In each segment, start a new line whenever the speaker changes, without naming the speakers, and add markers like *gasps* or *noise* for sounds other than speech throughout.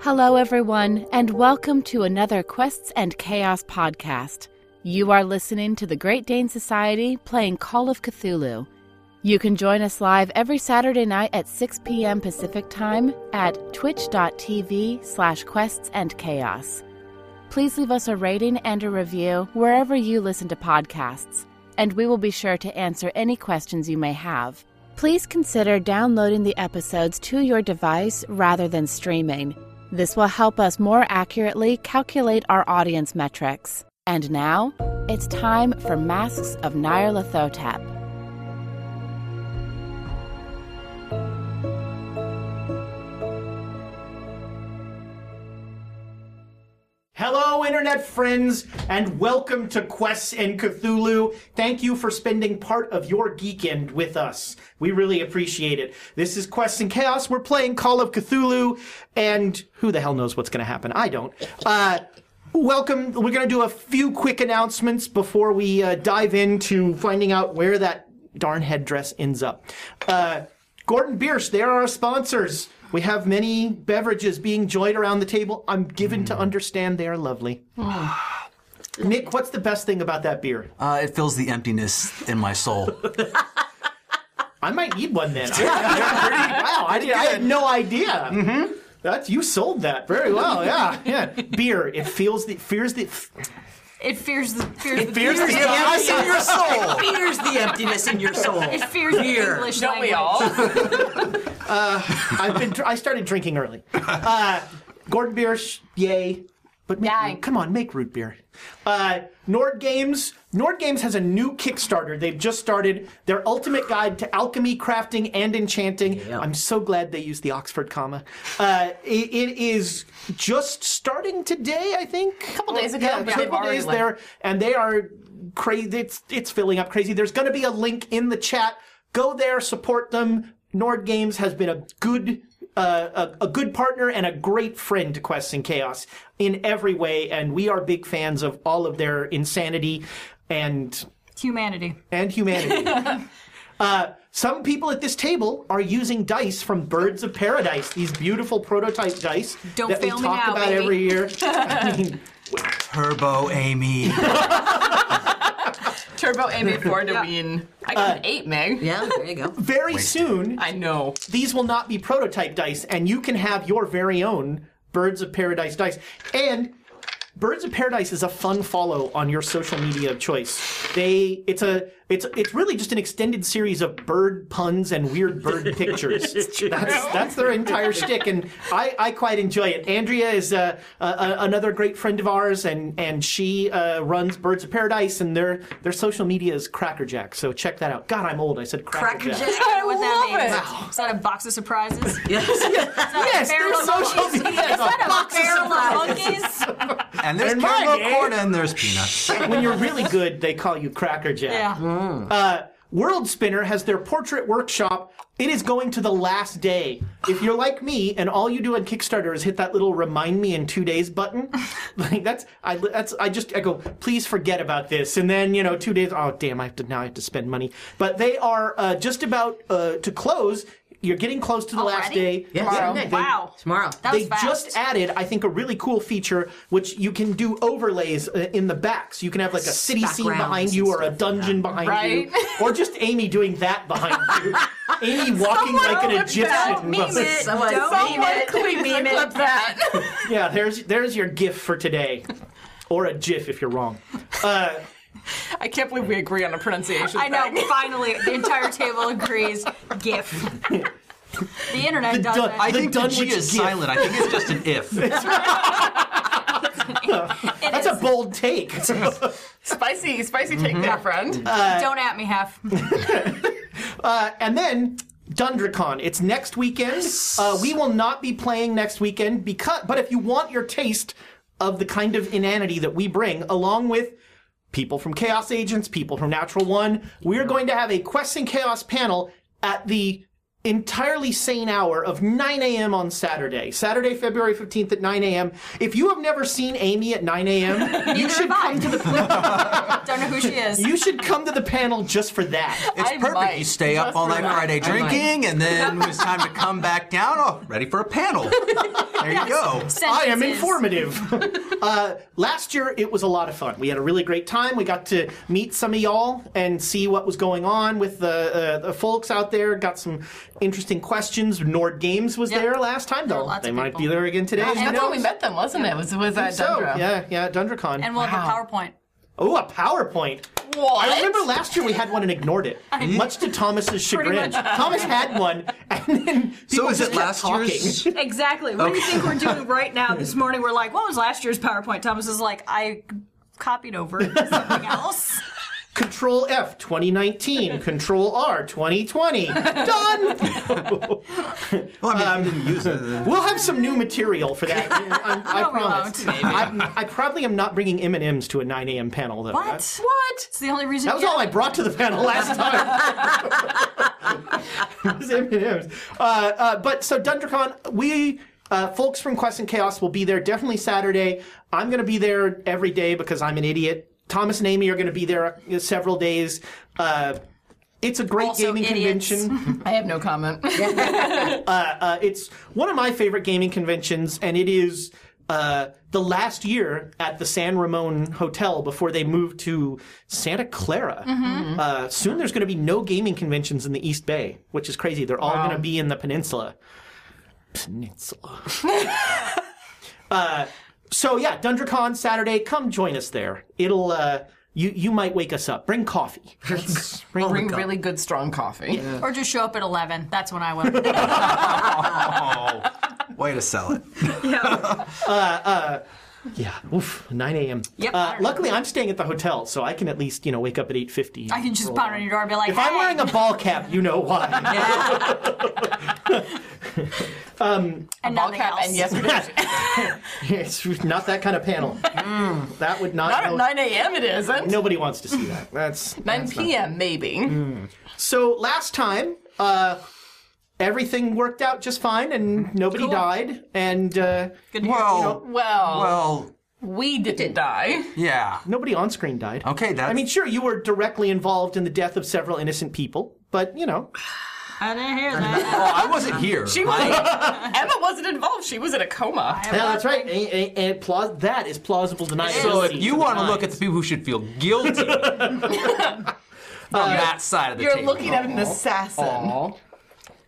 Hello, everyone, and welcome to another Quests and Chaos podcast. You are listening to the Great Dane Society playing Call of Cthulhu. You can join us live every Saturday night at 6 p.m. Pacific Time at twitch.tv slash quests and chaos. Please leave us a rating and a review wherever you listen to podcasts, and we will be sure to answer any questions you may have. Please consider downloading the episodes to your device rather than streaming. This will help us more accurately calculate our audience metrics. And now, it's time for Masks of Nyarlathotep.
Hello, internet friends, and welcome to Quests in Cthulhu. Thank you for spending part of your geek end with us. We really appreciate it. This is Quests in Chaos. We're playing Call of Cthulhu, and who the hell knows what's going to happen? I don't. Uh, welcome. We're going to do a few quick announcements before we uh, dive into finding out where that darn headdress ends up. Uh, Gordon Biersch, they are our sponsors. We have many beverages being joyed around the table. I'm given to understand they are lovely. Nick, what's the best thing about that beer?
Uh, it fills the emptiness in my soul.
I might need one then. wow, I, did, I had no idea. Mm-hmm. That's you sold that very well. Yeah, yeah. Beer, it feels the fears the
It fears the fears the
fears the
emptiness
emptiness
in your soul.
fears the emptiness in your soul.
It fears the
Fear.
English
Don't
language.
we all?
I've been. dr- I started drinking early. Uh, Gordon beer, sh- yay! But make,
Yay.
come on, make root beer. Uh, Nord Games. Nord Games has a new Kickstarter. They've just started their ultimate guide to alchemy, crafting, and enchanting. I'm so glad they used the Oxford comma. Uh, it, it is just starting today, I think. A couple
days ago,
Yeah, a
but
couple
they've already,
days
like-
there, and they are crazy. It's it's filling up crazy. There's going to be a link in the chat. Go there, support them. Nord Games has been a good uh, a, a good partner and a great friend to Quests and Chaos in every way, and we are big fans of all of their insanity and
Humanity.
and humanity.
*laughs*
uh, some people at this table are using dice from Birds of Paradise, these beautiful prototype dice
Don't
that we
fail me
talk
now,
about
baby.
every
*laughs*
year. I mean,
Turbo Amy.
Turbo Amy Ford to win. I got an eight, Meg.
Yeah, there you go.
very soon,
I know.
these will not be prototype dice, and you can have your very own Birds of Paradise dice. And Birds of Paradise is a fun follow on your social media of choice. They it's a it's it's really just an extended series of bird puns and weird bird pictures. That's that's their entire shtick, and I, I quite enjoy it. Andrea is uh, a, a, another great friend of ours, and and she uh, runs Birds of Paradise, and their their social media is crackerjack. So check that out. God, I'm old. I said crackerjack.
Crackerjack.
I don't know what that
love
means.
it.
Is that a box of surprises?
Yes, their social media is a box of
Barrel
surprises.
of monkeys?
And there's
In my
caramel
day-
corn and there's peanuts.
when you're really good, they call you Crackerjack.
Yeah.
Uh, World Spinner has their portrait workshop. It is going to the last day. If you're like me and all you do on Kickstarter is hit that little "remind me in two days" button, *laughs* like that's I that's I just I go please forget about this, and then you know two days. Oh damn! I have to now I have to spend money. But they are uh, just about uh, to close. You're getting close to the last
Already?
day.
Yeah,
Tomorrow.
nice.
They-
Wow.
Tomorrow.
That was
they
fast.
just added, I think, a really cool feature which you can do overlays uh, in the back. So you can have like a city scene
Backgrounds
behind
and
you or a
stuff like
dungeon behind you,
Right?
*laughs*
or just Amy doing that behind you. Amy walking like an
look
Egyptian. *laughs*
down.
Meme it.
Someone-
Don't meme
someone
it.
Clip that.
Yeah, there's there's your GIF for today, or a GIF if you're wrong. Uh,
I can't believe we agree on a pronunciation.
I know.
thing.
Finally, the entire table agrees. GIF. The internet does
dun-
it.
I
The
think the G
Dunwich
is
gift.
silent. I think it's just an if.
It
that's a
is.
bold
*laughs*
take.
Spicy, spicy take there, friend.
Don't at me half.
and then Dundracon. It's next weekend. Uh, we will not be playing next weekend because, but if you want your taste of the kind of inanity that we bring, along with people from Chaos Agents, people from Natural One. We are going to have a Quest and Chaos panel at the entirely sane hour of 9 a.m. on Saturday. Saturday, February 15th at 9 a.m. If you have never seen Amy at 9
*laughs*
a.m., you should
have I.
come to *laughs* the
Don't know who she is.
you should come to the panel just for that.
It's
I
perfect.
might.
You stay
Just
up all
for
night
that.
Friday drinking, and then when it's time to come back down, oh, ready for a panel. There you
I
go.
am
Sentences.
informative. *laughs* uh, last year, it was a lot of fun. We had a really great time. We got to meet some of y'all and see what was going on with the, uh, the folks out there. Got some interesting questions. Nord Games was
Yep.
there last time,
There were
though.
lots
They
of
might
people.
be there again today. Who
That's when we
knows?
met them, wasn't it? Was was that
So,
Dundra?
yeah, yeah, DundraCon.
And we'll have a PowerPoint.
oh, a PowerPoint.
What?
I remember last year we had one and ignored it, much to Thomas's chagrin.
much.
Thomas had one, and then people
So is
just
it
kept
last
talking.
year's?
*laughs*
Exactly. What do you think we're
*laughs*
doing right now? This morning we're like, what was last year's PowerPoint? Thomas is like, I copied over *laughs* something else.
Control F 2019, Control R 2020. Done.
Well, I mean, you didn't use it.
We'll have some new material for that. I, I
No, we
promise.
won't.
I, I probably am not bringing M and M's to a 9 a.m. panel though.
What? What? It's the only reason.
That was
yeah.
all I brought to the panel last time. Was M&Ms. Uh, uh, but so DundraCon, we uh, folks from Quest and Chaos will be there definitely Saturday. I'm going to be there every day because I'm an idiot. Thomas and Amy are going to be there uh, several days. Uh, it's a great
Also
gaming
idiots.
convention.
I have no comment.
it's one of my favorite gaming conventions, and it is uh, the last year at the San Ramon Hotel before they move to Santa Clara.
Mm-hmm.
Uh, soon there's going to be no gaming conventions in the East Bay, which is crazy. They're all going to be in the peninsula.
*laughs*
Peninsula. Uh, so yeah, DundraCon Saturday. Come join us there. It'll uh, you you might wake us up. Bring coffee. Bring,
Bring really good strong coffee.
Or just show up at eleven. That's when I will.
Oh, way to sell it.
yeah. Oof, 9 a.m.
Yep.
Uh, luckily, I'm staying at the hotel, so I can at least you know wake up at 8:50.
I can just pound on your door and be like,
If I'm
"Hey."
wearing a ball cap, you know why. *laughs*
and
Ball
nothing
cap
else.
and yesterday.
it's not that kind of panel. That would not.
Not at
no-
9 a.m. it isn't.
Nobody wants to see that. That's
9 p.m. maybe.
so. Last time, uh, everything worked out just fine, and nobody died. And uh,
Well,
Well,
well,
we didn't die.
yeah.
nobody on screen died.
Okay, that's.
I mean, sure, you were directly involved in the death of several innocent people, but you know,
I didn't hear that.
oh, I wasn't here.
She was Emma wasn't involved. She was in a coma.
yeah, that's right. And, and, and plaus- that is plausible deniability.
So if you
the
want to
nines.
look at the people who should feel guilty
*laughs*
from that side of the
Uh, You're
table,
looking at an assassin.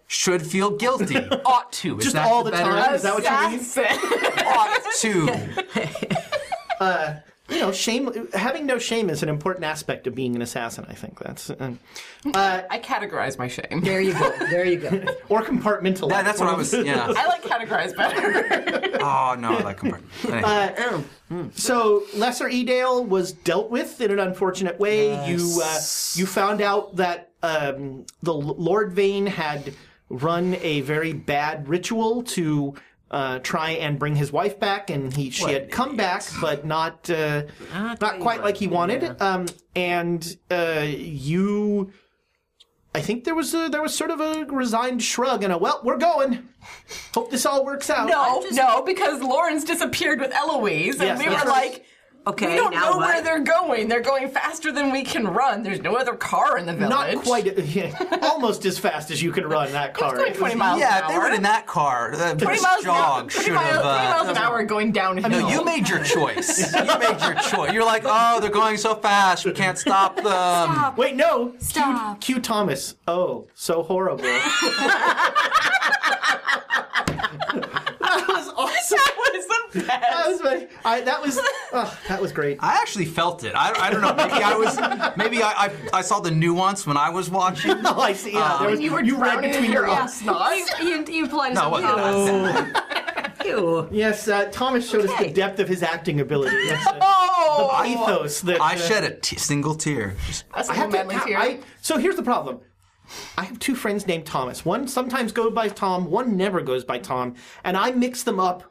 should feel guilty.
Ought to.
Is
just
that
all the
better-
time, is that what you mean?
Ought to.
you know, shame. Having no shame is an important aspect of being an assassin. I think that's and- uh,
I categorize my shame.
There you go. There you go.
or compartmentalized.
That- that's what I was. Yeah.
*laughs* *laughs* I like categorize *laughs* better.
Oh no, I like compartment. Anyway.
*laughs*
Uh,
So Lesser Edale was dealt with in an unfortunate way. You uh, you found out that um, the L- Lord Vane had run a very bad ritual to uh, try and bring his wife back, and he she had come back, but not uh, not quite like he wanted. Um, and uh, you. I think there was a, there was sort of a resigned shrug and a well, we're going. Hope this all works out.
No, no, because Lawrence disappeared with Eloise, and
Yes,
we
that's
were
right.
like,
Okay,
we don't
now
know
what?
where they're going. They're going faster than we can run. There's no other car in the village.
Not quite, *laughs* yeah, almost as fast as you could run that
It was
car.
going 20 miles
yeah,
an
if
hour.
they were in that car, that
Twenty miles an hour-
jog
twenty
should
miles,
have.
twenty miles
Uh,
an hour going downhill.
no, you made your choice. You made your choice. You're like, oh, they're going so fast, we can't stop them.
Wait, no.
Stop.
Q, Q Thomas. Oh, so
*laughs*
horrible. that was awesome.
*laughs* That was the
That
best.
was my, I, that
*laughs*
was oh, that was great. *laughs*
I actually felt it. I, I don't know. Maybe I was. Maybe I, I I saw the nuance when I was watching.
Oh, I see. Yeah, there was,
Um, you were
read
drowning
between
in
your
your
eyes.
ass. *laughs* Snot?
You, you, you applied
No, it wasn't that.
Oh,
Ew.
Yes, uh, Thomas showed us the
Okay.
depth of his acting ability. Yes, uh,
*laughs* Oh,
ethos. That,
I
uh,
shed a t- single tear.
That's a
I have to.
manly tear.
I, so here's the problem. I have two friends named Thomas. One sometimes goes by Tom. One never goes by Tom, and I mix them up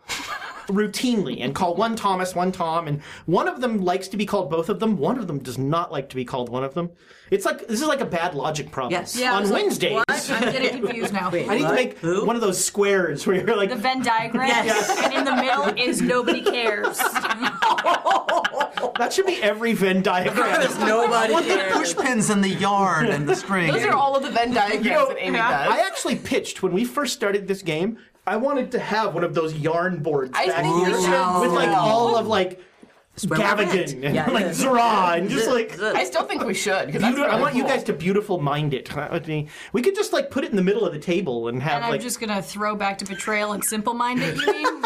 routinely and call one Thomas, one Tom, and one of them likes to be called both of them. One of them does not like to be called one of them. It's like this is like a bad logic problem.
Yes.
Yeah, I
on
was like,
Wednesdays,
what? I'm getting confused now.
I need to
What?
make
Who?
one of those squares where you're like,
The Venn diagram, and in the middle is nobody
*laughs*
cares. *laughs*
that should be every
*laughs*
Venn diagram.
Because nobody
With the
cares.
push pins and the yarn and the string.
Those are all of the Venn diagrams that Amy does.
I actually pitched when we first started this game. I wanted to have one of those yarn boards
I
back
think
here
we should.
with like
Wow.
all of like
where we're
Gavigan
at.
and
Yeah,
*laughs* like
yeah.
Zara and just
The-
like.
the-
I still think we should because
Beauti- I want you guys to beautiful mind it. That would be. We could just like put it in the middle of the table and have
And I'm
like.
just gonna throw back to betrayal and simple minded. You
*laughs*
mean?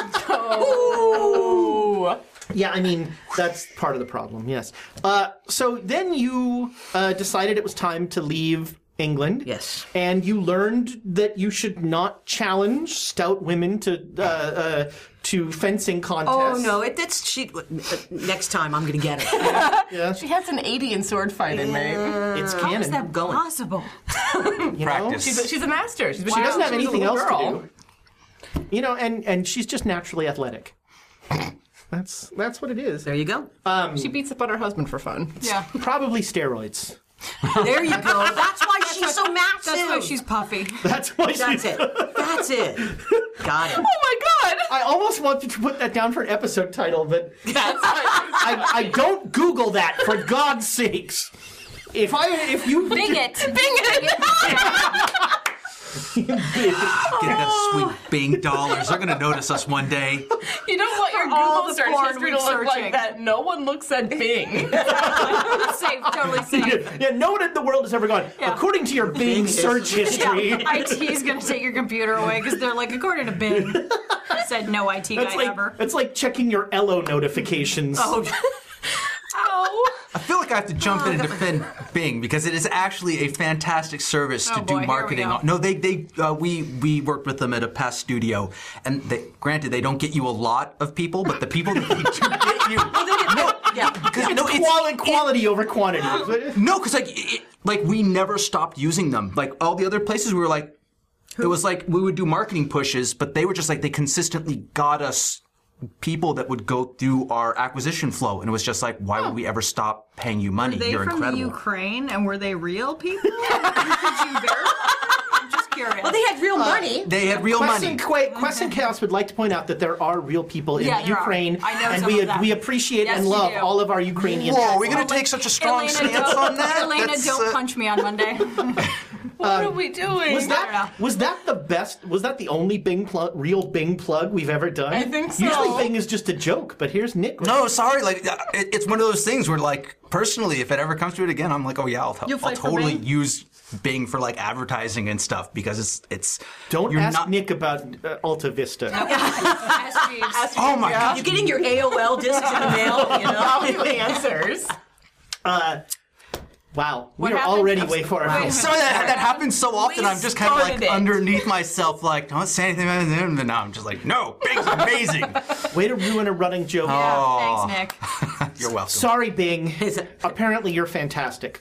Oh.
Yeah, I mean that's part of the problem. Yes. Uh, so then you uh, decided it was time to leave England.
Yes.
And you learned that you should not challenge stout women to uh, uh, to fencing
Oh
contests.
no! It, that's she. uh, Next time I'm gonna get it.
She has an 80 in sword fight in me.
it's
How is
canon.
that
going.
possible?
you know?
practice.
She's a, she's a master. She's,
She doesn't have
was a
anything
little
else
girl.
to do. You know, and and she's just naturally athletic. That's that's what it is.
There
*laughs*
you go.
She beats up on her husband for *laughs* fun.
Yeah.
Probably steroids.
*laughs*
*laughs*
There you go. That's why she's so massive.
That's why she's puffy.
That's why
That's
she's.
it. That's it. Got it.
Oh my god!
I almost wanted to put that down for an episode title, but I, I don't Google that for God's sakes. If I if you *laughs*
*laughs* Bigot. *laughs*
Get us sweet Bing dollars. They're gonna notice us one day.
You don't want your
all
Google
the
search
porn
history
we're
to look
searching.
like that. No one looks at *laughs* Bing.
*laughs* safe,
*laughs*
totally safe.
yeah, no one in the world has ever gone.
Yeah.
According to your Bing search history,
IT's gonna take your computer away because they're like, according to Bing,
*laughs*
said no IT
*laughs*
guy
that's like
ever.
*laughs* that's like checking your Elo notifications.
Oh. *laughs* Ow.
I feel like I have to jump in and defend Bing because it is actually a fantastic service to
Oh, boy, here
do
we
marketing.
go.
on. No, they they uh, we we worked with them at a past studio, and they, granted they don't get you a lot of people, but the people that they do get you, no, because no, it's-
Quali- quality over
Oh,
quantity.
no, because like it, like we never stopped using them. Like all the other places, we were like, it was like we would do marketing pushes, but they were just like they consistently got us people that would go through our acquisition flow, and it was just like, why would we ever stop paying you money?
Were they
You're
from
incredible.
Ukraine and were they real
*laughs*
people? Could you verify? I'm just curious.
Well, they had
*laughs*
real money.
They had real
Quest
money.
and, Qua- Quest and Chaos would like to point out that there are real people in
Yeah, there are.
Ukraine,
I know
and
some
we
of that.
we appreciate
Yes,
and
we
love
do.
all of our Ukrainian.
Whoa, are we going to take such a strong
Elena,
stance
don't,
on that?
Elena,
That's,
don't
uh,
punch me on
*laughs*
Monday.
what are we doing?
Was that was that the best? Was that the only Bing plug, real Bing plug we've ever done?
I think so.
Usually Bing is just a joke, but here's Nick.
No, sorry. Like uh, it, it's one of those things where, like, personally, if it ever comes to it again, I'm like, oh yeah, I'll,
You'll
I'll,
fight for
totally
Bing?
use Bing for like advertising and stuff because it's it's.
Don't
you're
ask
not-
Nick about uh, Alta Vista.
*laughs*
Ask Jeeves.
Oh my gosh.
You're getting your AOL discs in the mail. You
*laughs* Oh,
I'll
know.
give the answers.
Uh, Wow, we
What
are
happened?
already way far ahead.
*laughs*
Sorry, that, that happens so often. I'm just kind of like
started it.
underneath myself, like don't say anything. about it, And now I'm just like, no,
*laughs*
Bing's amazing.
Way to ruin a running joke.
Oh.
yeah, thanks, Nick.
You're welcome.
Sorry, Bing.
Is it-
Apparently, you're fantastic.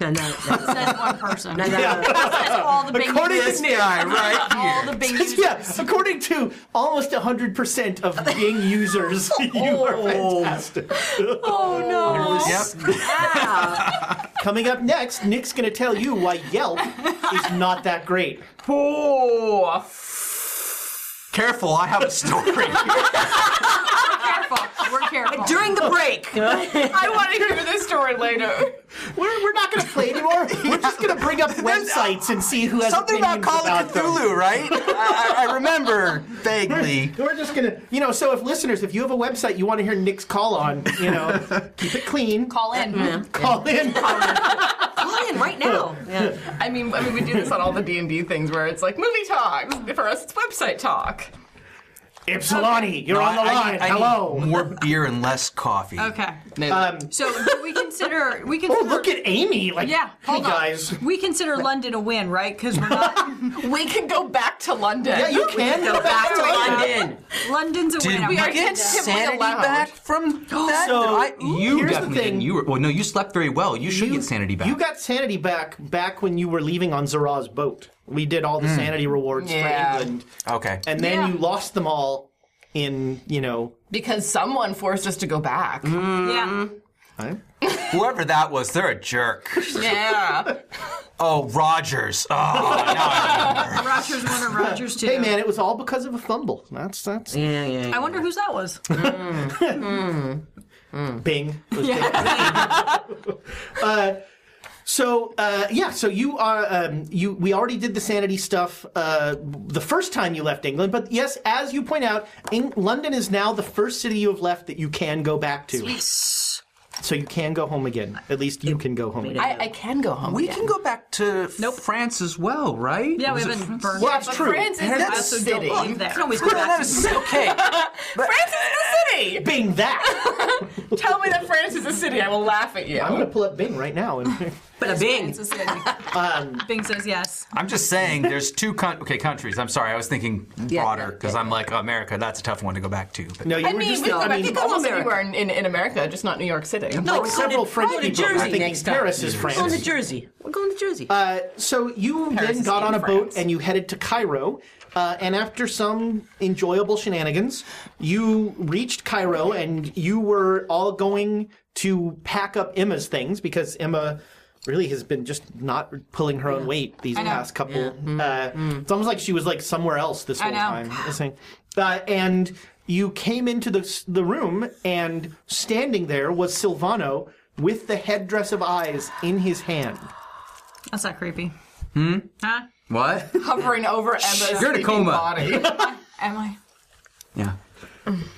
No, no, no,
Says one
*laughs*
person.
no, no, no.
Says all the big
According
users.
This guy *laughs* right
all
here.
the big users.
Yeah, according to almost 100% of Bing users, you are fantastic.
Oh no.
Yep.
Coming up next, Nick's going to tell you why Yelp is not that great.
Oh.
Careful, I have a *laughs* story.
Careful. We're careful.
During the break.
I want to hear this story later.
We're, we're not going to play anymore.
*laughs*
We're just going to bring up websites and see who has
Something about
opinions
Call of
about them.
Cthulhu, right? I, I, I remember vaguely.
We're just going to, you know, so if listeners, if you have a website you want to hear Nick's call on, you
*laughs*
know, keep it clean.
Call in.
Mm-hmm.
Call in.
Call in right now. Yeah.
I mean, I mean, we do this on all the D and D things where it's like movie talk. For us, it's website talk.
Ypsilanti, you're
No,
on the
I- I
line.
need- I need
Hello.
*laughs* more beer and less coffee.
*laughs* Okay.
Um,
So do we consider we consider
oh, look at Amy. Like,
yeah.
hey,
Hold on.
guys.
We consider London a win, right? Because
*laughs*
we're not.
We can go back to London.
Yeah, you can
Go back to London.
London's a
Did
win.
we
I'm
are
gonna
get
do that.
sanity back
from *gasps* that?
So,
you
here's the
definitely
thing.
didn't. You were, well, no, you slept very well. You should get sanity back.
You got sanity back back when you were leaving on
Hmm.
Zara's boat. We did all the sanity rewards
Yeah.
for England,
okay.
and then
Yeah.
you lost them all in you know
Because someone forced us to go back.
Yeah.
Whoever that was, they're a jerk.
Yeah.
Oh, Rogers. Oh, now I remember.
Rogers one or Rogers two.
hey man it was all because of a fumble that's that's
Mm.
Yeah, yeah.
I wonder whose that was.
Bing. was Bing. *laughs* uh, so uh, yeah, so you are um, you. We already did the sanity stuff uh, the first time you left England, but yes, as you point out, Eng- London is now the first city you have left that you can go back to. So you can go home again. At least you can go home again.
I, I can go
*laughs*
home.
We
again.
can go back to France as well, right?
Yeah, we
Was it
haven't
France?
burned.
well, that's
But
true.
France is
And
not a
that's
city.
Well, there.
Can always go
Good, that
back to
is okay. But-
France is a city.
Bing
*laughs*
that.
Tell me that France is a city. I will laugh at you.
I'm gonna pull up Bing right now.
*laughs*
And
but a bing.
It's a city. Bing says yes.
I'm just saying, there's two con- okay countries. I'm sorry, I was thinking
Yeah,
broader
yeah,
because I'm like America. That's a tough one to go back to. But
no, you
I
were
mean,
just.
we,
no,
Oh, I
I
mean,
mean,
think almost
America.
anywhere in, in, in America, just not New York City.
No,
like
we're going
several
to-
French
we're going to
people are
Jersey
thinking
next time.
Paris is Uh,
We're going to
France.
Jersey. We're going to Jersey.
So you
Paris
then
is
got
in
on a boat
France.
and you headed to Cairo. Uh, and after some enjoyable shenanigans, you reached Cairo and you were all going to pack up Emma's things because Emma really has been just not pulling her own weight these past couple. Uh, It's almost like she was like somewhere else this whole
know.
time. This thing. Uh, and you came into the s- the room and standing there was Silvano with the headdress of eyes in his hand.
That's not creepy. Hmm? Huh?
What?
Hovering over
*laughs*
Emma's
You're in a
sleeping
coma.
body.
Am I?
Yeah.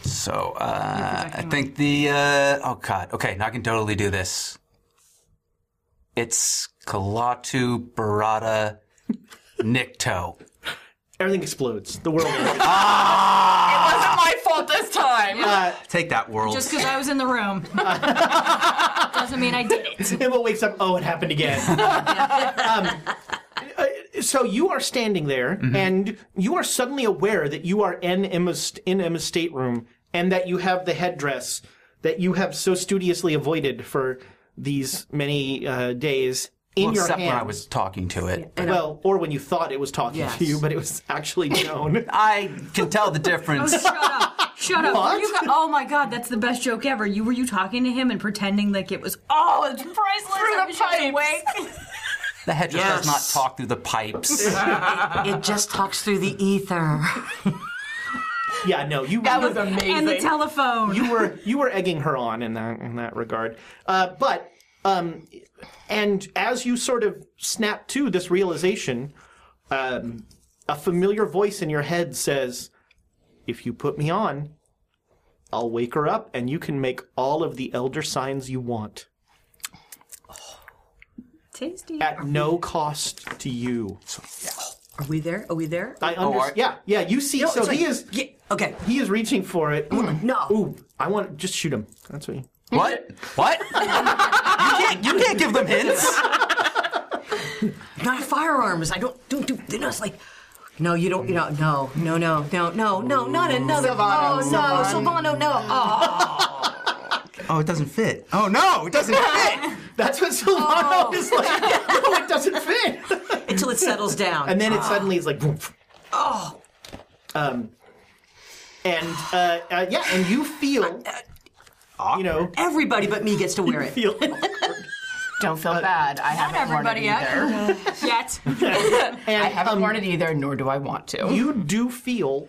So uh, I think the uh, oh god. Okay, now I can totally do this. It's Kalatu Barada Nikto.
Everything explodes. The world. ends.
it wasn't my fault this time.
Take that world.
Just because I was in the room doesn't mean I did it.
Emma wakes up. Oh, it happened
*laughs*
again. Um, uh, so you are standing there,
Mm-hmm.
and you are suddenly aware that you are in Emma's in Emma's stateroom, and that you have the headdress that you have so studiously avoided for these many uh, days in
Well,
your
except
hands.
when I was talking to it.
well, or when you thought it was talking
Yes.
to you, but it was actually
*laughs*
known.
I can tell the
*laughs* Oh,
difference.
Shut up. Shut up.
What?
You got, oh my god, that's the best joke ever. You were you talking to him and pretending like it was oh it's priceless. I wish I was awake.
The headdress does
Yes.
not talk through the *laughs* pipes.
it just talks through the ether.
yeah, no, you
That was amazing.
And the telephone.
you were you were egging her on in that in that regard. Uh, but um, and as you sort of snap to this realization, um, a familiar voice in your head says, "If you put me on, I'll wake her up, and you can make all of the elder signs you want
Tasty.
at no cost to you."
Are we there? Are we there?
I understand.
are-
Yeah, yeah. You see, so
Oh, it's like-
he is
Yeah, okay.
he is reaching for it.
*clears throat* No.
Ooh, I want just shoot him. That's what. He,
What? What? *laughs* you, can't, you can't give them hints.
Not firearms. I don't don't do you know, it's like no, you don't you know no, no, no, no, no, no, not another
Silvano.
Oh no, Silvano, no. Oh
Oh, it doesn't fit. Oh no, it doesn't fit.
*laughs* that's what Silvano is like. *laughs* no, it doesn't fit.
until it settles
*laughs*
down.
and then it suddenly is like, boom. Um, and uh, uh, yeah, and you feel, you know,
*laughs*
Everybody but me gets to
*laughs*
wear it.
feel,
Don't feel bad. I haven't
everybody
worn it either.
Yet.
*laughs* I haven't worn it either, nor do I want to.
you do feel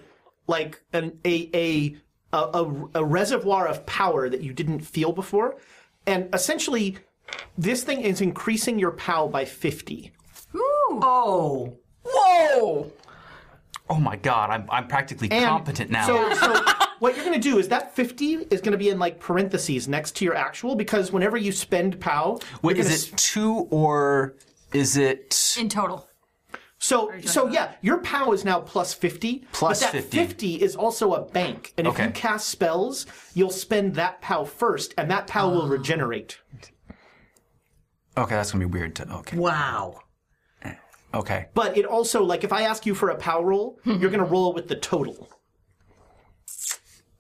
like an a a, a a a reservoir of power that you didn't feel before, and essentially, this thing is increasing your POW by fifty.
Oh.
Whoa!
Oh my god, I'm, I'm practically
And
competent now.
So,
*laughs*
so what you're going to do is that 50 is going to be in like parentheses next to your actual because whenever you spend POW,
Wait,
you're gonna
is it two or is it?
In total.
So, so yeah, your POW is now plus 50.
Plus
but that
50.
50 is also a bank. And
Okay.
if you cast spells, you'll spend that POW first, and that POW
Ah.
will regenerate.
Okay, that's gonna be weird. To, okay, Eh,
Wow.
okay.
But it also, like, if I ask you for a POW
*laughs*
roll, you're going to roll with the total.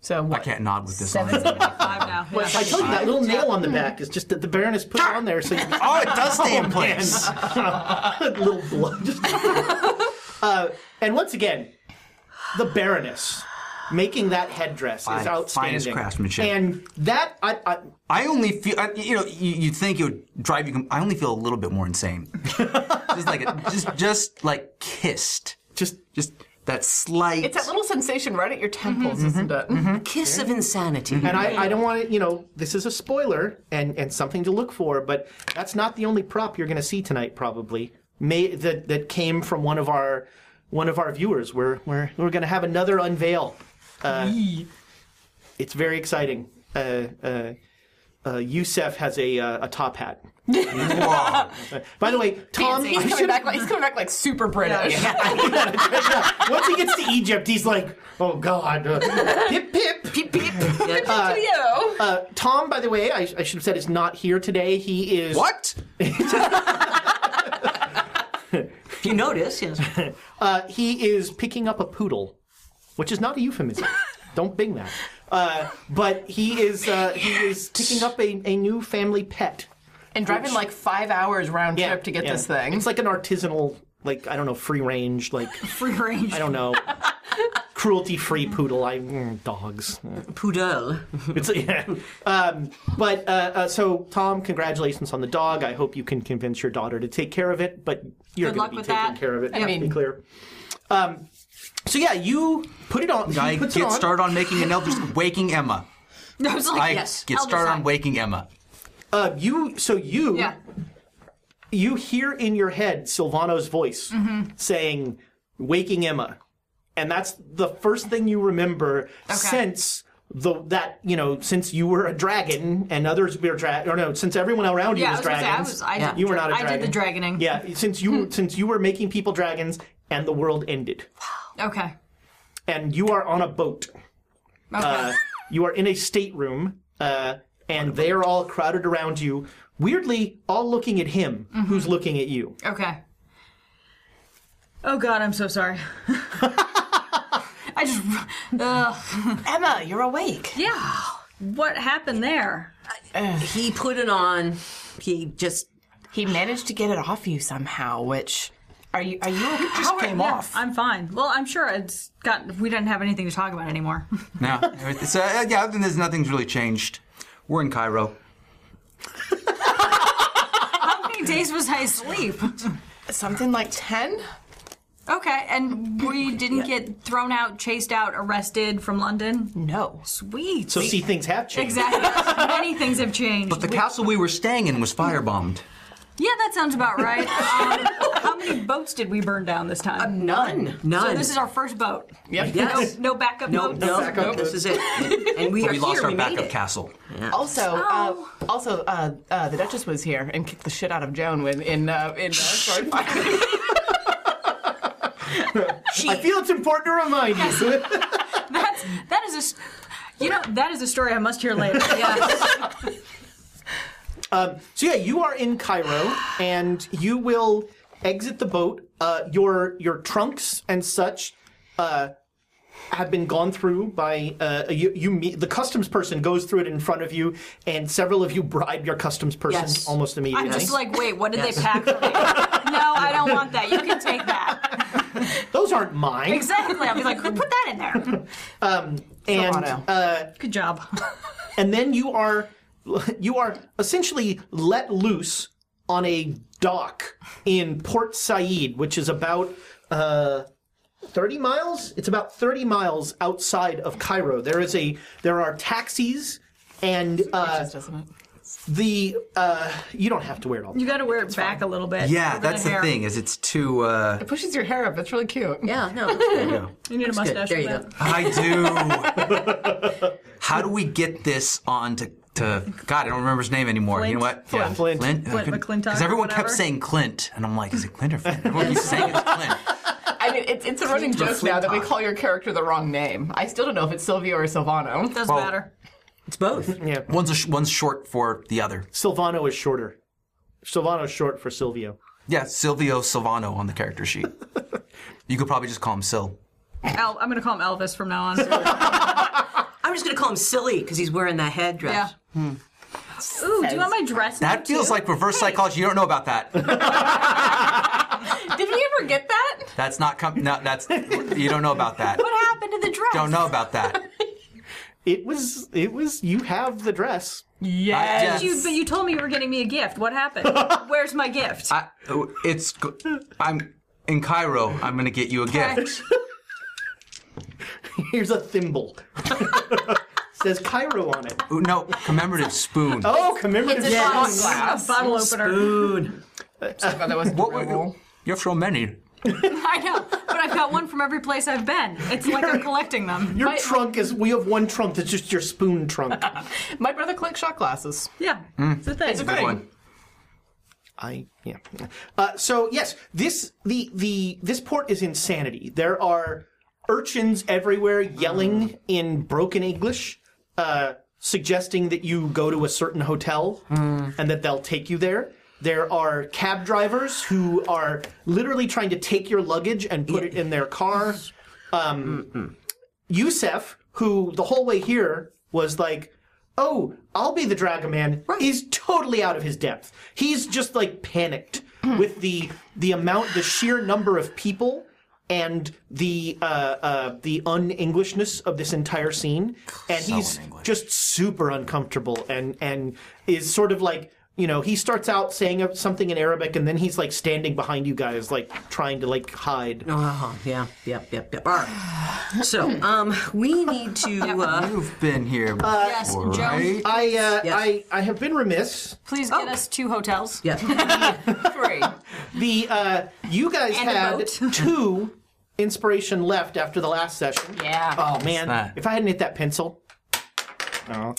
So
I
what?
can't nod with this.
Seven.
on.
Five now. Yeah.
I told you that little nail
Hmm.
on the back is just that the Baroness put it on there
*laughs*
so you
Oh, it does stay in place.
*laughs* little *laughs* blood. uh, and once again, the Baroness, making that headdress is
Fine- finest
outstanding.
craftsmanship.
And that, I, I,
I only feel, I, you know, you, you'd think it would drive you. com- I only feel a little bit more *laughs* insane. just like, a, just, just like kissed.
Just-
just that slight.
It's that little sensation right at your temples, isn't it?
Kiss of insanity.
and I, I don't want to, you know, this is a spoiler and, and something to look for, but that's not the only prop you're going to see tonight, probably. May, that that came from one of our one of our viewers. We're we're we're going to have another unveil. Uh, it's very exciting. Uh, uh, uh, Yusef has a uh, a top hat.
Wow.
*laughs* By the way, Tom,
He's
I
coming
should-
back. Like, he's coming back like super British. *laughs*
once he gets to Egypt, he's like, oh
*laughs*
god, uh, pip pip.
Peep, peep.
To you.
Uh, Tom, by the way, I, I should have said is not here today. He is
what?
If you notice, yes.
Uh, he is picking up a poodle, which is not a
*laughs*
euphemism. Don't bing that. Uh, but he is uh, he is picking up a, a new family pet.
and driving like five hours round
Yeah,
trip to get
yeah.
this thing.
It's like an artisanal, like I don't know, free range, like
Free range.
I
*laughs*
don't
*laughs*
know, cruelty free poodle. I mm, dogs.
Poodle.
It's yeah. Um, but uh, uh, so Tom, congratulations on the dog. I hope you can convince your daughter to take care of it. But you're going
Good luck
to be
with
taking
that.
care of it.
I
to
mean-
be clear. Um, so yeah, you put it on.
I
he puts it
get
on.
started on making an elder waking Emma.
I was like,
I
yes.
get
I'll do
started
that.
on waking Emma.
Uh, you so you
Yeah.
you hear in your head Silvano's voice
Mm-hmm.
saying, "Waking Emma," and that's the first thing you remember since the that you know since you were a dragon and others were dragon or no since everyone around you
Yeah, I
was,
was gonna say, I
dragons.
was- I did
you were not a
dra- I
dragon.
did the dragoning.
Yeah, since you since you were making people dragons and the world ended
Okay.
and you are on a boat.
Okay.
Uh, You are in a stateroom, uh, and they are all crowded around you. Weirdly, all looking at him, who's looking at you.
Okay. Oh God, I'm so sorry. *laughs* I just, ugh.
Emma, you're awake.
yeah. What happened there?
He put it on. He just.
He managed to get it off you somehow, which are you are you okay? It just came
Yeah,
off.
I'm fine. Well, I'm sure it's got. We didn't have anything to talk about anymore. *laughs*
No, so uh, yeah, other than this, nothing's really changed. We're in Cairo.
How many days was I asleep?
Something like ten?
Okay, and we didn't get thrown out, chased out, arrested from London.
No.
Sweet.
So see, things have changed.
exactly. *laughs* Many things have changed.
The castle we were staying in was firebombed.
Yeah, that sounds about right. Um, how many boats did we burn down this time?
None. None.
so this is our first boat.
Yep.
*laughs*
Yes.
No backup
No,
boats.
no, this is it. And we,
But
are
we lost
here.
our
we made
backup
it.
castle.
Also, uh, also, uh, uh, the Duchess was here and kicked the shit out of Joan when in uh, *laughs* in uh, sword fight.
I feel it's important to remind you.
That's that is a. s- You know that is a story I must hear later. Yes. *laughs*
so yeah, you are in Cairo, and you will exit the boat. Uh, your your trunks and such uh, have been gone through by uh, you. you meet, the customs person goes through it in front of you, and several of you bribe your customs person
Yes.
almost immediately.
I'm just like, wait, what did they pack for me? No, I don't want that. You can take that.
Those aren't mine.
Exactly. I'll be like, who put that in there?
And
Toronto.
Good job.
and then you are *laughs* you are essentially let loose on a dock in Port Said, which is about uh, thirty miles. It's about thirty miles outside of Cairo. There is a there are taxis, and uh,
Doesn't it?
the uh, you don't have to wear it all.
You got to wear it back a little bit.
Yeah,
Over
that's the
hair.
thing. Is it's too. Uh,
It pushes your hair up. It's really cute.
Yeah, no.
You need a
good.
mustache.
There
for
you
that.
go.
I do. How do we get this on to? To God, I don't remember his name anymore. You know what?
Flint.
Flint.
Flint McClintock
Because
or
everyone
whatever.
kept saying Clint, and I'm like, is it Clint or Flint? Everyone keeps saying it's Clint.
I mean, it's, it's a running
Flint
joke now that we
Top.
call your character the wrong name. I still don't know if it's Silvio or Silvano.
Doesn't
Well-
matter.
It's both.
One's a sh- one's short for the other.
Silvano is shorter. Silvano is short for Silvio.
Yeah, Silvio Silvano on the character sheet. you could probably just call him Sil.
Al- I'm gonna call him Elvis from now on.
I'm just going to call him silly because he's wearing that headdress.
*laughs* yeah. Ooh, do you want my dress? *laughs*
That feels like reverse psychology. You don't know about that.
Did we ever get that?
That's not com- no, that's you don't know about that.
What happened to the dress?
Don't know about
*laughs*
that.
It was. It was. You have the dress. *laughs*
Yes.
But you, but you told me you were getting me a gift. What happened? Where's my gift?
I, it's go- I'm in Cairo. I'm gonna get you a gift.
Here's a thimble. *laughs* Says Cairo on it.
Ooh, no, commemorative spoon.
Oh, commemorative.
It's a
spoon.
shot glass.
a bottle opener.
Spoon.
that was
What were you? You have so many.
*laughs* I know, but I've got one from every place I've been. It's like I'm collecting them.
Your trunk is. We have one trunk that's just your spoon trunk. *laughs*
My brother collects shot glasses.
yeah, it's a thing.
Hmm. It's a
Good
thing.
one.
I yeah. Uh, so yes, this the the this port is insanity. There are urchins everywhere yelling in broken English, uh, suggesting that you go to a certain hotel and that they'll take you there. There are cab drivers who are literally trying to take your luggage and put it in their car. Yusef, who the whole way here was like, "Oh, I'll be the dragoman," is totally out of his depth. He's just like panicked with the the amount, the sheer number of people, and the uh, uh, the un-Englishness of this entire scene, and he's just super uncomfortable and and is sort of like. You know, he starts out saying something in Arabic, and then he's like standing behind you guys, like trying to like hide.
Oh, yeah, yep, yep, yep. All right. So, um, we need to. Uh,
You've been here.
yes,
before,
Joan.
right?
I uh,
Yes.
I I have been remiss.
Please get us two hotels.
yeah.
Three.
The uh, you guys
And a
had
boat. *laughs*
two inspiration left after the last session.
Yeah.
Oh man,
that?
if I hadn't hit that pencil.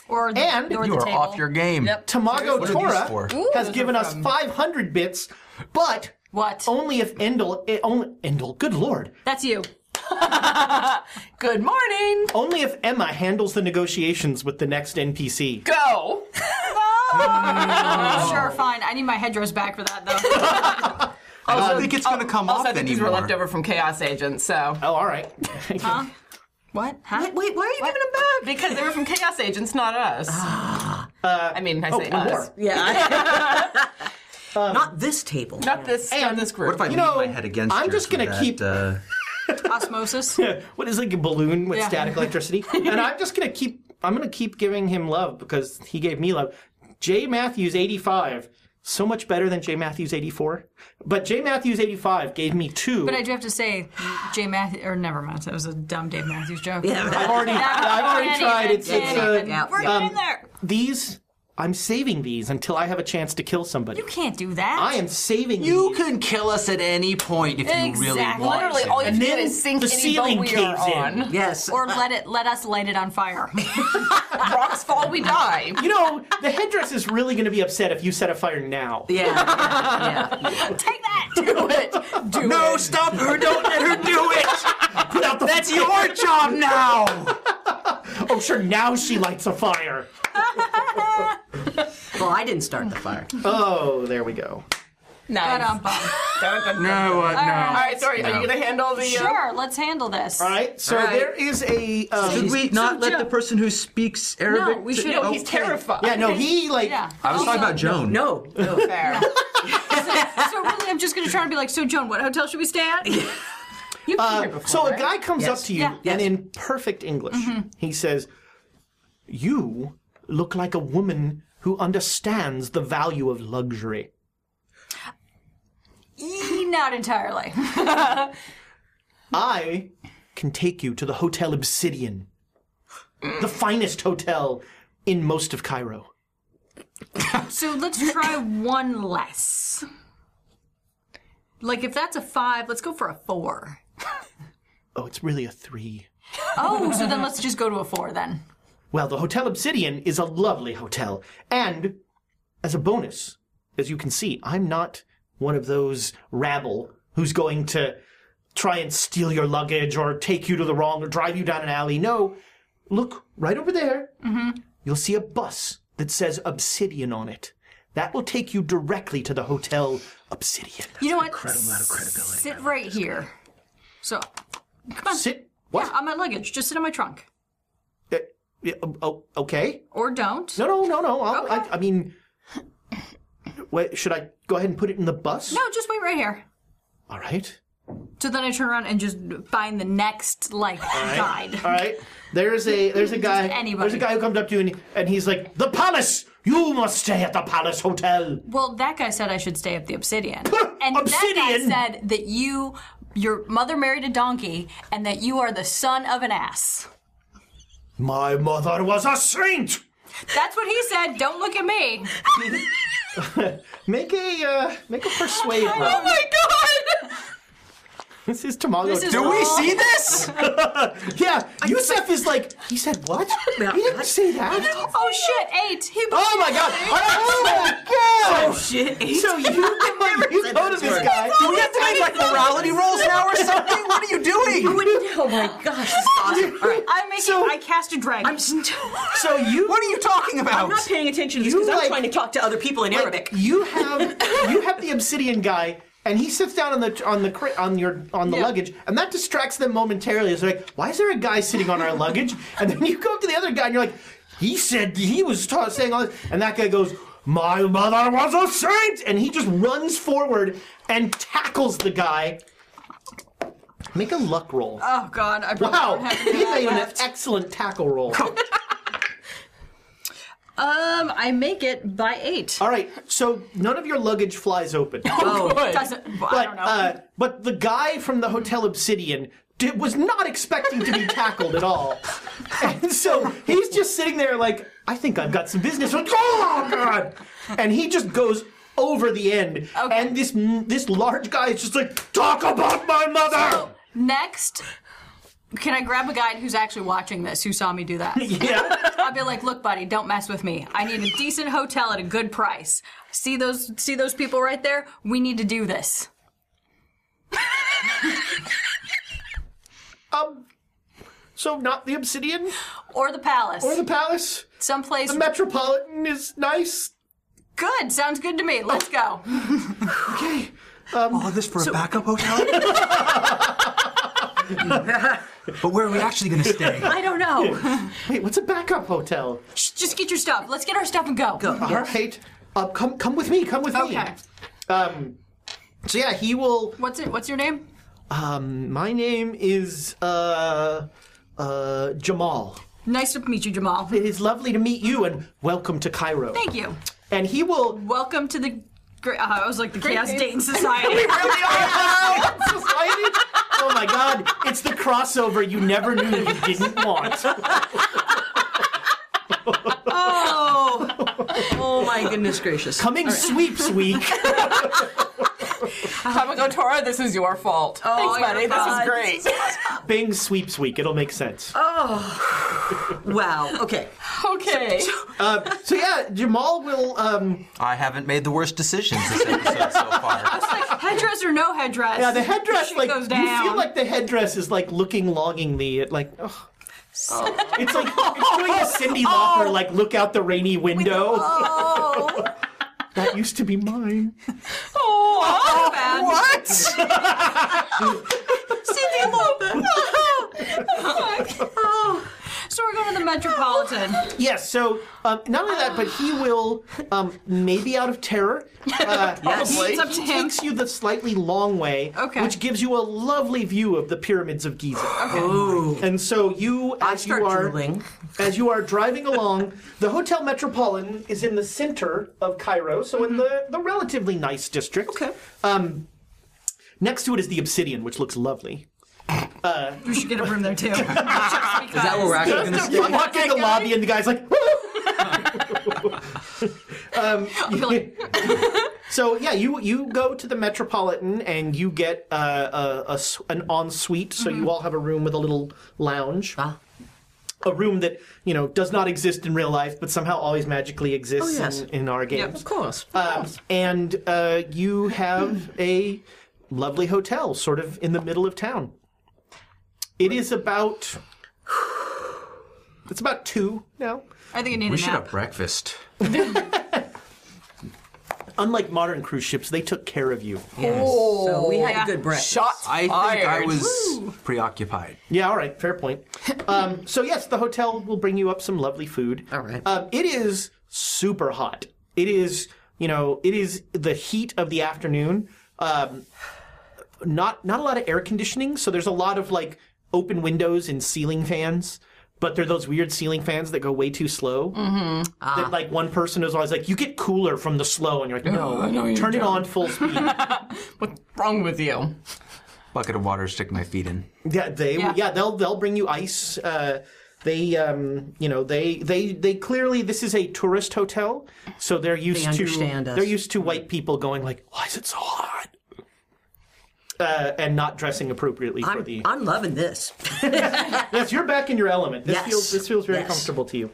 Or the,
And
or
you
the
are
table.
off your game.
Yep.
Tamago
What are these for?
Tora
Ooh,
has given us 500 bits, but
What?
only if Endel, eh, only Endel, good lord,
That's you.
Good morning.
only if Emma handles the negotiations with the next NPC.
Go.
Sure, fine. I need my headdress back for that though.
I don't think it's gonna come
Also, I
off
think these were
anymore.
left over from Chaos Agents, so.
Oh, all right. *laughs*
What?
Wait, wait, why are you giving them back?
Because they were from Chaos Agents, not us. Uh, I mean, I say
Ah. Oh, One
us.
more.
Yeah. *laughs* Not this table.
Not this. not
And-
this group.
What if I
You
lean
know,
my head against
I'm
yours
just gonna
so
keep-
that, uh,
Osmosis.
what is like a balloon with
Yeah.
static electricity? and I'm just gonna keep I'm gonna keep giving him love because he gave me love. J Matthews 85, so much better than J Matthews 84. But J Matthews 85 gave me two.
But I do have to say, Jay Matthews, or never mind, that was a dumb Dave Matthews joke.
Yeah.
have already *laughs* I've already tried. It's, it's uh,
Yeah.
We're getting there.
these I'm saving these until I have a chance to kill somebody.
You can't do that.
I am saving
you
these.
can kill us at any point if you really
Exactly.
want.
Literally,
to.
all you have to do
then
is sink
the
any
ceiling
boat we are
caves in.
on.
Yes.
Or let it let us light it on fire. *laughs*
Rocks fall, we
*laughs*
die.
You know, the headdress is really going to be upset if you set a fire now.
yeah. Yeah.
*laughs*
yeah.
Take that.
Do it. Do
No,
it.
stop her! Don't let her do it. Put out the That's your job now.
*laughs* Oh, sure, now she lights a fire.
Well, I didn't start
*laughs*
the fire.
Oh, there we go.
Nice.
Ba-dum-bum.
Dun, dun, dun.
No, uh,
All right, sorry. Are you gonna handle the? uh,
Sure, let's handle this.
All right, so
All right.
there is a. Um,
Should we not let the person who speaks Arabic?
we
to-
should-
No, he's terrified.
Yeah, no, he like
Yeah.
I was talking about Joan.
No. no.
Oh,
*laughs*
Fair.
So really, I'm just gonna try to be like, so Joan, what hotel should we stay at?
You've been
Uh,
here before,
So a
right? Mm-hmm.
guy comes up to you,
Yeah.
and in perfect English, he says, "You look like a woman who understands the value of luxury."
Eh, Not entirely.
I can take you to the Hotel Obsidian, the finest hotel in most of Cairo.
So let's try one less. Like if that's a five, let's go for a four.
Oh, it's really a three.
Oh, so then let's just go to a four then.
Well, the Hotel Obsidian is a lovely hotel. And as a bonus, as you can see, I'm not one of those rabble who's going to try and steal your luggage or take you to the wrong or drive you down an alley. No, look right over there. Mm-hmm. You'll see a bus that says Obsidian on it. That will take you directly to the Hotel Obsidian.
you know what? Sit right here. So come on.
Sit. What?
on my luggage. Just sit in my trunk.
Uh, yeah, oh, oh, okay.
Or don't.
No, no, no, no. I'll,
Okay.
I, I mean, wait, should I go ahead and put it in the bus?
No, just wait right here.
All right.
So then I turn around and just find the next like guide.
All right. There's a there's a guy
anybody.
there's a guy who comes up to you and, and he's like, "The palace. You must stay at the palace hotel."
Well, that guy said I should stay at the Obsidian, and
Obsidian?
that guy said that you, your mother married a donkey, and that you are the son of an ass.
My mother was a saint.
That's what he said. Don't look at me.
Make a uh, make a persuade roll.
my god!
This is Tamago.
This is
Do we
all-
see
*laughs*
this?
yeah, Yusef is like he said what? He didn't say that.
*laughs* Oh shit! Eight. He.
Oh my god! Oh my god!
Shit.
So you you go to this guy.
Do we have to make like morality rolls now or something? What are you doing?
oh my gosh, this is awesome. All right.
I'm making.
So-
I cast a dragon.
I'm *laughs* just.
So you
What are you talking
I'm
about?
not paying attention to this
You
because
like-
I'm trying to talk to other people in Arabic.
You have you have the obsidian guy, and he sits down on the on the cri- on your on the luggage, and that distracts them momentarily. It's like, why is there a guy sitting on our luggage? *laughs* And then you go up to the other guy, and you're like, he said he was ta- saying all this, and that guy goes. My mother was a saint, and he just runs forward and tackles the guy. Make a luck roll.
oh god! I probably
wow,
don't
*laughs*
have
he
any
made an
left.
excellent tackle roll.
Um, I make it by eight. Oh,
All right, so none of your luggage flies
*laughs*
open.
Doesn't. well, I
but
don't know.
uh, but the guy from the Hotel Obsidian did, was not expecting to be tackled at all, and so he's just sitting there like, I think I've got some business. Like, oh god! And he just goes over the end,
Okay.
and this this large guy is just like, talk about my mother.
Next, can I grab a guide who's actually watching this, who saw me do that?
yeah,
I'll be like, look, buddy, don't mess with me. I need a decent hotel at a good price. See those see those people right there? We need to do this.
um, so not the Obsidian
Or the palace.
or the Palace.
Someplace
The Metropolitan is nice.
good. Sounds good to me. Let's go.
All Oh, this for a backup
*laughs*
hotel? *laughs* but where are we actually going to stay?
I don't know.
Wait, what's a backup hotel?
Shh, Just get your stuff. Let's get our stuff and go. Go.
All right, uh, come come with me. Come with me.
Okay.
Um, so yeah, he will.
What's it? What's your name?
Um, my name is uh, uh, Jamal.
Nice to meet you, Jamal.
It is lovely to meet you, and welcome to Cairo.
Thank you.
And he will.
Welcome to the. Great, uh, I was like the Chaos Dating Society.
*laughs* Society? Oh my God! It's the crossover you never knew you didn't want.
Oh. *laughs* oh my goodness gracious.
Coming sweeps week.
Tamago Tora, this is your fault. Oh, Thanks, buddy. This
God.
*laughs*
is great.
Bing sweeps week. It'll make sense.
Oh.
Wow. Okay.
okay.
Uh, so yeah, Jamal will. Um,
I haven't made the worst decisions this episode so
*laughs*
far.
like headdress or no headdress?
yeah, the headdress.
Shit
Like
goes
you
down.
feel like the headdress is like looking longingly at like. ugh. It's like it's doing a Cindy Lauper like look out the rainy window.
Oh,
That used to be mine.
oh, bad. *laughs*
What?
Cindy Lauper. Oh. So we're going to the Metropolitan.
Yes. So um, not only that, but he will um, maybe out of terror. Uh,
It's up
He
to him.
takes you the slightly long way,
Okay.
which gives you a lovely view of the pyramids of Giza. And so you,
I
as
start
you are,
drooling.
as you are driving along, the Hotel Metropolitan is in the center of Cairo, so in the, the relatively nice district.
Okay.
Um, next to it is the Obsidian, which looks lovely.
We should get a room there too. Is that
where we're actually going to
You
stay?
walk in the lobby, and the guy's
*laughs*
like, Um,
*laughs*
Like,
So yeah, you you go to the Metropolitan and you get uh, a, a s- an ensuite, so
Mm-hmm.
you all have a room with a little lounge,
Ah.
a room that you know does not exist in real life, but somehow always magically exists
Oh, yes.
in, in our games.
Of course. Of
Um,
course.
and uh, you have a lovely hotel, sort of in the middle of town. It is about it's about two now.
I think I need
We
a
should
nap.
have breakfast.
Unlike modern cruise ships, they took care of you.
so we had
Yeah.
a good breakfast.
Shots
I think
fired.
I was preoccupied.
Yeah, all right, fair *laughs* point. Um, so yes, the hotel will bring you up some lovely food. All
right.
Um, it is super hot. It is, you know, it is the heat of the afternoon. Um, not not a lot of air conditioning, so there's a lot of like open windows and ceiling fans. But they're those weird ceiling fans that go way too slow. Mm-hmm. That like one person is always like, "You get cooler from the slow," and you're like, "No, turn it on full speed." *laughs*
What's wrong with you?
Bucket of water, stick my feet in.
Yeah, they yeah,
Yeah.
they'll they'll bring you ice. Uh, they um, you know they they they clearly this is a tourist hotel, so they're used
understand
to
us.
they're used to white people going like, why is it so hot? Uh, and not dressing appropriately for
I'm,
the.
I'm loving this.
yes, you're back in your element. This
Yes.
feels this feels very
Yes.
comfortable to you.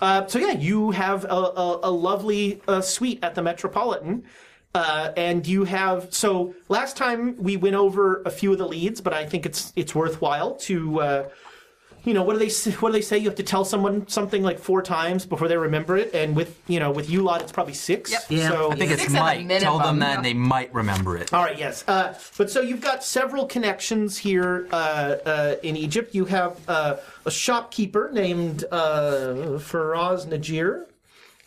Uh, so yeah, you have a, a, a lovely uh, suite at the Metropolitan, uh, and you have. So last time we went over a few of the leads, but I think it's it's worthwhile to. Uh, you know what do they s- what do they say? You have to tell someone something like four times before they remember it, and with you know with you lot it's probably six.
Yep.
Yeah.
So
I
I think it's
Six at a
might. Tell them
minimum.
that and they might remember it.
all right, yes. Uh, but so you've got several connections here uh, uh, in Egypt. You have uh, a shopkeeper named uh, Faraz Najir.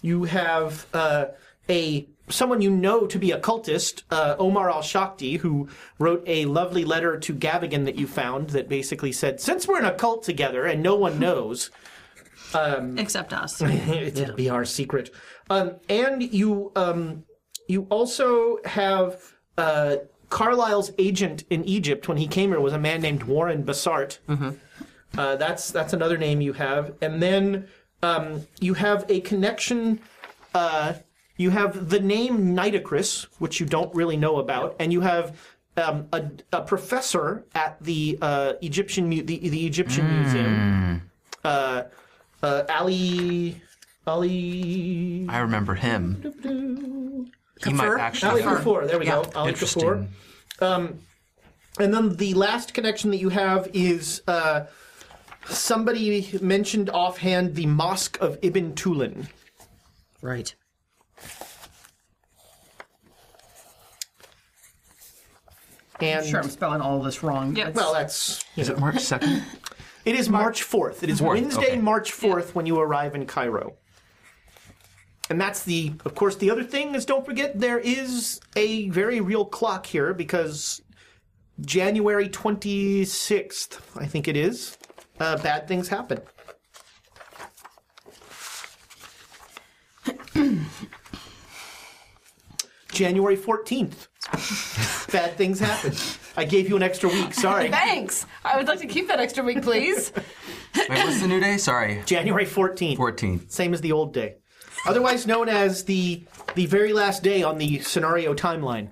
You have uh, a someone you know to be a cultist, uh, Omar Al Shakti, who wrote a lovely letter to Gavigan that you found that basically said, "Since we're in a cult together and no one knows." *laughs*
Except us.
It's- It'll be our secret. Um, and you um, you also have uh, Carlyle's agent in Egypt when he came here was a man named Warren Bassart. Uh, that's that's another name you have, and then um, you have a connection. Uh, you have the name Nitocris, which you don't really know about, and you have um, a, a professor at the uh, Egyptian mu- the, the Egyptian Museum, uh, uh, Ali Ali
I remember him. He
Kafir?
might
Ali
actually.
Kafour. There we go. Ali
Interesting.
Kafour. Um, and then the last connection that you have is uh, somebody mentioned offhand the Mosque of Ibn Tulun.
right.
And
Sure, I'm spelling all this wrong.
Yes.
well, that's you
Is
know,
it March second?
*laughs* it is March fourth. It is
Fourth,
Wednesday,
okay.
March fourth, when you arrive in Cairo. And that's the, of course, the other thing is don't forget there is a very real clock here because January 26th, I think it is, uh, bad things happen. January 14th, bad things happen. I gave you an extra week, sorry.
Thanks. I would like to keep that extra week, please.
Wait, what's the new day? Sorry,
January 14th.
fourteenth.
same as the old day, otherwise known as the the very last day on the scenario timeline.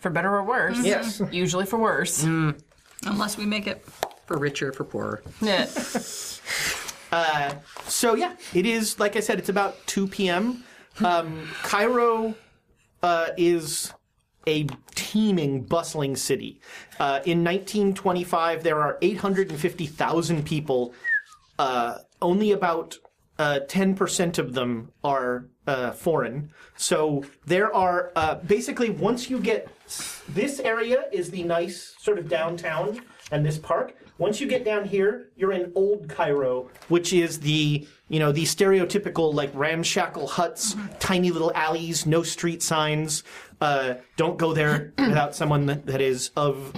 for better or worse.
Yes.
Usually for worse.
Mm.
Unless we make it.
For richer, for poorer.
Yeah.
So yeah, it is like I said, it's about two p.m. Um, Cairo uh, is a teeming, bustling city. Uh, in 1925, there are 850,000 people. Uh, only about uh, 10% of them are uh, foreign. So there are uh, basically, once you get this area, is the nice sort of downtown and this park. Once you get down here, you're in Old Cairo, which is the you know the stereotypical like ramshackle huts, tiny little alleys, no street signs. Uh, don't go there without someone that, that is of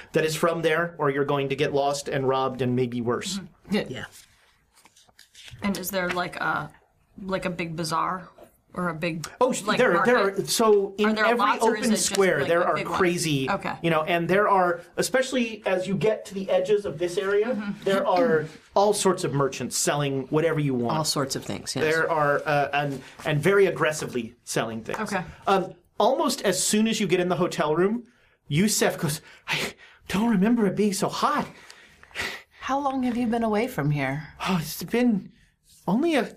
*laughs* that is from there, or you're going to get lost and robbed and maybe worse.
Yeah.
And is there like a like a big bazaar or a big
Oh,
like
there,
market?
there are so in
Are there
every
lots, or is it
open
just,
square
like,
there
the
are
big one?
crazy,
Okay.
you know, and there are especially as you get to the edges of this area,
Mm-hmm.
there are all sorts of merchants selling whatever you want.
All sorts of things. Yes.
there are uh, and and very aggressively selling things.
Okay.
Um, almost as soon as you get in the hotel room, Yusef goes, "I don't remember it being so hot.
How long have you been away from here?
Oh, it's been only a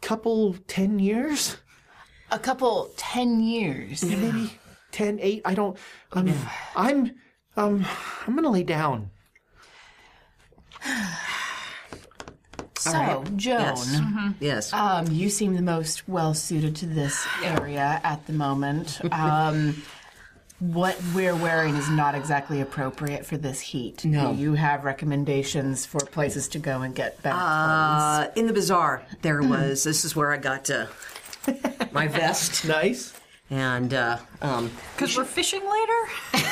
couple ten years."
A couple ten years.
maybe 10 8 i don't um, i'm um i'm gonna lay down
So, Joan,
Yes.
Mm-hmm.
Yes.
um, you seem the most well suited to this area at the moment. Um, what we're wearing is not exactly appropriate for this heat.
No.
Do you have recommendations for places to go and get better clothes?
Uh,
Mm. *laughs*
in the bazaar, there was. This is where I got uh, my vest
nice
and uh, um,
Because we're fishing later?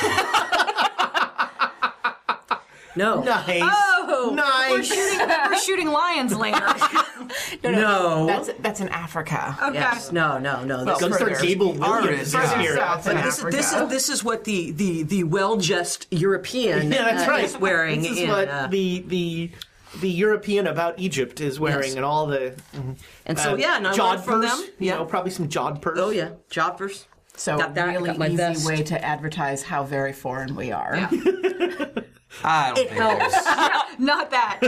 no, no,
Nice.
Oh! We're
nice.
shooting, we're shooting lions
*laughs*
later.
Uh,
That's that's in Africa.
Okay.
yes, no, no,
Well,
no. This-
Gunther
Further.
Gable Williams
Ours, yeah.
is here.
South in
But this,
Africa.
this is this is what the the the well dressed European
Yeah, that's
uh,
right.
is wearing.
This is
in,
what
uh,
the the the European about Egypt is wearing,
Yes.
and all the
and so
uh,
yeah, and I learned from
jodhpurs,
them.
You
Yeah.
know, probably some jodhpurs.
oh yeah, jobbers.
So
Got that, I
a really
got my
easy
vest.
way to advertise how very foreign we are.
I don't think there's.
Not that.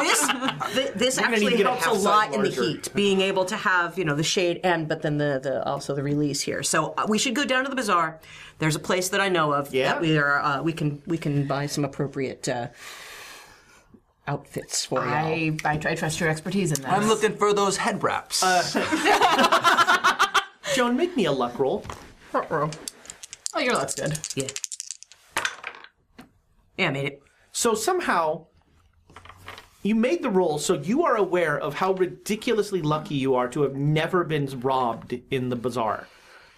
this th- this
gonna need to
actually
get a
helps a
half-size
lot in the
larger.
heat, being able to have you know the shade and but then the, the also the release here. So uh, we should go down to the bazaar. There's a place that I know of
Yeah.
that we are uh, we can we can buy some appropriate uh, outfits for you.
I, I I trust your expertise in that.
I'm looking for those head wraps.
Joan, make me a luck roll.
Oh, your luck's good.
Yeah. Yeah, I made it.
So somehow you made the roll, so you are aware of how ridiculously lucky you are to have never been robbed in the bazaar,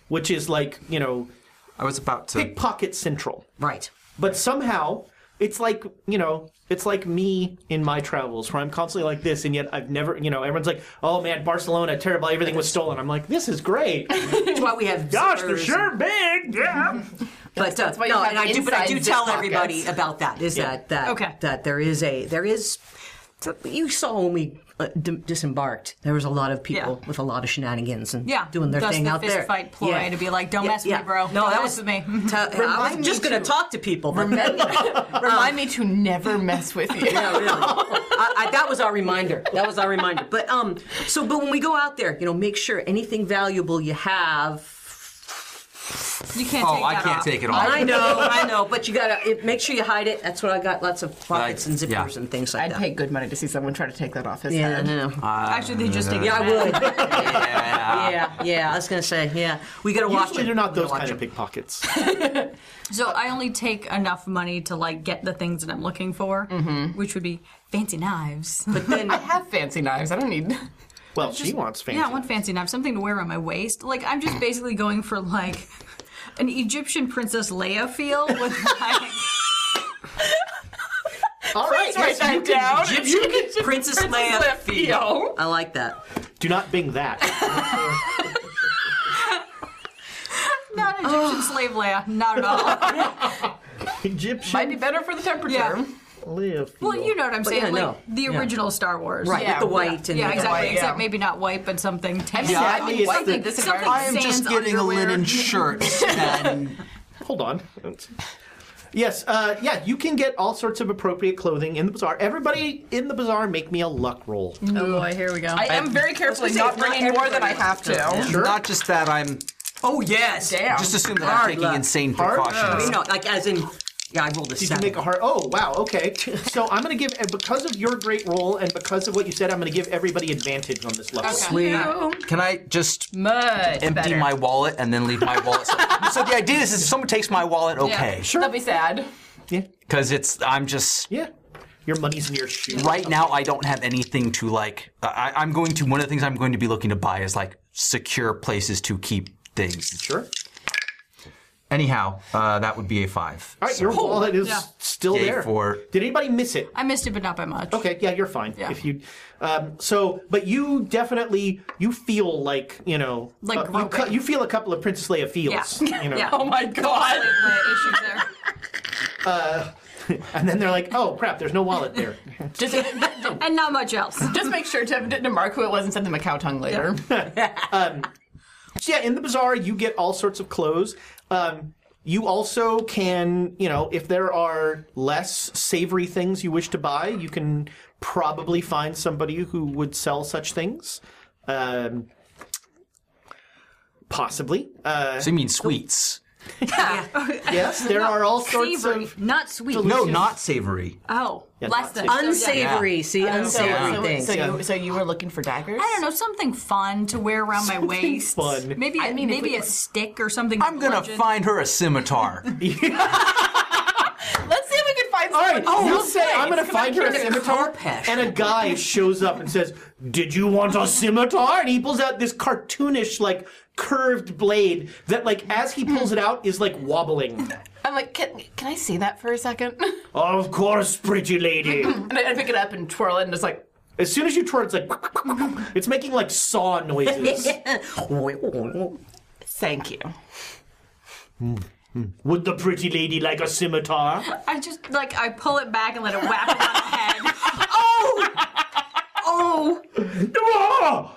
which is like you know
I was about to.
pickpocket central.
Right.
But somehow it's like you know it's like me in my travels where I'm constantly like this, and yet I've never you know everyone's like, oh man, Barcelona, terrible, everything was stolen. I'm like, this is great.
That's why we have.
Gosh, they're
zippers
sure big. Yeah.
But uh,
why you
no,
have
and I do. But I do
inside zip
tell
pockets.
everybody about that. Is that that
Okay.
that there is a there is. so You saw when we uh, d- disembarked. There was a lot of people
Yeah.
with a lot of shenanigans and
Yeah,
doing their
thus
thing
the
out
fist
there.
fight ploy to be like, "Don't mess with me, bro.
No,
Don't
that
mess
was
with
*laughs*
me." *laughs*
Ta- I
Remind
was just
me
going
to-
to talk to people. But
Remind, me to never mess with you.
*laughs*
*laughs*
no, no. I, I, that was our reminder. That was our reminder. But um, so but when we go out there, you know, make sure anything valuable you have.
You can't
Oh,
take
I
that
can't
off.
take it all.
I know, I know, but you gotta it, make sure you hide it. That's what I got. Lots of pockets and zippers
yeah.
and things like
I'd
that.
pay good money to see someone try to take that off his
yeah, I
head.
know.
Actually, they just take it
*laughs* Yeah, I
back.
would. yeah, yeah. I was gonna say, yeah. We gotta watch
Usually
them.
they're not
We gotta
those
watch
kind of
them.
pickpockets.
So I only take enough money to like get the things that I'm looking for,
Mm-hmm.
which would be fancy knives.
But then,
I have fancy knives. I don't *laughs* need.
Well, she wants fancy.
Yeah, I want fancy knife, something to wear on my waist. Like I'm just basically going for like an Egyptian princess Leia feel with
*laughs*
like
All right, yes, you can-
Egyptian Princess Leia feel. I like that.
Do not bing
*laughs*
that.
not an Egyptian
Oh.
slave Leia, not at
*laughs*
all.
Egyptian.
Might be better for the temperature.
Yeah.
live.
Well, you know what I'm saying,
yeah,
like
no.
the
Yeah.
original Star Wars,
Right,
Yeah,
with the white and
Yeah,
the-
exactly.
yeah.
Except maybe not white, but something tan.
Yeah, I mean,
it's
I think
the-
this
something-
environment-
I am just
Sans
getting
underwear.
a linen shirt and
Hold on. Yes, uh, yeah, you can get all sorts of appropriate clothing in the bazaar. Everybody in the bazaar, make me a luck roll.
Oh boy, here we go.
I am very carefully
say
not
it's not
bringing more than I have to.
not just that I'm.
Oh yes.
Damn.
Just assume that I'm
Hard
taking
luck.
insane
Hard luck.
I
precautions.
mean, no, like as in, yeah, I rolled a
Did you
seven.
make a heart? Oh, wow, okay. So I'm going to give, and because of your great roll and because of what you said, I'm going to give everybody advantage on this luck roll.
Can I just
Much
empty
better.
my wallet and then leave my wallet? So, so the idea is, if someone takes my wallet, okay,
That'd be sad.
because it's I'm just
Yeah. Your money's in your shoe.
right now I don't have anything to like. I, I'm going to one of the things I'm going to be looking to buy is like secure places to keep things.
Sure.
Anyhow, uh, that would be a five.
All right, your wallet is
Yeah.
still
Yay
there.
for-
Did anybody miss it?
I missed it, but not by much.
Okay, yeah, you're fine.
Yeah.
If you, um, so, but you definitely you feel like you know,
Like
uh, you,
groping.
you feel a couple of Princess Leia feels.
Yeah.
You know,
*laughs* Yeah. Oh
my god.
Slave Leia issues there.
and then they're like, oh crap, there's no wallet
*laughs*
there.
Just,
and not much else.
just make sure to, to mark who it was and send them a cow tongue later.
So yeah, in the bazaar you get all sorts of clothes. Um, you also can, you know, if there are less savory things you wish to buy, you can probably find somebody who would sell such things. Um, possibly. Uh,
So you mean sweets?
yes,
*laughs*
there are all sorts
Savory,
of.
not sweet.
No, not savory.
Oh,
not
less than
savory.
Yeah.
unsavory. See,
So,
unsavory
Yeah.
things.
so, you, so you were *laughs* looking for daggers?
I don't know, something fun to wear around my waist.
fun.
Maybe
I mean, if
maybe
we-
a stick or something.
I'm gonna
bludgeon.
find her a scimitar.
Let's see if we can find
All
something
right.
Oh,
you
well,
say
right.
I'm going
It's
to
gonna
find her a
be a
scimitar,
carpesh.
and a guy shows up and says, "Did you want a scimitar?" And he pulls out this cartoonish, like curved blade that, like, as he pulls it out, is like wobbling.
I'm like, can, can I see that for a second? *laughs*
of course, pretty lady.
and I, I pick it up and twirl it and just like,
As soon as you twirl, it's like *laughs* it's making like saw
*laughs*
noises.
thank you.
Would the pretty lady like a scimitar?
*gasps*
I just like I pull it back and let it whack it on the head. Oh, oh!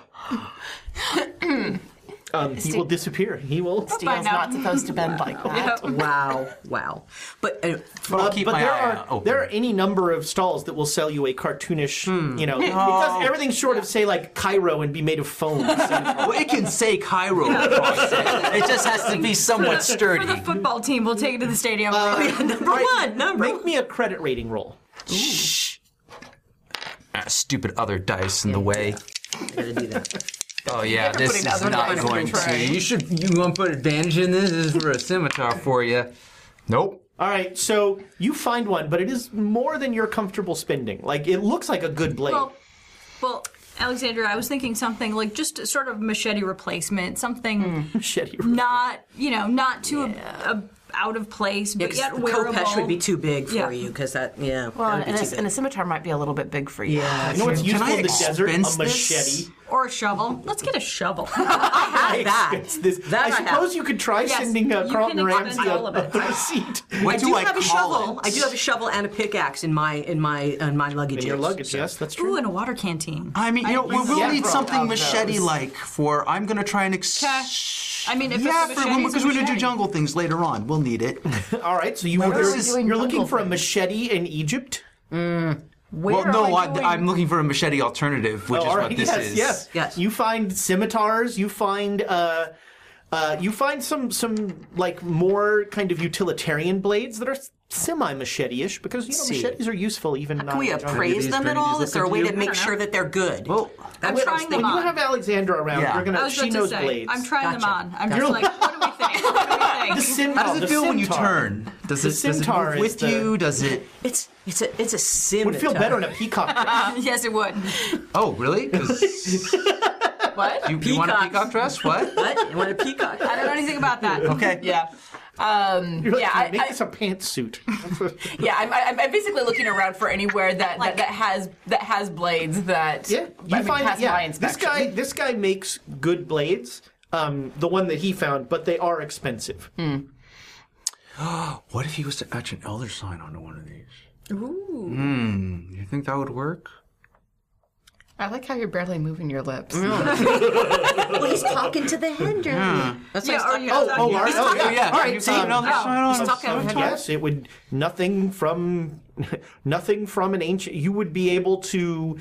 *clears throat*
um, he will disappear. He will.
Steel's
now. *laughs*
not supposed to bend like that.
wow, wow.
*laughs*
But uh,
But I'll
Uh,
keep
but
my
there
eye
are
open.
there are any number of stalls that will sell you a cartoonish,
Hmm.
you know, it
Oh.
does everything short of say like Cairo and be made of foam.
*laughs*
So-
Well, it can say Cairo. across it. it just has to be somewhat sturdy.
The football team will take it to the stadium. *laughs*
number one, number
Make me a credit rating roll.
Ah, stupid other dice in the way.
Gotta do that.
Oh yeah, this
putting
is
other
not
dice in
going
the tray.
to. You should. You want to put advantage in this? This is for a scimitar for you. Nope.
All right, so you find one, but it is more than you're comfortable spending. Like it looks like a good blade.
Well, well, Alexandra, I was thinking something like just sort of machete replacement, something
Shit, you-
not you know not too ab ab- out of place, but
Yeah,
yet
'cause the
wearable.
Kopesh would be too big for
Yeah.
you because that, yeah.
Well,
that would be
and
too
a,
big.
and a scimitar might be a little bit big for you.
yeah.
you know what's
Can
useful
I
in the desert? A
expense
machete.
this?
or a shovel. Let's get a shovel.
I have that.
Expense this.
That
I
I have.
suppose you could try
Yes,
sending uh,
you
Carlton
can
Ramsey
expense
a,
all of it.
a *laughs* receipt.
What
I
do
do
I
have a
call
shovel.
it?
I do have a shovel and a pickaxe in my in my in my luggage.
In your luggage, yes, that's true.
Ooh, and a water canteen.
I mean, you know, we will
several
need something
of those.
machete-like for. I'm gonna try and. Ex-
I mean, if
yeah,
it's a
for
machete, it's a
because we're gonna do
machete.
jungle things later on. We'll need it.
All right, so you
Well,
were,
this is-
you're looking
jungle
for a
thing.
machete in Egypt.
well,
are
no,
we
I, I'm looking for a machete alternative, which
Oh,
is
all
what
right,
this
yes,
is.
yes,
Yes.
You find scimitars. You find uh, uh, you find some some like more kind of utilitarian blades that are semi machete-ish because you know
See.
machetes are useful even. not
Can we
in jungle.
appraise
these
them at
dirty
all?
dishes
Is there a
look
way
at
to
you?
make sure that they're good?
Well,
We're
That's what I was
trying them
thinking.
When you have Alexandra around,
Yeah.
you're
I
gonna
was
she
about to
knows
say,
blades.
I'm trying them
Gotcha.
on. I'm
Gotcha.
just like, what do we think? *laughs* What do we
The
think?
cim-
How does
oh,
it
the
feel when you
scimitar.
turn? Does it, does it
scimitar
move
is
with
the-
you? Does it?
It's it's a it's a sim.
Would feel better in a peacock. *laughs*
*laughs*
dress.
yes, it would.
Oh,
*laughs*
really? 'Cause
*laughs* What?
you, you want a
Peacocks.
peacock dress? *laughs* What?
What? You want a peacock?
I don't know anything about that.
Okay.
Yeah. Um,
You're like,
yeah, I,
make
I,
this a pantsuit.
yeah. I'm, I'm, I'm basically looking around for anywhere that,
Like-
that, that has that has blades that
Yeah,
I mean, pass
this
my inspection.
guy. This guy makes good blades. Um, the one that he found, but they are expensive.
What if he was to etch an elder sign onto one of these? Ooh. Hmm. You think that would work?
I like how you're barely moving your lips.
well, he's talking to the hand. That's
Yeah,
what
or
I
you know,
was talking
that-
Oh, all right. Oh, yeah.
yeah.
All
Can you
right.
put
um,
another sign on
he's
it?
talking on
Sometime.
head.
yes, it would nothing from *laughs* nothing from an ancient. You would be able to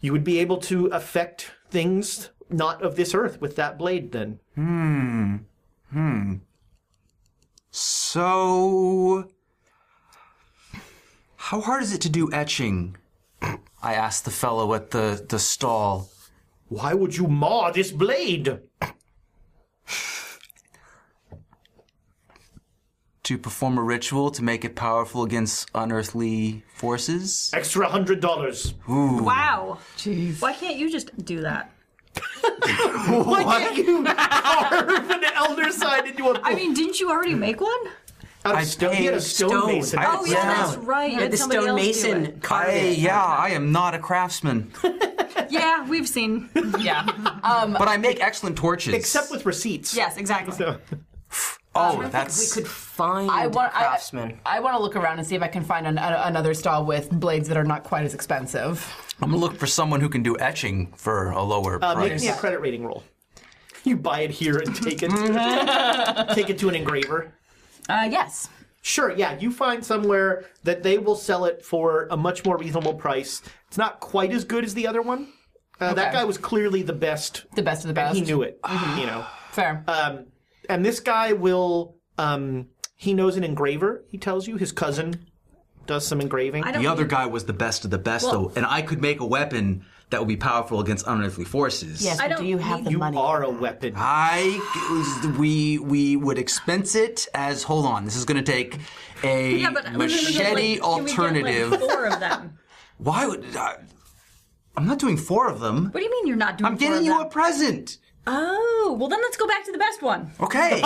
you would be able to affect things not of this earth with that blade. Then
So, how hard is it to do etching? I asked the fellow at the, the stall.
why would you maw this blade?
To perform a ritual to make it powerful against unearthly forces?
Extra hundred dollars.
Wow.
Jeez.
Why can't you just do that?
Why can't you carve an elder sign into *laughs* a?
I mean, didn't you already make one?
out of
I
stone, he had a
paid
stone,
stone.
mason.
I-
Oh yeah,
Yeah.
that's right.
Had
And
the
somebody
stone
else do it.
mason carved
I,
it.
yeah, I am not a craftsman,
Yeah, we've seen.
*laughs* yeah. Um,
but I make excellent torches.
Except with receipts.
Yes, exactly.
oh,
We
that's
could find
I want I,
craftsmen.
I want to look around and see if I can find an, a, another stall with blades that are not quite as expensive.
I'm gonna look for someone who can do etching for a lower
Uh, make
price.
me a credit rating roll. *laughs* You buy it here and take it. take it to an engraver.
Mm-hmm. Uh, yes.
Sure, yeah, you find somewhere that they will sell it for a much more reasonable price. It's not quite as good as the other one. Uh, That
Okay.
guy was clearly the best.
The best of the best. Ah.
He knew it, you know.
Fair.
Um, and this guy will. Um, he knows an engraver. He tells you his cousin does some engraving.
I don't
The other guy was the best of the best, though, and I could make a weapon that would be powerful against unearthly forces.
Yes,
I
but
don't
do you have
need-
the
You
money?
are a weapon.
I we we would expense it as hold on. This is going to take a
Yeah, but *laughs* we- we- we- like,
machete
can we get, like,
alternative.
four of them.
Why would I, I'm not doing four of them?
*laughs* What do you mean you're not doing?
I'm
four
getting
of
you
them?
a present.
Oh, well then let's go back to the best one. *laughs*
Okay.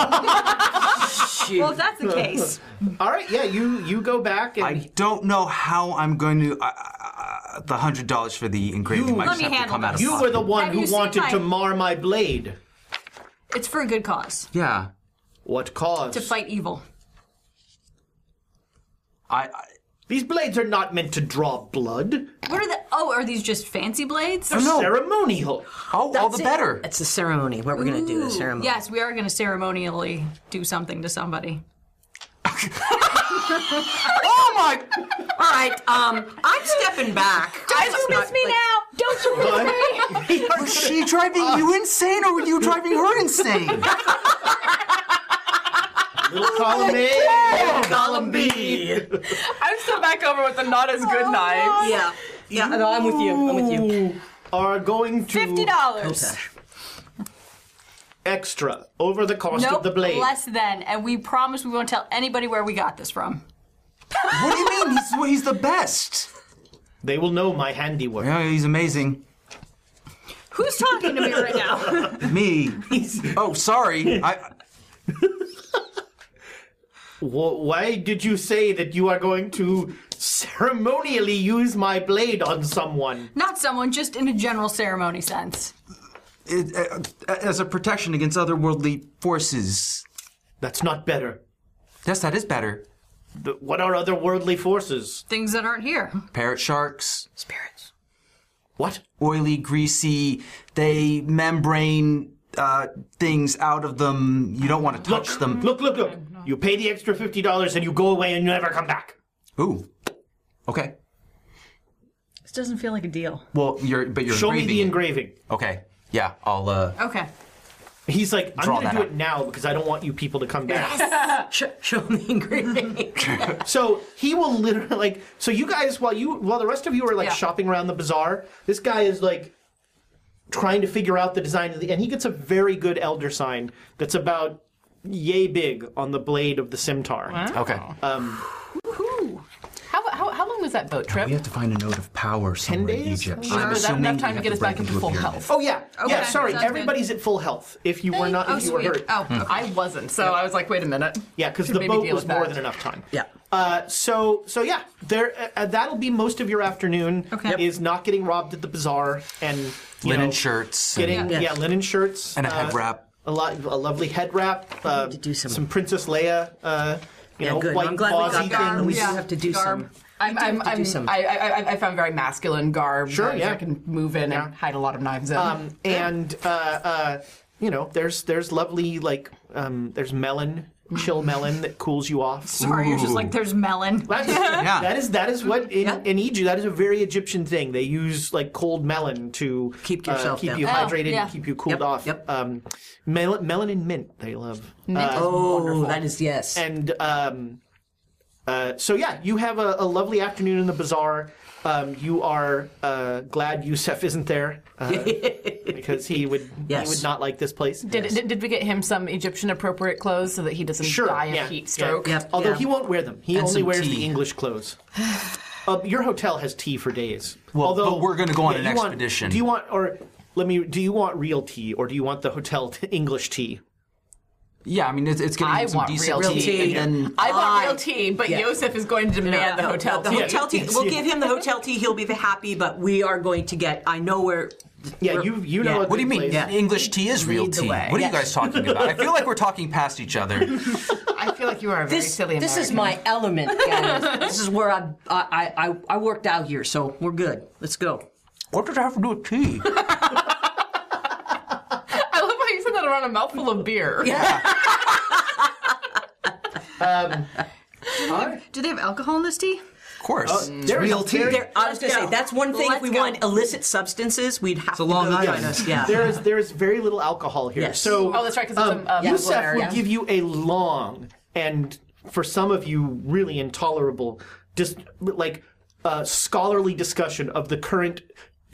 Well, if that's the *laughs* case,
All right, yeah, you you go back and
I don't know how I'm going to. Uh, uh, the hundred dollars for the engraving
You-
might
Let
just
me
have to
handle
come out of
this.
you were the one
Have
who
you seen
wanted
my-
to mar my blade.
it's for a good cause
Yeah.
What cause?
to fight evil.
I, I
These blades are not meant to draw blood.
What are the? Oh, are these just fancy blades?
no.
Ceremonial.
oh, all the
it.
better.
It's a ceremony. What we're going to do the ceremony.
Yes, we are going to ceremonially do something to somebody.
Oh my!
All right. Um, I'm stepping back.
Don't you miss me now? Don't you miss me?
Was she driving you insane, or were you driving her insane?
Little
Oh
column A, column B.
I'm still back over with the not as good knife.
Yeah. Yeah. No, I'm with you. I'm with you.
Are going to
Fifty dollars.
extra over the cost of
Nope,
the blade.
less than, and we promise we won't tell anybody where we got this from.
What do you mean? He's well, he's
*laughs*
the best.
They will know my handiwork.
Yeah, he's amazing.
Who's talking to me right *laughs* now?
Me. Oh, sorry. I
Wh- why did you say that you are going to ceremonially use my blade on someone?
Not someone, just in a general ceremony sense.
it, uh, as a protection against otherworldly forces.
That's not better.
Yes, that is better.
Th- What are other worldly forces?
Things that aren't here.
Parrot sharks,
Spirits.
What?
oily, greasy. They membrane uh, things out of them. You don't want to touch them.
Look, look, look. You pay the extra $50 and you go away and you never come back.
Ooh. Okay.
This doesn't feel like a deal.
Well, you're but you're
Show me
engraving
the
it.
engraving.
Okay. Yeah. I'll. uh...
Okay.
He's like, I'm
Draw
going to
that
do
out.
it now because I don't want you people to come back.
Sh- show them the engraving.
*laughs* So he will literally like. So you guys, while you while the rest of you are like
Yeah.
shopping around the bazaar, this guy is like trying to figure out the design of the, and he gets a very good elder sign that's about yay big on the blade of the scimitar.
Okay.
Oh.
How, how, how long was that boat trip?
we have to find a note of power somewhere in
days?
Egypt.
Sure,
I'm
Is that
assuming
enough
we
time to
have
get us
break
back into
a
full
pyramid.
health?
Oh yeah, yeah.
Okay,
Sorry,
sounds good.
everybody's at full health. If you were not,
oh,
if you were
sweet.
hurt,
Oh,
I wasn't, so I was like, wait a minute.
yeah, because
Should
the
maybe
boat
deal
was
with
more
that.
than enough time.
Yeah.
Uh, so so yeah, there uh, uh, that'll be most of your afternoon.
Okay. Yep.
Is not getting robbed at the bazaar and you
Linen
know,
shirts. and-
getting yeah.
Yeah.
linen shirts
And a head
uh,
wrap.
a lot, a lovely head wrap, uh,
to do some-
Princess Leia, uh, you
Yeah,
know,
good.
white
I'm glad we
gauzy
got that.
things.
but We
Yeah.
still have to do
Garb.
some.
I'm, I'm,
to do
I'm,
some.
I, I, I- I found very masculine garb.
Sure,
that
yeah.
I can move in and hide a lot of knives in.
Um, and uh, uh, you know, there's there's lovely like um, there's melon, chill melon that cools you off.
Sorry, you're just like, there's melon.
That's, That is that is what in,
Yeah.
in Egypt that is a very Egyptian thing. They use like cold melon to
Keep
uh,
yourself
keep
down.
you
Oh,
hydrated,
yeah.
and keep you cooled
Yep,
off.
yep.
Um, mel- melon and mint they love. Uh,
Oh, that is yes.
and um, uh, so yeah, you have a, a lovely afternoon in the bazaar. Um, you are uh, glad Yusef isn't there
*laughs*
uh, because he would
Yes.
he would not like this place.
did, did, did we get him some Egyptian appropriate clothes so that he doesn't
Sure,
die of
yeah,
heat stroke?
yeah.
Yep,
Although
yeah.
he won't wear them, he
And
only
some
wears the
tea.
English
*sighs*
clothes. Uh, your hotel has tea for days.
Well,
Although
but we're gonna go on
Yeah,
an
you want-
expedition.
do you want or let me? Do you want real tea or do you want the hotel *laughs* t- English tea?
Yeah, I mean, it's, it's going
I
to some
want
decent
real
tea,
tea.
and then
I want real
I-
tea, but
yeah.
Yosef is going to *laughs* demand the hotel
the
tea.
hotel tea. We'll give him the hotel tea. He'll be happy. But we are going to get. I know where.
Yeah, you you know
yeah.
what
What do you mean?
Yeah.
English tea is real
Lead the
tea.
way.
What are
Yeah.
you guys talking about? I feel like we're talking past each other.
I feel like you are a very
This,
silly
this is
American.
my element, guys. this is where I, I I I worked out here, so we're good. Let's go.
What does it have to do with
*laughs*
tea?
I love how you said that around a mouthful of beer.
Do they have alcohol in this tea?
Of course.
There is a very-
There, I was going
Let's
to say
go.
that's one thing.
Let's
if we
go.
want illicit substances, we'd have
a
to
Long
go
Island.
China. Yeah.
there is there is very little alcohol here.
Yes.
So
Oh, that's right, 'cause it's a- a
Yusef
Muslim area.
would give you a long and for some of you really intolerable, just like uh, scholarly discussion of the current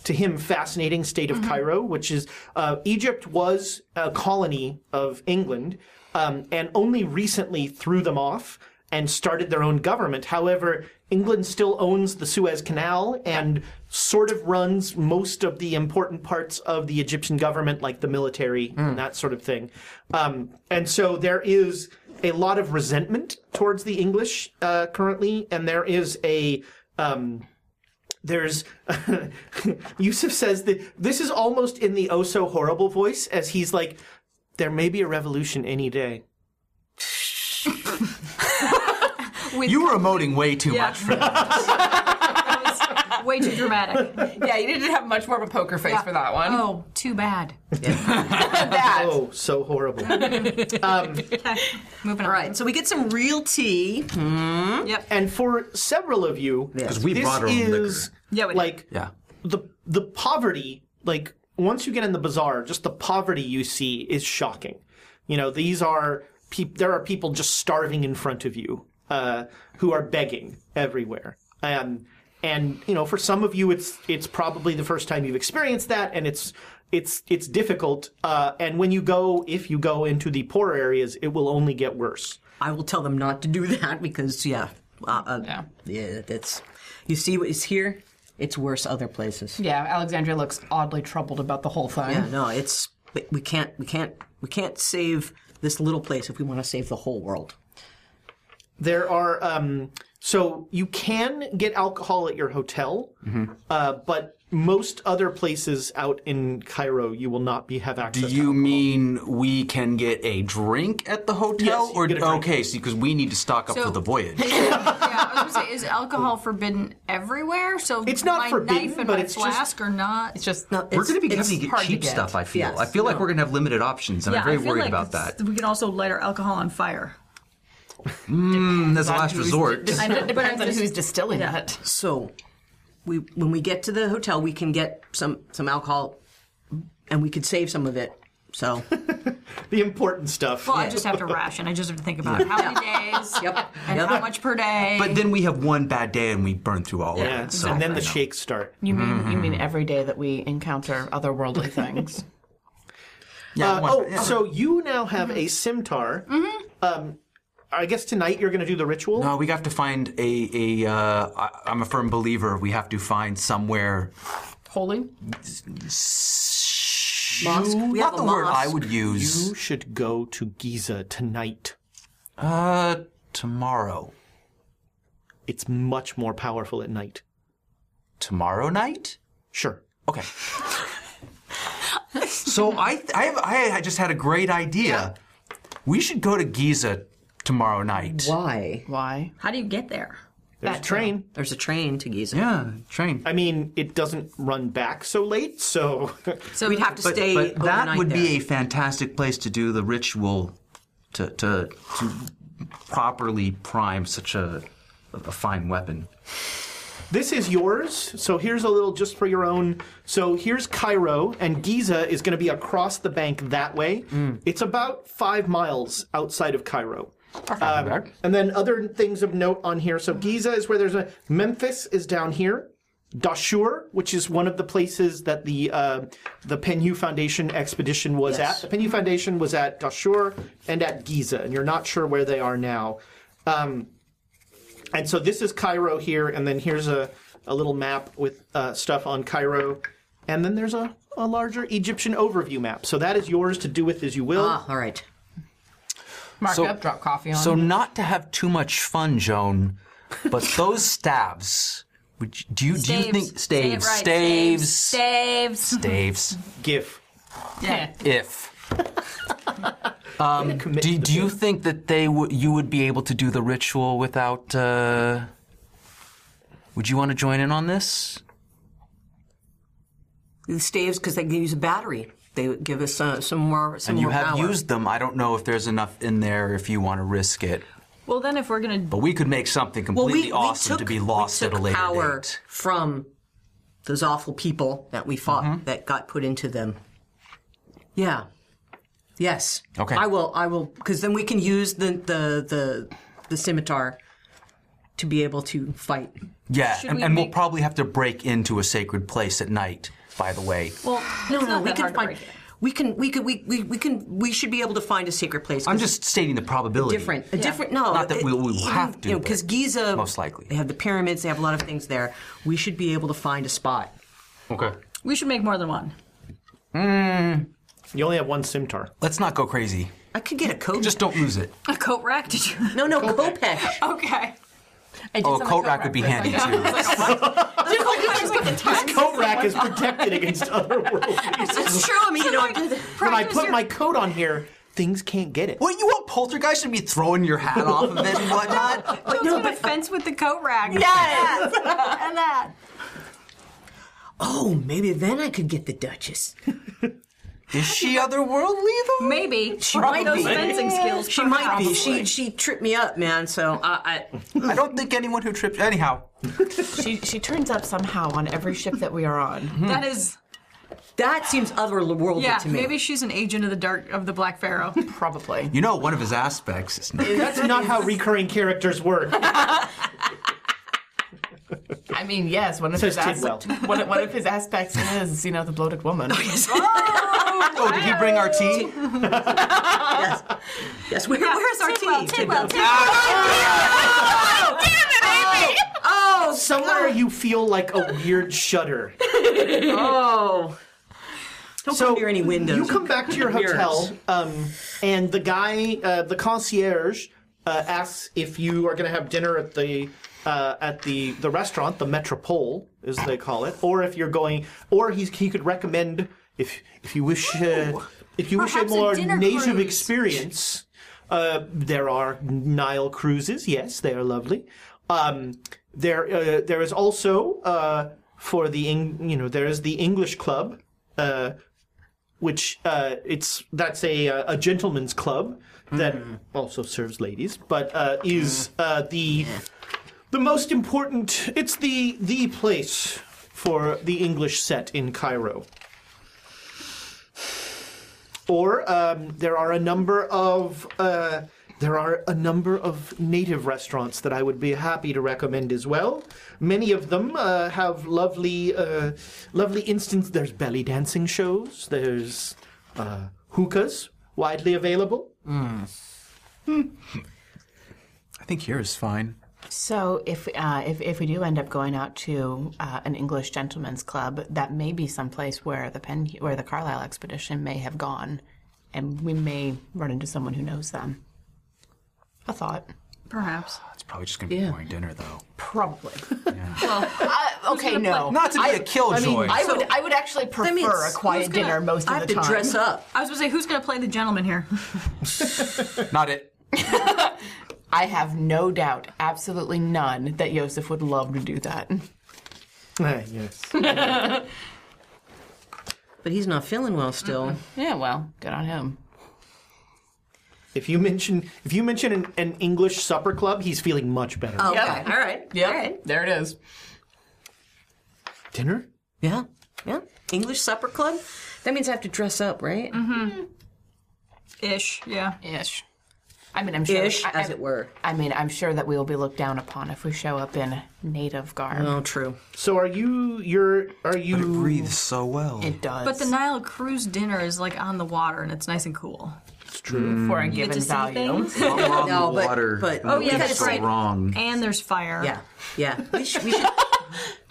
to him fascinating state
Mm-hmm.
of Cairo, which is uh, Egypt was a colony of England, um, and only recently threw them off and started their own government. However, England still owns the Suez Canal and sort of runs most of the important parts of the Egyptian government, like the military and that sort of thing. Um, and so there is a lot of resentment towards the English uh, currently, and there is a um, there's *laughs* Yusuf says that this is almost in the oh so horrible voice as he's like, there may be a revolution any day.
You were emoting way too much for that.
That was way too dramatic.
Yeah, *laughs* you didn't have much more of a poker face for that one.
Oh, too bad.
that.
Oh, so horrible.
Moving on.
All right, so we get some real tea.
and for several of you,
Because we
this
brought our own liquor.
is
Yeah, we did.
like
Yeah.
the the poverty like once you get in the bazaar just the poverty you see is shocking you know these are peop there are people just starving in front of you uh, who are begging everywhere um, and you know for some of you it's it's probably the first time you've experienced that and it's it's it's difficult uh, and when you go if you go into the poorer areas it will only get worse
I will tell them not to do that because, yeah, uh, uh, yeah, that's. You see what is here? It's worse other places.
Yeah, Alexandria looks oddly troubled about the whole thing.
Yeah, no, it's we- we can't, we can't, we can't save this little place if we want to save the whole world.
There are um, so you can get alcohol at your hotel,
Mm-hmm.
uh, but most other places out in Cairo you will not be have access.
Do
to
you
alcohol.
mean we can get a drink at the hotel,
Yes, you
or
get a drink.
okay, because we need to stock up
So-
for the voyage?
Yeah, I was gonna say, is alcohol forbidden everywhere? So
It's not
my
forbidden,
knife and
but
my
it's just-
flask are not.
It's just
No,
we're going to be
it's-
having to get
hard to
cheap
get.
stuff. I feel.
Yes,
I feel like we're going to have limited options, and I'm very worried about that.
We can also light our alcohol on fire.
And as a last resort,
I know, it depends on
just-
who's distilling it.
So, we when we get to the hotel, we can get some some alcohol, and we could save some of it. So,
*laughs*
the important stuff?
Well, I just have to ration. I just have to think about how many days
yep.
and how much per day.
but then we have one bad day and we burn through all
Yeah,
of it. So
and then the
I know.
shakes start.
You mean you
Mm-hmm.
mean every day that we encounter *laughs* otherworldly things?
Yeah,
Uh,
one-
oh,
yeah.
so you now have a simtar. Um, I guess tonight you're going to do the ritual.
No, we have to find a. a uh, I, I'm a firm believer. We have to find somewhere.
Holy?
Mosque? We
Not
have a
the word I
mosque.
would use.
You should go to Giza tonight.
Uh, tomorrow.
It's much more powerful at night.
Tomorrow night.
Sure.
*laughs*
Okay. so I, th- I, have, I had- just had a great idea. We should go to Giza tomorrow night.
why?
Why?
how do you get there?
There's a train.
There's a train to Giza.
Yeah, train.
I mean, it doesn't run back so late, so *laughs*
So we'd have to stay.
But that
overnight
would
there.
be a fantastic place to do the ritual to to, to properly prime such a a fine weapon.
This is yours. So here's a little just for your own. So here's Cairo, and Giza is going to be across the bank that way. It's about five miles outside of Cairo. Um, and then other things of note on here. So Giza is where there's a Memphis is down here. Dashur, which is one of the places that the uh, the Penhu Foundation expedition was at. The Penhu Foundation was at Dashur and at Giza, and you're not sure where they are now. Um, and so this is Cairo here, and then here's a, a little map with uh, stuff on Cairo, and then there's a, a larger Egyptian overview map. So that is yours to do with as you will.
Ah, all right.
Mark
So-
up, drop coffee on.
So not to have too much fun, Joan, *laughs* but those stabs. Would you, do you do you think
Say it
staves
right.
staves
Staves.
staves
Give.
if. Um, do, do you think that they would you would be able to do the ritual without? Uh, would you want to join in on this?
The staves because they can use a battery. They would give us uh, some more. Some
And you
more
have
power.
used them. I don't know if there's enough in there if you want to risk it.
Well, then if we're gonna
But we could make something
Well,
completely
we,
awesome
we took,
to be lost
we took
at a later
power
date.
from those awful people that we fought
Mm-hmm.
that got put into them. Yeah. Yes.
Okay.
I will. I will. Because then we can use the the the, the scimitar to be able to fight.
Yeah,
Should
and,
we
and we'll
make-
probably have to break into a sacred place at night. *laughs* By the way,
Well,
No,
it's
no,
not
we
that
can
hard to
find.
break it.
We can, we could, we, we, we can, we should be able to find a secret place. 'cause
I'm just stating the probability.
different, a different. No,
Not that
it-
we will
even,
have to,
you know,
but
because Giza
most likely.
they have the pyramids. They have a lot of things there. We should be able to find a spot.
Okay.
We should make more than one.
You only have one simtar.
Let's not go crazy.
I could get a coat.
Just don't lose
*laughs*
it.
A coat rack? Did you?
no, no, Kopesh.
*laughs* Okay.
I did
Oh, a
send the
coat rack would be
for
handy
it.
too.
This coat rack is protected against other worldlings.
That's true. I mean, you know, I did the-
When I put my coat on here, things can't get it.
What you want poltergeist to be throwing your hat off of it and whatnot?
Like, no, but fence with the coat rack.
Yes.
and that.
Oh, *laughs* maybe then I could get the Duchess.
Is she otherworldly though?
Maybe she
might
those
be.
fencing skills.
She might be. She
perhaps.
she tripped me up, man. So I, I
I don't think anyone who trips. Anyhow,
She, she turns up somehow on every ship that we are
Hmm.
on.
that is.
that seems otherworldly
Yeah,
to me.
maybe she's an agent of the dark of the Black *laughs* Pharaoh.
Probably.
you know one of his aspects is not.
That's not how recurring characters work.
I mean, yes, one of,
Says
his, as-
Tidwell.
one, one of his aspects is, you know, the bloated woman.
Oh, did he bring our tea?
yes. Yes. Where, where's our
Tidwell,
tea?
Tidwell, Tidwell.
Oh,
Somewhere you feel like a weird shudder.
oh. Don't
So
go near any windows.
You come back to your
Mirrors.
hotel, um, and the guy, uh, the concierge, uh, asks if you are going to have dinner at the uh, at the the restaurant, the Metropole, as they call it, or if you're going, or he's, he could recommend if if you wish uh, if you wish a
Perhaps a
more
dinner
native
cruise.
experience. Uh, there are Nile cruises. Yes, they are lovely. Um, there, uh, there is also uh, for the Eng- you know there is the English club, uh, which uh, it's that's a uh, a gentleman's club that also serves ladies, but uh, is uh, the the most important. It's the the place for the English set in Cairo. Or um, there are a number of uh, there are a number of native restaurants that I would be happy to recommend as well. Many of them uh, have lovely uh, lovely instance. There's belly dancing shows. There's uh, hookahs widely available.
I think here is fine.
*laughs* So if uh, if if we do end up going out to uh, an English gentleman's club, that may be someplace where the Pen where the Carlisle expedition may have gone, and we may run into someone who knows them. A thought,
Perhaps.
It's probably just gonna be boring dinner though.
probably.
okay, no.
Not to be a killjoy.
I would I would actually prefer
means
a quiet
gonna-
dinner most
I
of
have
the
to
time.
dress up.
I was gonna say, who's gonna play the gentleman here?
not it.
I have no doubt, absolutely none, that Yosef would love to do that.
Ah, *laughs* yes.
But he's not feeling well still.
Mm-hmm.
Yeah, well, good on him.
if you mention if you mention an, an English supper club, he's feeling much better.
Oh, Okay. All right.
Yep,
All right.
there it is.
Dinner?
Yeah. Yeah. English supper club. That means I have to dress up, right?
Ish. Yeah.
Ish. I mean, I'm sure.
Ish,
I,
as
I-
it were.
I mean, I'm sure that we will be looked down upon if we show up in native garb.
Oh, true.
So are you? You're? Are you?
Breathes so well.
It does,
But the Nile cruise dinner is like on the water and it's nice and cool.
for a
You get
given
to see
value.
things.
Wrong
No, but-
water.
but-
We
oh,
yeah,
did
that's
so
right.
wrong.
And there's fire.
Yeah. Yeah. We should. We should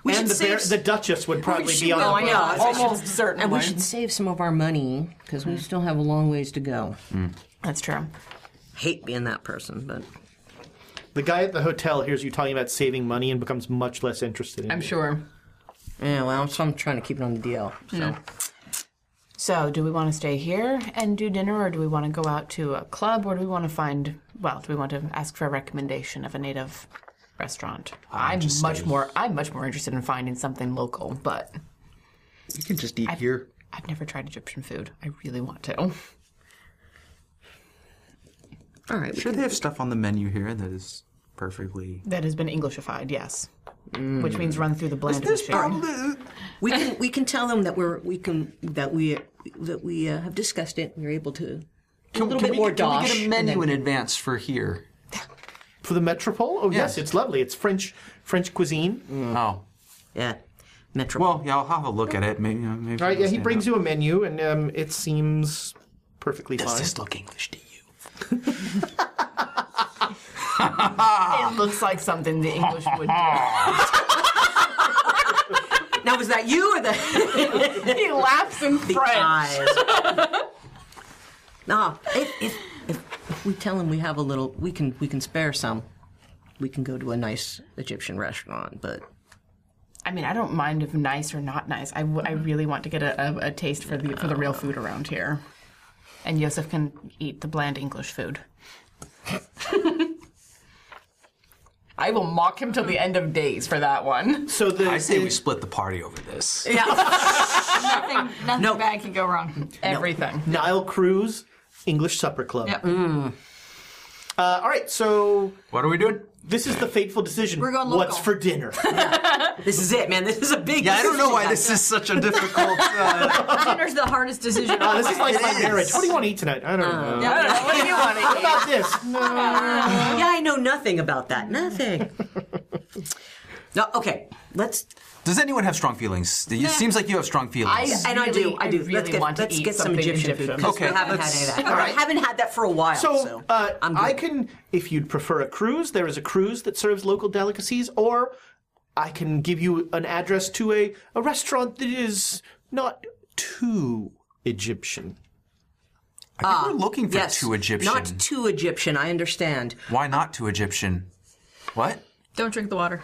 we
and
should
the,
save
bear,
s-
the Duchess would probably
she
be on.
will,
the
I
boat.
know.
Almost certainly.
and we should save some of our money because
Mm.
we still have a long ways to go.
That's true.
Hate being that person, but
The guy at the hotel hears you talking about saving money and becomes much less interested. In
I'm
you.
sure.
yeah. Well, I'm, so I'm trying to keep it on the DL. So.
So, do we want to stay here and do dinner, or do we want to go out to a club, or do we want to find? Well, do we want to ask for a recommendation of a native restaurant? I'm, much more. I'm much more interested in finding something local, but
You can just eat here.
I've never tried Egyptian food. I really want to.
All right.
Sure, they have stuff on the menu here that is perfectly.
That has been Englishified, yes,
Hmm.
which means run through the blend of the shade.
We can we can tell them that we're we can that we that we uh, have discussed it. We're able to do a little bit
we,
more
get- can we
dosh.
get a
and
menu
then-
in advance for here?
for the Metropole? Oh yes,
Yeah.
it's lovely. It's French French cuisine.
Oh.
Yeah. Metro.
Well, yeah, I'll have a look at it. Maybe. uh, maybe
All right, yeah, he
I'll
brings
stand
you a menu, and um, it seems perfectly
up. Does
fine.
this look English to you?
It looks like something the English would do.
now, was that you or the,
*laughs* he laughs in
the
French.
eyes? no, if, if, if, if we tell him we have a little, we can we can spare some. We can go to a nice Egyptian restaurant, but
I mean, I don't mind if nice or not nice. I, w- I really want to get a, a, a taste for the for the real food around here. And Yosef can eat the bland English food. *laughs* I will mock him till the end of days for that one.
So the
I say
the-
we split the party over this.
*laughs* Nothing, nothing bad can go wrong.
Everything.
Nile Cruise English Supper Club.
Mm.
Uh, all right, so
What are we doing?
this is the fateful decision.
We're going
What's
local.
for dinner? Uh,
this is it, man. This is a big.
Yeah, I don't know why this is such
*laughs*
a difficult. Uh,
Dinner's the hardest *laughs* decision.
Uh, this is like my
It is.
marriage. What do you want to eat tonight? I don't know.
what do you want
What
*laughs*
about this? No.
Uh-huh. Yeah, I know nothing about that. Nothing. no, okay. Let's.
does anyone have strong feelings? It seems like you have strong feelings.
And I do.
Really-
I do.
I
let's
really
get,
want to
let's
eat
get some
something
Egyptian, food.
Egyptian.
'cause
Okay,
we haven't had any
let's-
of that. I haven't had that for a while. So,
So uh,
I'm
I
good.
can, if you'd prefer a cruise, there is a cruise that serves local delicacies, or I can give you an address to a, a restaurant that is not too Egyptian.
I think we're looking for
uh, yes,
two Egyptian.
Not too Egyptian. I understand.
Why not two Egyptian? What?
Don't drink the *laughs* water.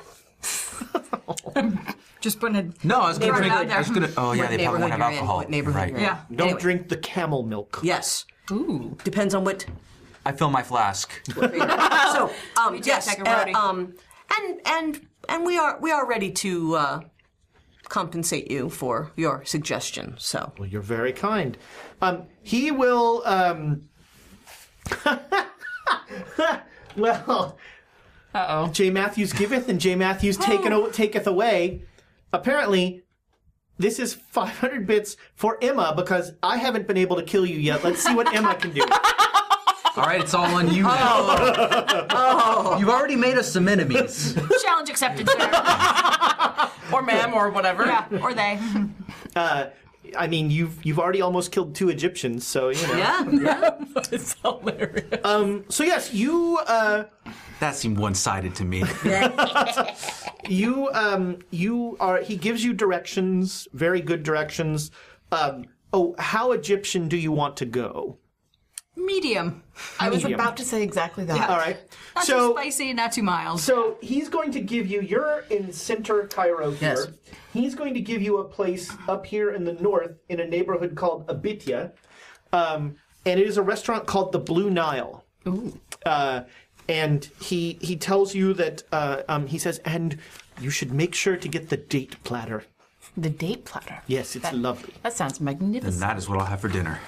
Just putting it.
No, I was gonna drink.
Neighborhood.
I was gonna. Oh yeah,
What
they probably
neighborhood
won't have
you're in,
alcohol.
what neighborhood
right.
you're in.
Yeah.
Don't drink the camel milk.
Yes.
Ooh.
Depends on what.
I fill my flask. *laughs*
so um,
too,
yes.
take a roadie.
uh, um, and and and we are we are ready to uh, compensate you for your suggestion. So
Well, you're very kind. Um, he will. Um, *laughs* well,
Uh-oh.
J. Matthews giveth and J. Matthews taken o- taketh away. Apparently, this is 500 bits for Emma because I haven't been able to kill you yet. Let's see what Emma can do.
All right, it's all on *laughs*
Oh.
you. Now. You've already made us some enemies.
Challenge accepted,
*laughs*
sir.
Or ma'am or whatever.
yeah, or
*laughs*
they.
I mean, you've you've already almost killed two Egyptians, so you know.
yeah,
it's hilarious.
So yes, you uh,
That seemed one-sided to me.
you um you are he gives you directions very good directions um oh how egyptian do you want to go
Medium.
I was
Medium.
about to say exactly that.
all right
Not too
so
spicy, not too mild.
so he's going to give you you're in center cairo here
Yes.
he's going to give you a place up here in the north in a neighborhood called abitya um and it is a restaurant called the blue nile uh, and he he tells you that uh, um, he says and you should make sure to get the date platter
The date platter.
yes it's lovely
That sounds *gasps*
and
magnificent.
that is what I'll have for dinner.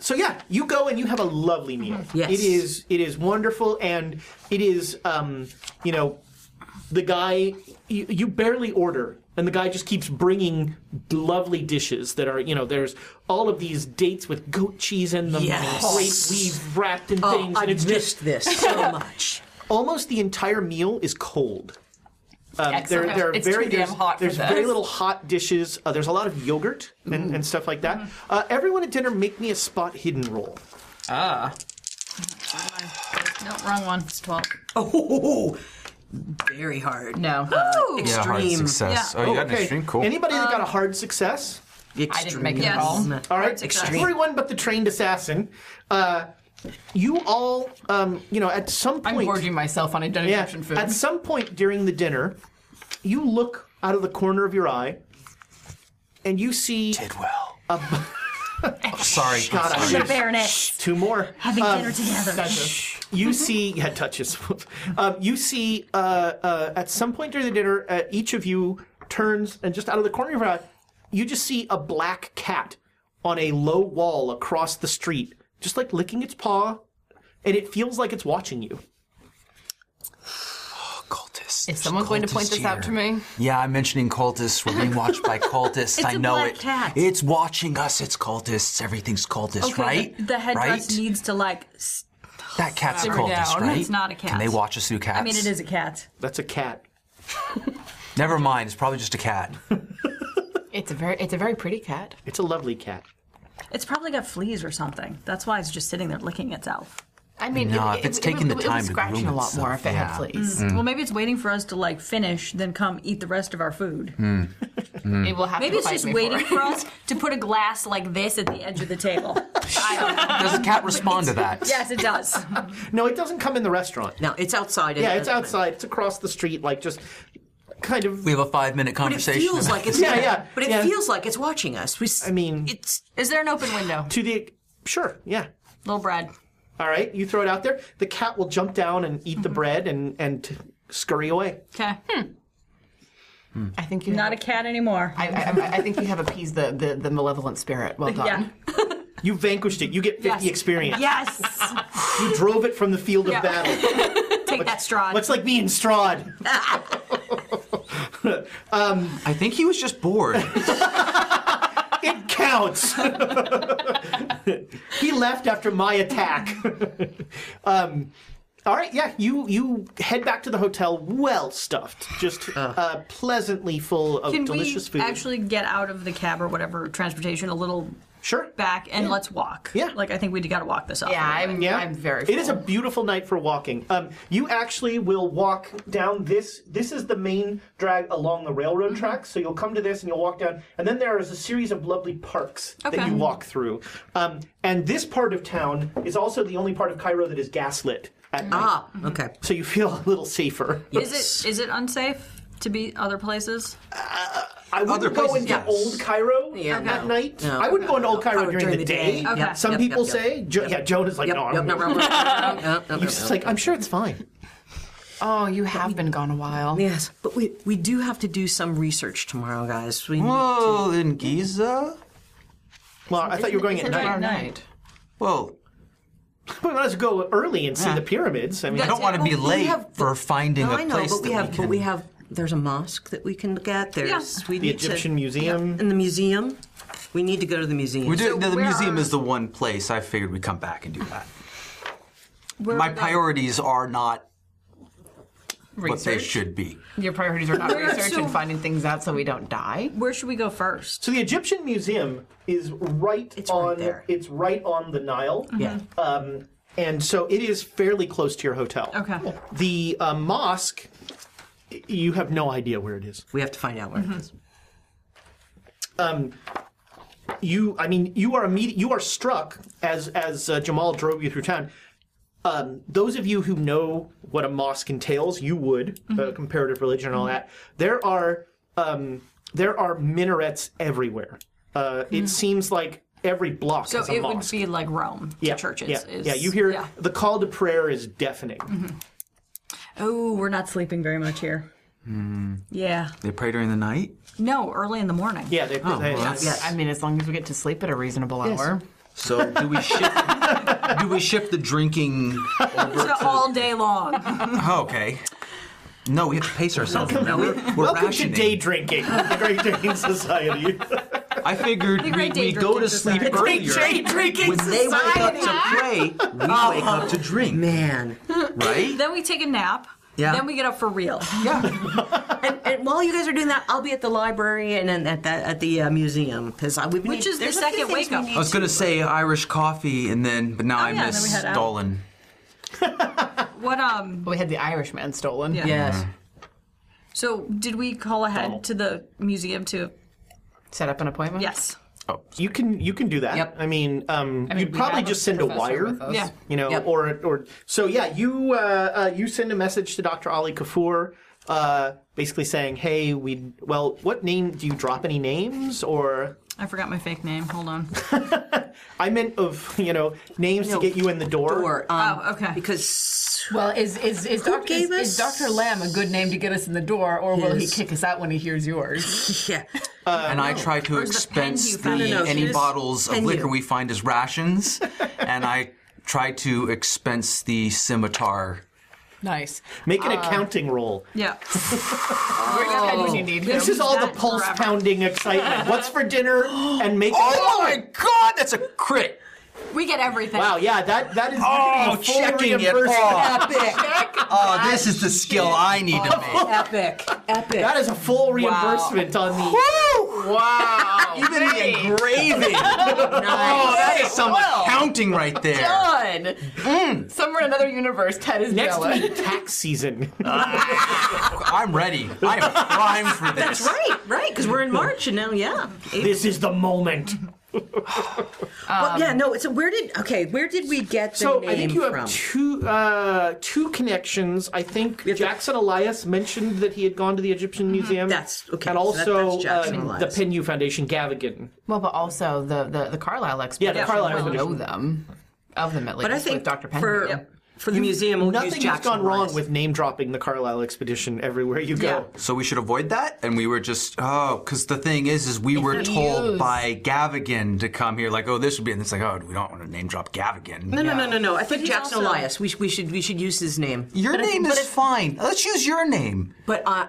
So yeah, you go and you have a lovely meal.
Mm-hmm.
Yes.
It is it is wonderful and it is um, you know the guy you, you barely order and the guy just keeps bringing lovely dishes that are you know there's all of these dates with goat cheese in them
Yes.
and grape leaves wrapped in
oh,
things
I
and it's
missed
just *laughs*
this so much.
almost the entire meal is cold. Um, there,
Excellent.
there are
It's
very,
too damn
there's-
hot for
There's
this. Mm-hmm.
very little hot dishes. Uh, there's a lot of yogurt and, and stuff like that. Uh, everyone at dinner, make me a spot hidden roll.
no, wrong one. It's 12.
Oh, very hard. Uh,
No.
Yeah, hard
Extreme.
success. Oh, you got an extreme. Cool.
Anybody that got a hard success?
Extreme.
I didn't make it at
Yes.
all.
All right,
hard success.
everyone but the trained assassin. Uh, you all, um, you know, at some
I'm
point,
gorging myself on
yeah,
identification food.
at some point during the dinner, you look out of the corner of your eye, and you see
Did well. sorry.
God, I
sorry.
should-
Baroness.
two more.
Having dinner together.
You see, *laughs* yeah, touches. um, you see, uh, uh, at some point during the dinner, uh, each of you turns and just out of the corner of your eye, you just see a black cat on a low wall across the street, just like licking its paw, and it feels like it's watching you.
Cultists.
Is someone going to point
Cultists
this out to
here.
me?
Yeah, I'm mentioning cultists. We're being watched by cultists. I
a
know
black
it.
cat.
It's watching us. It's cultists. Everything's cultists, right?
The, the headdress
right?
needs to like s-
That cat's
Simmer
called us,
down.
right?
It's not a cat.
Can they watch us through cats?
I mean, it is a cat.
That's a cat.
Never mind. It's probably just a cat.
It's a very, it's a very pretty cat.
It's a lovely cat.
It's probably got fleas or something. That's why it's just sitting there licking itself.
I mean,
No,
it,
if it's
it,
taken
it,
the
would- it
time
was
to
scratching
groom
a lot more
itself,
if it
yeah.
had fleas.
Mm.
Well, maybe it's waiting for us to like finish, then come eat the rest of our food.
Mm.
It will have
Maybe
to
it's
fight
just
me
waiting
for.
for us to put a glass like this at the edge of the *laughs* table.
Does a cat respond to that?
yes, it does.
No, it doesn't come in the restaurant.
No, it's outside.
Yeah, it's outside. It's across the street, like just kind of.
We have a five minute
But it
conversation.
feels like
*laughs*
it's
Yeah, yeah,
But it
yeah.
feels like it's watching us. We, s-
I mean-
it's
Is there an open window?
To the sure, yeah.
Little bread.
All right, you throw it out there. The cat will jump down and eat the bread and and scurry away.
Okay.
*laughs* I think you
Hmm. Not a
have,
cat anymore.
I, I, I- I think you have appeased the, the, the malevolent spirit. Well done.
yeah.
You vanquished it. You get fifty
Yes.
experience. *laughs*
Yes.
You drove it from the field of
Yeah.
battle.
Take that straw.
Much like me and Strahd.
I think he was just bored.
It
*laughs*
counts. he left after my attack. *laughs* um, all right, yeah, you you head back to the hotel, well stuffed, just uh, pleasantly full of
Can we
delicious food.
actually get out of the cab or whatever transportation a little
sure.
back and let's walk?
Yeah.
Like I think we got to walk this off.
Yeah,
anyway.
I'm,
Yeah,
I'm very.
It is a beautiful night for walking. Um, you actually will walk down this. This is the main drag along the railroad
Mm-hmm.
tracks. So you'll come to this and you'll walk down, and then there is a series of lovely parks that
Okay.
you walk through. Um, and this part of town is also the only part of Cairo that is gaslit at night,
ah okay.
so you feel *laughs* a little safer.
Is it is it unsafe to be other places?
I wouldn't
Other
go
places,
into
yes.
old Cairo
Yeah,
at
no.
night.
No. Oh,
I wouldn't go into old Cairo
Cairo
during, the day.
Okay. Yep,
Some
yep,
people
yep,
say.
yep.
Jo- yeah, Joan is like,
Yep,
no, I'm
yep, no, no, no, no,
*laughs*
no, no, no,
You're just like, I'm sure it's fine.
Oh, you have been gone a while.
Yes, but we we do have to do some research tomorrow, guys. We
Whoa, in Giza?
Well, I thought you were going at
Isn't it
night.
tomorrow night.
Whoa.
Well, let's go early and see the pyramids. I mean,
I don't want to be
Well, we
late
have-
for finding
no,
a
I know,
place
but we
that
have
we
but
can-
we have there's a mosque that we can look at. There's we
the
need to-
Egyptian museum.
and the museum. We need to go to the museum.
We do, no, the
where
museum
are-
is the one place I figured we'd come back and do that.
Where
My
are they-
priorities are not what they
Research.
should be.
Your priorities are not
Where-
research
so-
and finding things out so we don't die.
Where should we go first?
So the Egyptian museum is right
It's right
on.
there. Mm-hmm.
It's right on the Nile.
Yeah.
Um, and so it is fairly close to your hotel.
Okay. Cool.
The uh, mosque, y- you have no idea where it is.
We have to find out where it is.
You, I mean, you are immediate. You are struck as as uh, Jamal drove you through town. Um, those of you who know what a mosque entails, you would uh,
Mm-hmm.
comparative religion and all that. There are um, there are minarets everywhere. Uh, It seems like every block
Mm-hmm. So
has a
it would
mosque.
be like Rome to churches.
Yeah,
is,
yeah, you hear
yeah. Mm-hmm.
the call to prayer is deafening.
Oh, we're not sleeping very much here.
Hmm.
Yeah.
They pray during the night? Oh,
No, early in the morning.
Yeah, they, they-
well, that's-
I mean, as long as we get to sleep at a reasonable hour.
So do we shift do we shift the drinking over
So all day long. *laughs*
Oh, okay. No, we have to pace ourselves.
No, we-
We're
welcome
rationing.
to day
*laughs*
drinking, the Great Drinking Society.
I figured we,
great day
we go to
drinking
sleep
society.
earlier.
drinking
when they wake up to play, we wake up to drink,
Man.
right?
then we take a nap.
Yeah.
Then we get up for real.
And, and while you guys are doing that, I'll be at the library and then at the at the uh, museum because we
Which is the second wake up.
Oh.
I was gonna say Irish coffee, and then but now I
Oh, yeah, and then we
miss
head out.
Dolan.
What um
But we had the Irishman stolen.
Yeah.
Yes.
so did we call ahead
Oh.
to the museum to
Set up an appointment.
Yes.
You can you can do that.
Yep.
I mean, um,
mean,
you
we
probably
have a
just send a
professor
wire.
with us.
Yeah.
You know,
Yep.
or or so yeah. You uh, uh, you send a message to Dr. Ali Kafur, uh, basically saying, "Hey, we well, what name do you drop any names or?"
I forgot my fake name. Hold on.
I meant of you know names to get you in the door.
Or um,
Oh, okay.
because
Well, is is is Doctor
gave
is, is
us-
Doctor Lamb a good name to get us in the door, or will he
His-
kick us out when he hears yours?
*laughs* yeah,
and I try to
Where's the
expense the,
pen you found? No, no,
any
she's-
bottles of
pen
liquor
you.
we find as
*laughs*
rations, and I try to expense the scimitar.
Nice.
Make an accounting roll.
*laughs*
Yeah. Oh.
you need
This is all the
that
pulse
forever.
pounding excitement. What's for dinner and make
Oh my god, that's a crit!
We get everything.
Wow, yeah, that that is
Oh,
full
checking it.
reimbursement.
Oh,
Epic.
oh, this is the skill I need to make.
Epic. Epic.
That is a full reimbursement on the.
*laughs*
Wow.
*laughs* Even the engraving. Oh, that is some accounting right there.
Done. Somewhere in another universe, Ted is
Next
jealous.
week, tax *laughs* season.
I'm ready. I am primed for this.
That's right, right, because we're in March and now, yeah.
this is the moment.
But yeah, no. So where did okay? Where did we get the
So
name
I think you
from?
have two uh, two connections. I think
have to- Mm-hmm.
Jackson Elias mentioned that he had gone to the Egyptian Museum.
That's- okay,
And
so that-
also
that's Jackson
uh, the
Elias.
Penn U Foundation, Gavigan.
Well, but also the the, the Carlisle
Yeah,
expedition.
the Carlisle
will
expedition.
know them, of them at least.
but I
with
think
Dr. Penn.
for for the museum, we'll use
Nothing has
Jackson
gone wrong
Elias.
with name dropping the Carlisle expedition everywhere you go.
So we should avoid that, and we were just oh, because the thing is, is we were told by Gavigan to come here, like oh, this would be, and it's like oh, we don't want to name drop Gavigan.
No, no, no, no, no. I think Jackson Elias. We, sh- we should we should use his name.
Your name is fine. Let's use your name.
But uh,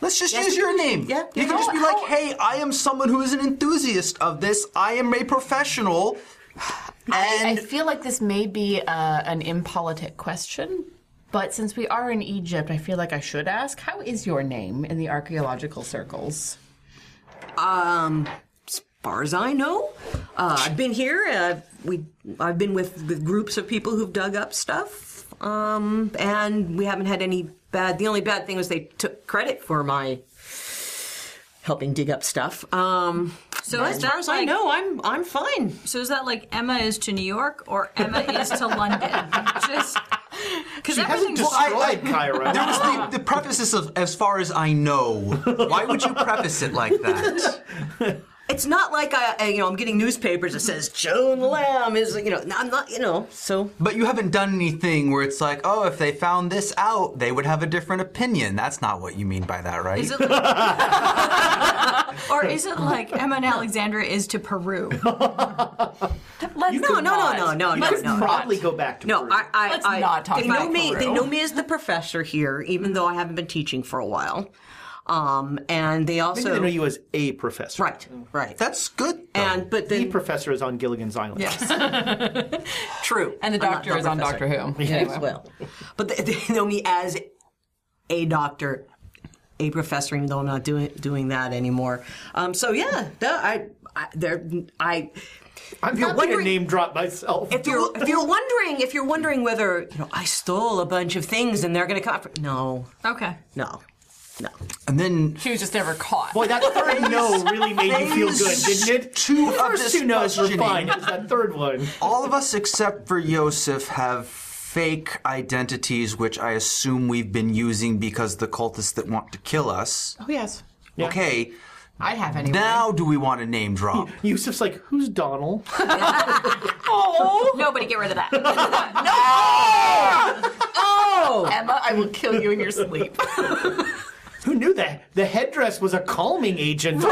Let's just use your name.
yeah,
you
yeah.
can just be like, hey, I am someone who is an enthusiast of this. I am a professional,
I
and
feel like this may be uh, an impolitic question, but since we are in Egypt, I feel like I should ask: How is your name in the archaeological circles?
um, as far as I know, uh, I've been here. Uh, we I've been with with groups of people who've dug up stuff, um, and we haven't had any bad. The only bad thing was they took credit for my helping dig up stuff. Um, so as far as I
like-
know, I'm I'm fine.
So is that like Emma is to New York or Emma is to London?
*laughs*
Just because everything's
Destroyed Cairo.
That was the, the preface of as far as I know. Why would you preface it like that?
it's not like I, I you know I'm getting newspapers that says Joan Lamb is you know I'm not you know so
But you haven't done anything where it's like, oh, if they found this out, they would have a different opinion. That's not what you mean by that, right?
Is it like, *laughs* or is it like Emma and Alexandra is to Peru? Let's
no no no
not.
no no no
you could
no
probably go back to
no
Peru.
I I,
Let's
I
not talk
they
about
know me
Peru.
they know me as the professor here even though I haven't been teaching for a while, um and they
Maybe
also
they know you as a professor.
right right
That's good. though.
and but
The
then
professor is on Gilligan's Island.
true
And the
I'm not
doctor is on
professor.
Doctor Who.
Yeah,
Anyway.
well but they, they know me as a doctor a professor, even though I'm not doing doing that anymore. Um, so yeah, duh, I, I there I.
*laughs* I'm happy to
wondering-
name drop myself.
If you're if you're wondering if you're wondering whether you know I stole a bunch of things and they're going to come after- no
Okay.
no no
and then
She was just never caught.
Boy, *laughs* that third no really made you feel good,
Phase
didn't it? the
two of
first
this
two no's were
questioning.
fine. It was that third one.
all of us except for Yosef have fake identities, which I assume we've been using because the cultists that want to kill us.
Oh yes,
Okay,
I have anyway.
now do we want to name drop?
Yusuf's like, who's Donald?
*laughs* Nobody get rid of that.
*laughs*
Emma, I will kill you in your
*laughs*
sleep.
Who knew that? The headdress was a calming agent.
it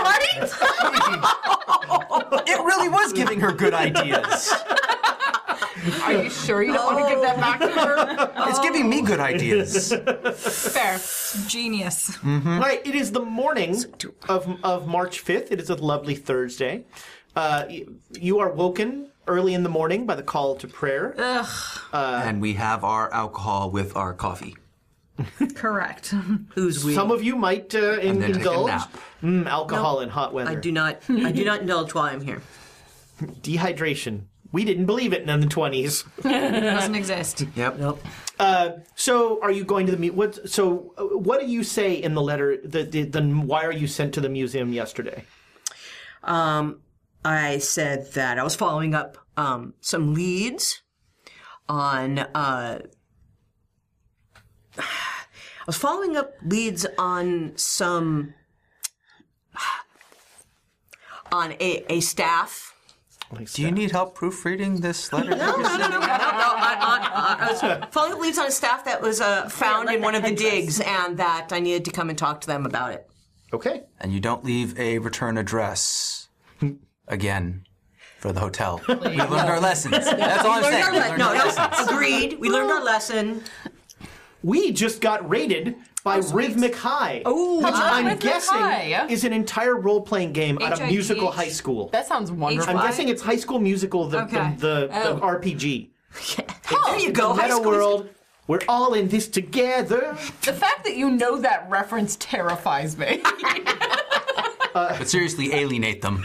really was giving her good ideas.
Are you sure you don't want to give that back to her?
It's giving me good ideas.
Fair.
Genius.
*laughs* Right, it is the morning of, of March 5th. It is a lovely Thursday. Uh, y- you are woken early in the morning by the call to prayer.
Uh, and we have our alcohol with our coffee.
Correct.
who's we
Some of you might uh, in-
then take a
indulge
nap.
Mm, alcohol in hot weather.
I do not I do not indulge while I'm here.
Dehydration. We didn't believe it in the 20s.
Doesn't exist.
Yep.
Nope.
So, are you going to the mu- what? So, uh, what do you say in the letter? The, the, the why are you sent to the museum yesterday?
Um, I said that I was following up um, some leads on. Uh, *sighs* I was following up leads on some *sighs* on a, a staff.
Do you need help proofreading this letter?
No, no, no, no. I, I- I was following up leads on a staff that was uh, found in one of the digs, and that I needed to come and talk to them about it.
Okay.
And you don't leave a return address again for the
*laughs*
hotel. we learned our lessons. That's all I'm saying. We learned
No,
our
no,
lessons.
agreed. We learned our lesson.
We just got raided by Rhythmic High, which I'm
Rhythmic
guessing
High.
is an entire role-playing game out of
H I G
musical
H.
high school.
That sounds wonderful.
I'm guessing it's High School Musical, the
Okay.
the, the,
Oh.
the RPG.
there you go. High
Meta
school.
world. We're all in this together.
the fact that you know that reference terrifies me. *laughs*
But seriously, alienate them.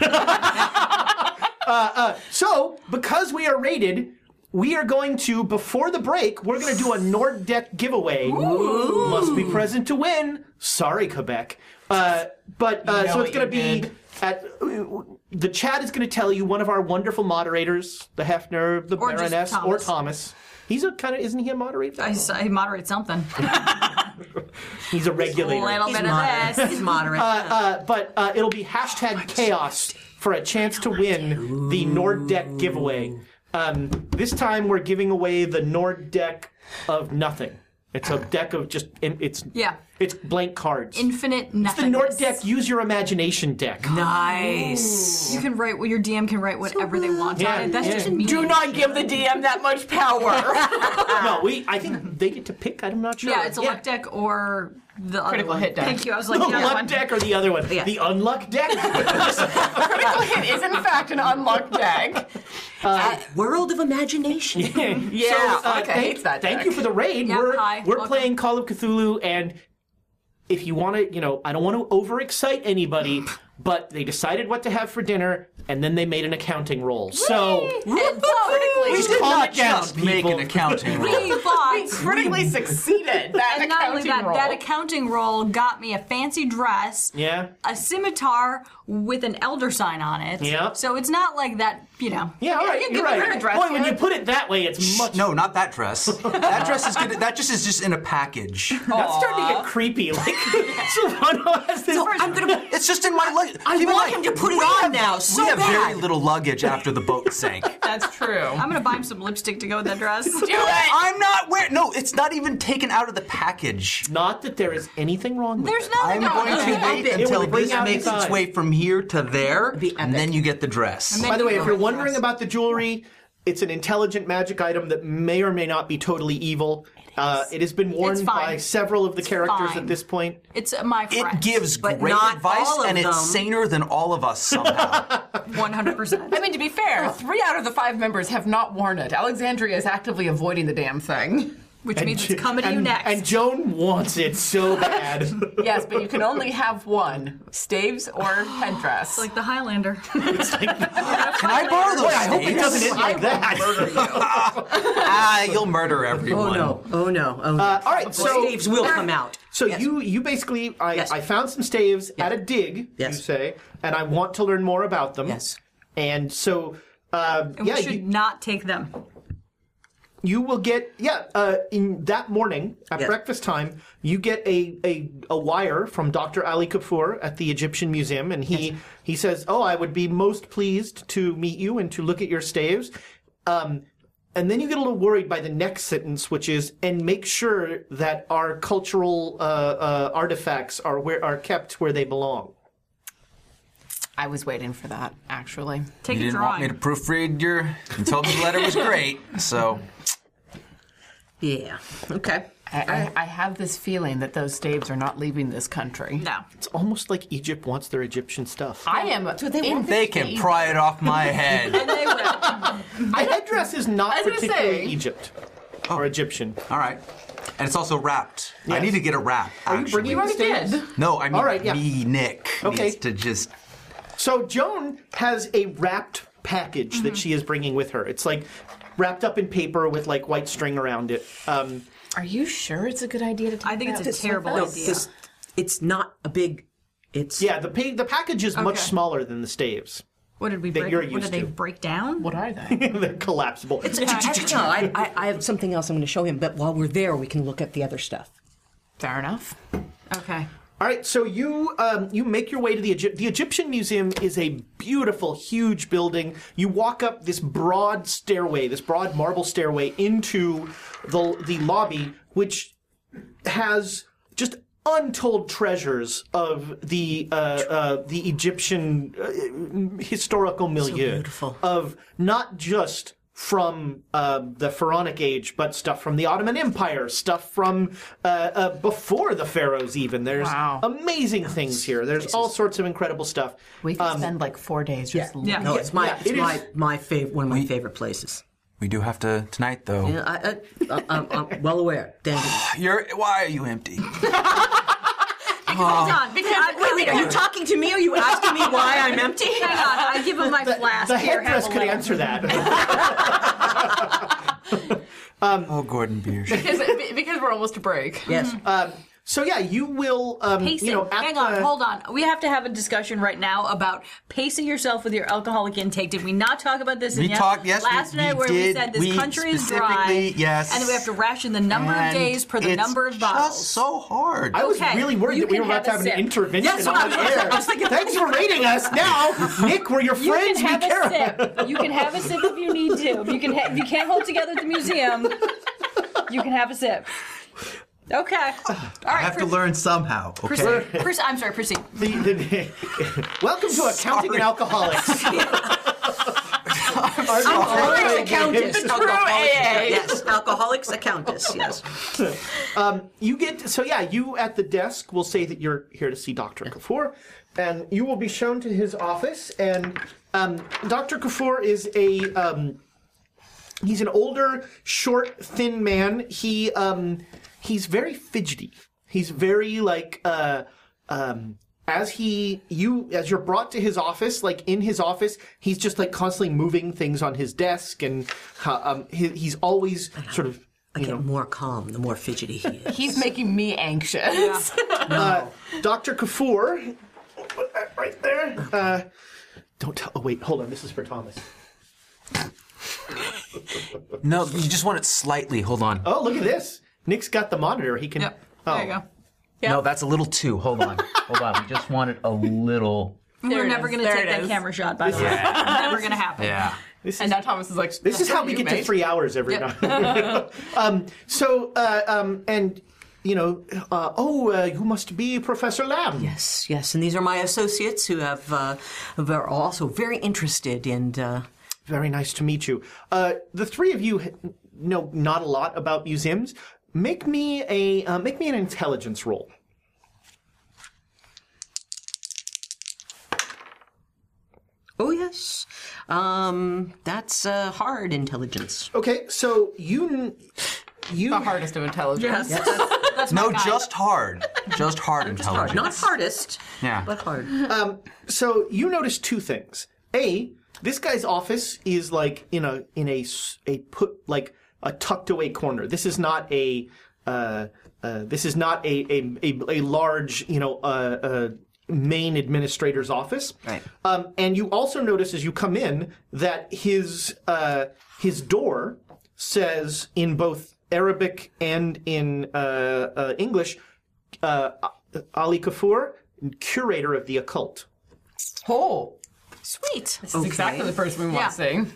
So, because we are rated, we are going to, before the break, we're going to do a Nord Deck giveaway. Must be present to win. Sorry, Quebec. Uh, but uh, so
know
it's
what
going to
you
be
did.
at uh, the chat is going to tell you one of our wonderful moderators, the Hefner, the
Or just
Baroness, or
Thomas.
Thomas. He's a kind of isn't he a moderator?
I, s- I moderate something.
He's a regulator.
Little
He's
bit of
moderate.
this.
He's moderate.
but uh, it'll be hashtag chaos for a chance to win the Nord Deck giveaway. Um, this time we're giving away the Nord Deck of nothing. It's a deck of just it- it's
Yeah.
it's blank cards.
Infinite
the
nothing.
Nord Deck, use your imagination deck.
nice.
You can write what your DM can write whatever they want
Yeah,
on it. That's
yeah.
just me.
Do not give the DM that much power.
*laughs* No, we I think they get to pick. I'm not sure.
Yeah, it's a luck deck or the other
Critical
one.
hit deck.
Thank you. I was like,
The *laughs*
yeah,
luck
one-
deck or the other one?
Yeah.
The unluck deck. *laughs*
Critical hit is in fact an unlocked deck.
World of imagination.
Yeah,
So, uh,
okay,
thank,
hates that
Thank
deck.
you for the raid.
Yeah,
we're
hi,
we're
welcome.
playing Call of Cthulhu, and if you want to, you know, I don't want to overexcite anybody, but they decided what to have for dinner, and then they made an accounting roll. So
And critically,
please call it down,
Make
people.
an accounting
*laughs*
roll.
we bought.
critically succeeded. That
And not only
accounting
that,
roll.
that accounting roll got me a fancy dress,
*laughs* Yeah.
a scimitar with an elder sign on it.
Yeah.
So it's not like that, you know.
Yeah, all right,
you
you're
give her
right.
a dress,
Boy, when
yeah.
you put it that way, it's much.
No, not that dress. That dress is good. That just is just in a package.
That's starting to get creepy. Like, *laughs* Silvano has this.
I'm gonna.
It's just in my luggage.
I want him to put it on now so
we have very
bad.
little luggage after the boat
*laughs*
sank.
That's true.
I'm going to buy him some lipstick to go with
*laughs*
that dress.
I'm not wearing. No, it's not even taken out of the package.
Not that there is anything wrong with
There's
it.
nothing
I'm going
wrong
to
with
wait
it.
until
would bring
this
out
makes
the
its
side.
way from here to there, and then you get the dress.
By the way, if you're wondering about the jewelry, it's an intelligent magic item that may or may not be totally evil. Uh, it has been worn
It's fine.
by several of the characters
fine.
at this point.
It's my friend.
It gives
But
great
not
advice,
all of
and it's
them.
saner than all of us somehow.
*laughs*
100%.
I mean, to be fair, three out of the five members have not worn it. Alexandria is actively avoiding the damn thing.
Which means
Jo-
it's coming to
and,
you next.
And Joan wants it so bad.
Yes, but you can only have one staves or headdress.
like the Highlander.
Can I borrow those?
Boy, I hope it
things?
doesn't end like that.
Ah, you'll murder everyone.
Oh no! Oh no! Oh no!
all right, so
staves will come out.
so you you basically I,
Yes.
I found some staves at a dig, you
Yes.
say, and I want to learn more about them.
Yes.
And so uh, yeah,
we should
you,
not take them.
you will get yeah uh, in that morning at
Yes.
breakfast time you get a, a a wire from Dr. Ali Kapoor at the Egyptian Museum and he he says oh I would be most pleased to meet you and to look at your staves um, and then you get a little worried by the next sentence which is and make sure that our cultural uh, uh, artifacts are where are kept where they belong
I was waiting for that, actually.
Take
You
a
didn't want
drawing. *laughs*
me to proofread your. You told me the letter was great,
*laughs*
so
Yeah. Okay.
I, I, I have this feeling that those staves are not leaving this country.
no.
it's almost like Egypt wants their Egyptian stuff
I am. in
they can pry it off
*laughs*
my head.
And they will.
the headdress is not
was gonna
particularly
say- oh.
Egypt or Egyptian
All right, and it's also wrapped. I
Yes.
need to get a wrap.
you
Actually,
bringing
You already
Staves?
did.
no, I mean
All right, yeah.
me, Nick.
Okay.
needs to just.
So Joan has a wrapped package that she is bringing with her. It's like wrapped up in paper with like white string around it. Um,
Are you sure it's a good idea to take
I think it's
that
a
with
terrible
us?
idea.
This- it's not a big. It's
yeah, the pa- the package is much
Okay.
smaller than the staves. *laughs*
What did we
That
break?
you're
what
used
did they
to.
break down?
What
*laughs*
are they?
They're collapsible.
It's, it's, no, I, I, I have something else I'm going to show him, but while we're there, we can look at the other stuff.
Fair enough.
Okay.
All right, so you um, you make your way to the Egypt. The Egyptian Museum is a beautiful, huge building. You walk up this broad stairway, this broad marble stairway into the the lobby, which has just untold treasures of the uh, uh, the Egyptian uh, historical milieu. beautiful. Of not just from uh, the Pharaonic Age, but stuff from the Ottoman Empire, stuff from uh, uh, before the pharaohs. Even there's
Wow.
amazing things here. There's all sorts of incredible stuff. Uh,
We could spend like four days just looking.
Yeah.
No, Oh, it's my
Yeah,
it's
it
my
is-
my favorite one of my favorite places. Uh,
We do have to tonight, though.
Yeah, I, I, I'm, I'm uh, well aware. Thank you.
You're. Why are you empty?
Hold on, Oh. because
I, wait a minute, are you talking to me? Are you asking me why I'm empty?
Hang on, I give him my flask.
The
here, have
headdress
a
could
little.
answer that.
*laughs*
oh, Gordon Beer.
Because, because we're almost to break.
Yes.
so yeah, you will. Um,
Pacing.
you know, at
Hang on,
the-
hold on. We have to have a discussion right now about pacing yourself with your alcoholic intake. Did we not talk about this? in
We
yes-
talked- yes, we-
last
we
night where we
did.
said this
We
country is dry.
specifically- yes.
and then we have to ration the number of
And
days per the
it's
number of
Just
bottles.
so hard.
I was
Okay,
really worried
you
that we were
can
about to
have
have
a
an
sip.
intervention
Yes, what I
on
was-
air.
I was thinking-
Thanks
*laughs*
for rating us now, Nick. We're your
you can
friends.
have
we care.
a sip. You can have a sip if you need to. If you can, ha- if you can't hold together at the museum, you can have a sip. Okay. All right.
I have to
Chris-
learn somehow.
Chris,
Okay.
Chris- I'm sorry, proceed.
The, the, welcome to Accounting and
*laughs*
Alcoholics. Our-
Alcoholics Accountist. Alcoholics Accountist. Yes. Alcoholics Accountist. Yes.
You get so yeah. You at the desk will say that you're here to see Doctor Kafour, and you will be shown to his office. And um, Doctor Kafour is a um, he's an older, short, thin man. He um, he's very fidgety. He's very like uh, um, as he you as you're brought to his office, like in his office, he's just like constantly moving things on his desk, and uh, um, he, he's always sort of.
I get more calm the more fidgety he is.
He's *laughs* making me anxious.
Dr. Kafour, put that right there. Uh, don't tell. Oh, wait, hold on. This is for Thomas.
No, you just want it slightly. Hold on.
Oh, look at this. Nick's got the monitor. He can.
Yep.
Oh.
There you go.
No, that's a little too. Hold on. Hold on. We just want it a little.
We're
it
never
is,
going to
there
take
it
that
is.
camera shot, by the way. never going to happen.
Yeah.
and now Thomas is like,
This is how we get to three hours every night. *laughs* um, so, uh, um, and, you know, uh, oh, uh, you must be Professor Lamb.
Yes, yes, and these are my associates who have uh, who are also very interested in. Uh,
Very nice to meet you. Uh, the three of you h- know not a lot about museums. Make me a uh, make me an intelligence roll.
oh yes, um, that's uh, hard intelligence.
Okay, so you kn- you
*laughs* the hardest of intelligence.
No, just hard. Just hard intelligence.
Not hardest,
Yeah.
but hard.
So you notice two things. A, this guy's office is like in a in a s- a put like a tucked away corner. This is not a uh, uh, this is not a a, a, a large you know uh, uh, main administrator's office.
Right.
Um, and you also notice as you come in that his uh, his door says in both Arabic and in uh, uh, English, uh, Ali Kafour, curator of the occult.
Oh,
Sweet.
this is exactly the person we want
Yeah.
to see.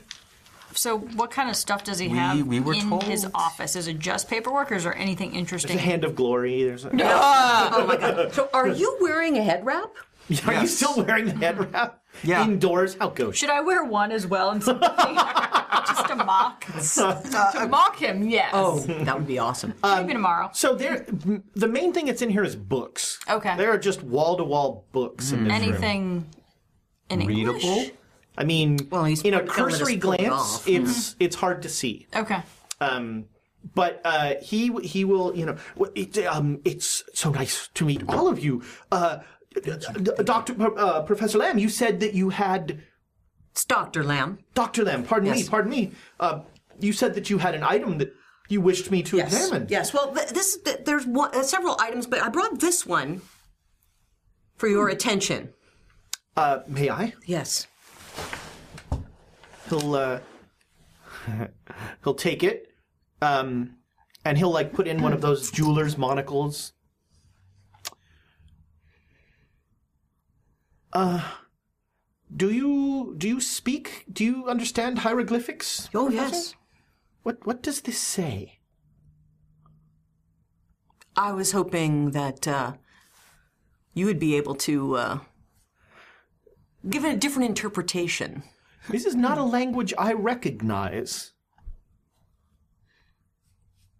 So, what kind of stuff does he have
we were
in
told.
his office? Is it just paperwork, or is there anything interesting?
The Hand of Glory. There's a, *laughs*
Oh my god! So, are you wearing a head wrap?
Are you
Yes.
still wearing the head wrap?
Yeah.
Indoors? How gauche.
Should I wear one as well? And something? just a mock.
to mock him, yes.
Oh, that would be awesome.
Maybe tomorrow.
So there, the main thing that's in here is books.
Okay.
There are just wall to wall books in this room.
Anything in English?
Readable?
I mean,
Well, he's
in a
probably gonna let us
cursory
pull it
glance,
off. Hmm.
it's it's hard to see.
Okay.
Um, but uh, he he will you know w- it, um, it's so nice to meet all of you. Uh, Doctor uh, Professor Lamb, you said that you had
It's Doctor Lamb.
Doctor Lamb. Pardon me.
Yes.
Pardon me. Uh, you said that you had an item that you wished me to
Yes.
examine.
Yes. Well, th- this th- there's one, uh, several items, but I brought this one for your attention.
Uh, may I?
Yes.
he'll uh, *laughs* he'll take it, um, and he'll like put in one of those jeweler's monocles. Uh, do you do you speak? Do you understand hieroglyphics?
Oh yes.
What what does this say?
I was hoping that uh, you would be able to uh, give it a different interpretation.
This is not a language I recognize.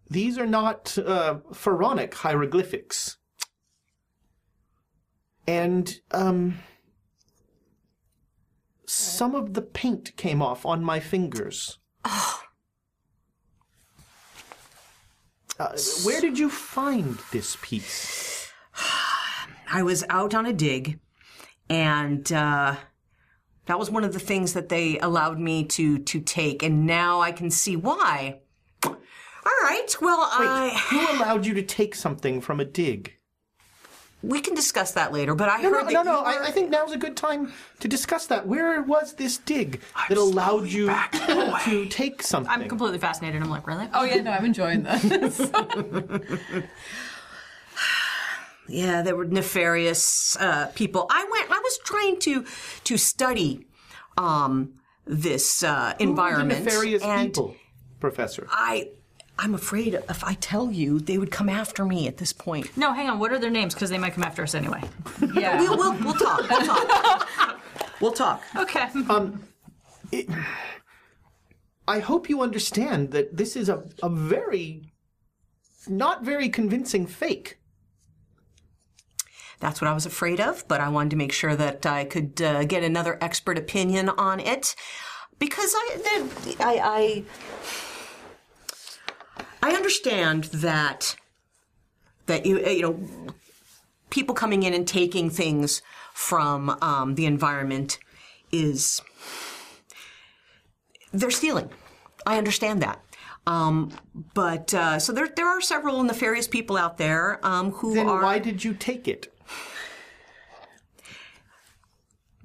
These are not uh, pharaonic hieroglyphics. And um, some of the paint came off on my fingers. Uh, where did you find this piece?
I was out on a dig, and uh, that was one of the things that they allowed me to to take, and now I can see why. All right, well, I
Who allowed you to take something from a dig?
we can discuss that later. But I
No,
heard
no,
that
no, no.
you were-
I, I think now's a good time to discuss that. Where was this dig that allowed you *coughs* to take something?
I'm completely fascinated. I'm like, really?
Oh yeah, no, I'm enjoying this.
yeah, there were nefarious uh, people. I went. I was trying to to study um, this uh, environment.
Nefarious
and
people, Professor.
I, I'm afraid if I tell you, they would come after me at this point.
No, hang on. What are their names? Because they might come after us anyway. *laughs*
We'll, we'll, we'll talk. We'll talk. we'll talk.
Okay.
Um, I hope you understand that this is a, a very, not very convincing fake.
That's what I was afraid of, but I wanted to make sure that I could uh, get another expert opinion on it because I, the, I, I, I understand that that you uh, you know people coming in and taking things from um, the environment is they're stealing. I understand that. Um, but uh, so there, there are several nefarious people out there um, who
Then
are
why did you take it?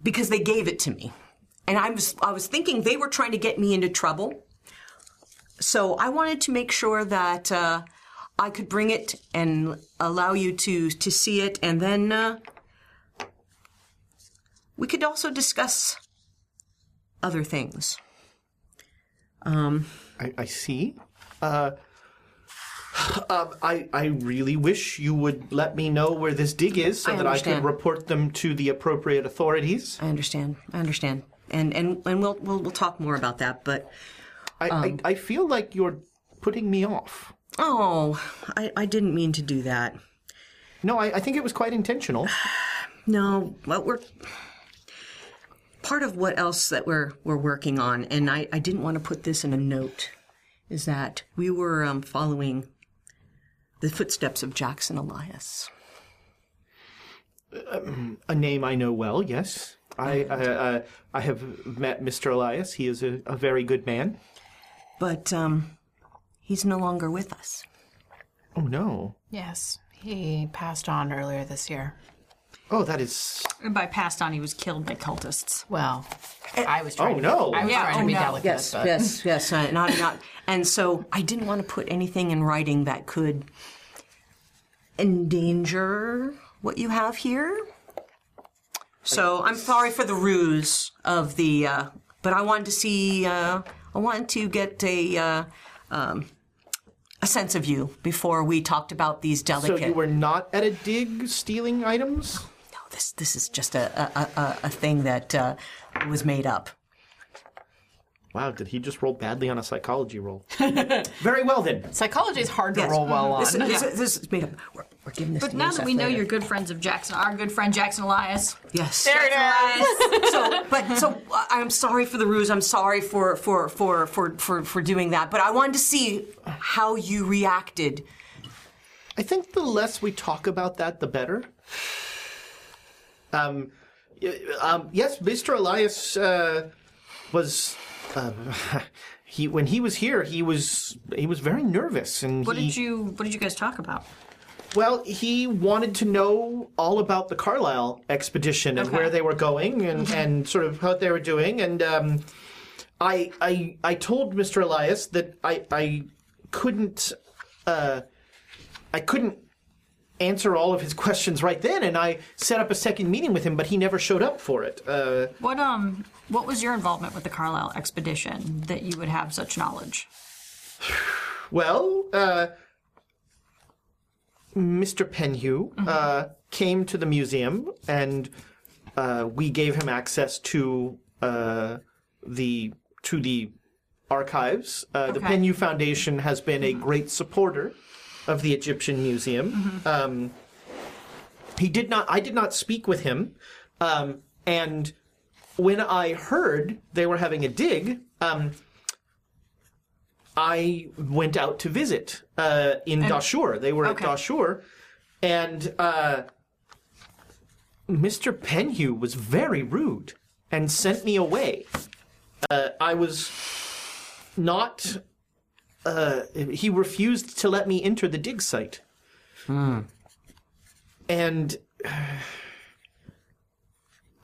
because they gave it to me. And I was I was thinking they were trying to get me into trouble. So I wanted to make sure that uh, I could bring it and allow you to to see it, and then uh, we could also discuss other things.
I, I see. Uh, um, I, I really wish you would let me know where this dig is so
I
that I can
understand.
report them to the appropriate authorities.
I understand. I understand. And and and we'll we'll, we'll talk more about that. But
I,
Um.
I, I feel like you're putting me off.
oh, I, I didn't mean to do that.
No, I, I think it was quite intentional.
No, well, we're part of what else that we're we're working on, and I, I didn't want to put this in a note, is that we were um, following the footsteps of Jackson Elias.
A name I know well, yes. I, I, uh, I have met Mr. Elias. He is a, a very good man.
But um, he's no longer with us.
Oh, no.
Yes, he passed on earlier this year.
Oh, that is.
and by passed on, he was killed by cultists.
Well,
Eh,
I was
Oh,
trying.
no.
I was
Yeah,
trying
oh,
to be
no.
delicate.
Yes,
but
yes, yes. Uh, not,
*laughs*
not, and so I didn't want to put anything in writing that could endanger what you have here. So I'm sorry for the ruse of the, uh, but I wanted to see, uh, I wanted to get a, uh, um, a sense of you before we talked about these
So
delicate.
you were not at a dig stealing items?
No, this this is just a a, a- a, a thing that uh, was made up.
Wow, did he just roll badly on a psychology
*laughs*
roll? very well then.
psychology is hard to
Yes.
roll well on.
This, this, this is made up. We're, we're giving this.
Mm-hmm. But
to
now
Yusef
that we know
later.
you're good friends of Jackson, our good friend Jackson Elias.
yes,
*laughs*
Elias.
so but so uh, I'm sorry for the ruse. I'm sorry for for for for for for doing that. But I wanted to see how you reacted.
I think the less we talk about that, the better. Um, y- um, yes, Mr. Elias uh, was. Uh, *laughs* he when he was here, he was he was very nervous, and
What
he,
did you What did you guys talk about?
well, he wanted to know all about the Carlisle expedition and where they were going and, and sort of what they were doing. And um, I, I, I told Mr. Elias that I, I couldn't, uh, I couldn't answer all of his *laughs* questions right then. And I set up a second meeting with him, but he never showed up for it. Uh,
What um What was your involvement with the Carlisle expedition that you would have such knowledge?
Well, uh, Mr. Penhew uh, came to the museum, and uh, we gave him access to uh, the to the archives. Uh, The Penyu Foundation has been a great supporter of the Egyptian Museum. Um, he did not. I did not speak with him, um, and when I heard they were having a dig, um, I went out to visit uh, in Dashur. They were
okay.
at Dashur, and uh, Mr. Penhew was very rude and sent me away. Uh, I was not. Uh, he refused to let me enter the dig site. And *sighs*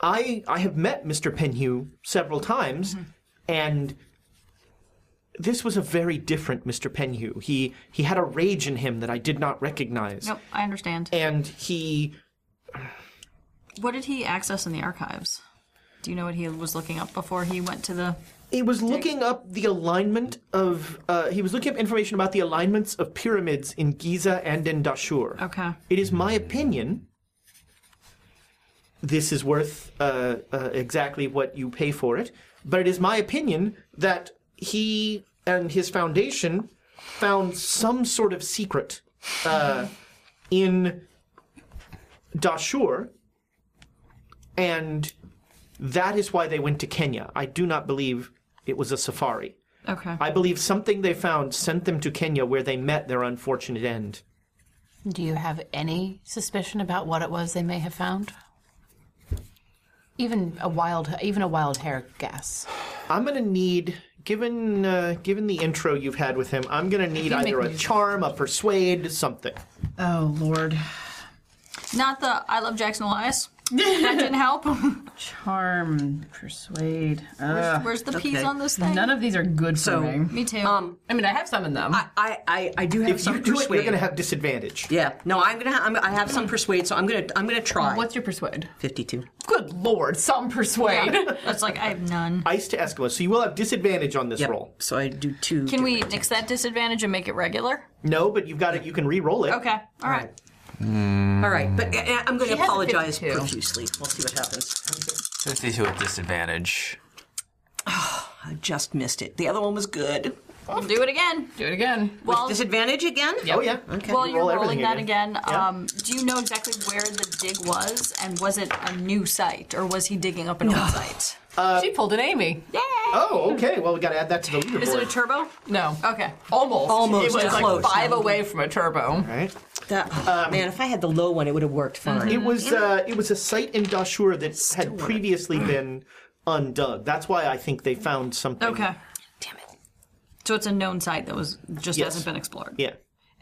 I I have met Mr. Penhew several times, and this was a very different Mr. Penhew. He he had a rage in him that I did not recognize,
Nope, I understand.
Eh.
and he
What did he access in the archives? Do you know what he was looking up before he went to the?
he was looking up the alignment of uh, he was looking up information about the alignments of pyramids in Giza and in Dashur.
Okay.
It is my opinion. This is worth uh, uh, exactly what you pay for it, but it is my opinion that he and his foundation found some sort of secret uh, in Dashur, and that is why they went to Kenya. I do not believe it was a safari.
Okay.
I believe something they found sent them to Kenya, where they met their unfortunate end.
Do you have any suspicion about what it was they may have found? Even a wild, even a wild hair guess.
I'm gonna need, given uh, given the intro you've had with him, I'm gonna need either a charm, a persuade, something.
Oh Lord,
Not the I love Jackson
*laughs*
Elias. that didn't help. *laughs*
charm, persuade. Ugh.
Where's the peas on this thing?
None of these are good for me.
Me too.
I mean, I have some in them.
Um, I, I, I do have
If
some
you do it,
persuade.
you're gonna have disadvantage.
yeah, no, I'm gonna. Ha- I'm, I have some persuade, so I'm gonna. I'm gonna try.
What's your persuade?
fifty-two?
Good Lord, some persuade.
*laughs* That's like I have none.
Ice to Eskimo, so you will have disadvantage on this
Yep.
roll.
So I do two.
Can we nix that disadvantage and make it regular?
No, but you've got it. You can re-roll it.
Okay. All right.
All right, but I, I'm going to
has a
apologize
52.
profusely. We'll see what happens.
52 at disadvantage.
I just missed it. The other one was good.
We'll do it again.
Do it again.
Well,
Disadvantage again?
Oh yeah. Okay.
while you're
roll everything
rolling that
again.
again, um, do you know exactly where the dig was, and was it a new site, or was he digging up an old site?
she pulled an Amy.
Yeah.
Oh, okay. Well, we got to add that to the leaderboard.
Is it a turbo?
No.
Okay.
Almost.
Almost,
It was like Um,
close.
five away from a turbo.
Right.
That, oh, man, if I had the low one, it would have worked fine.
Mm-hmm.
It was uh, it was a site in Dashur that had previously
Mm.
been undug. That's why I think they found something.
Okay. Damn it. So it's a known site that was just
Yes.
hasn't been explored.
Yeah.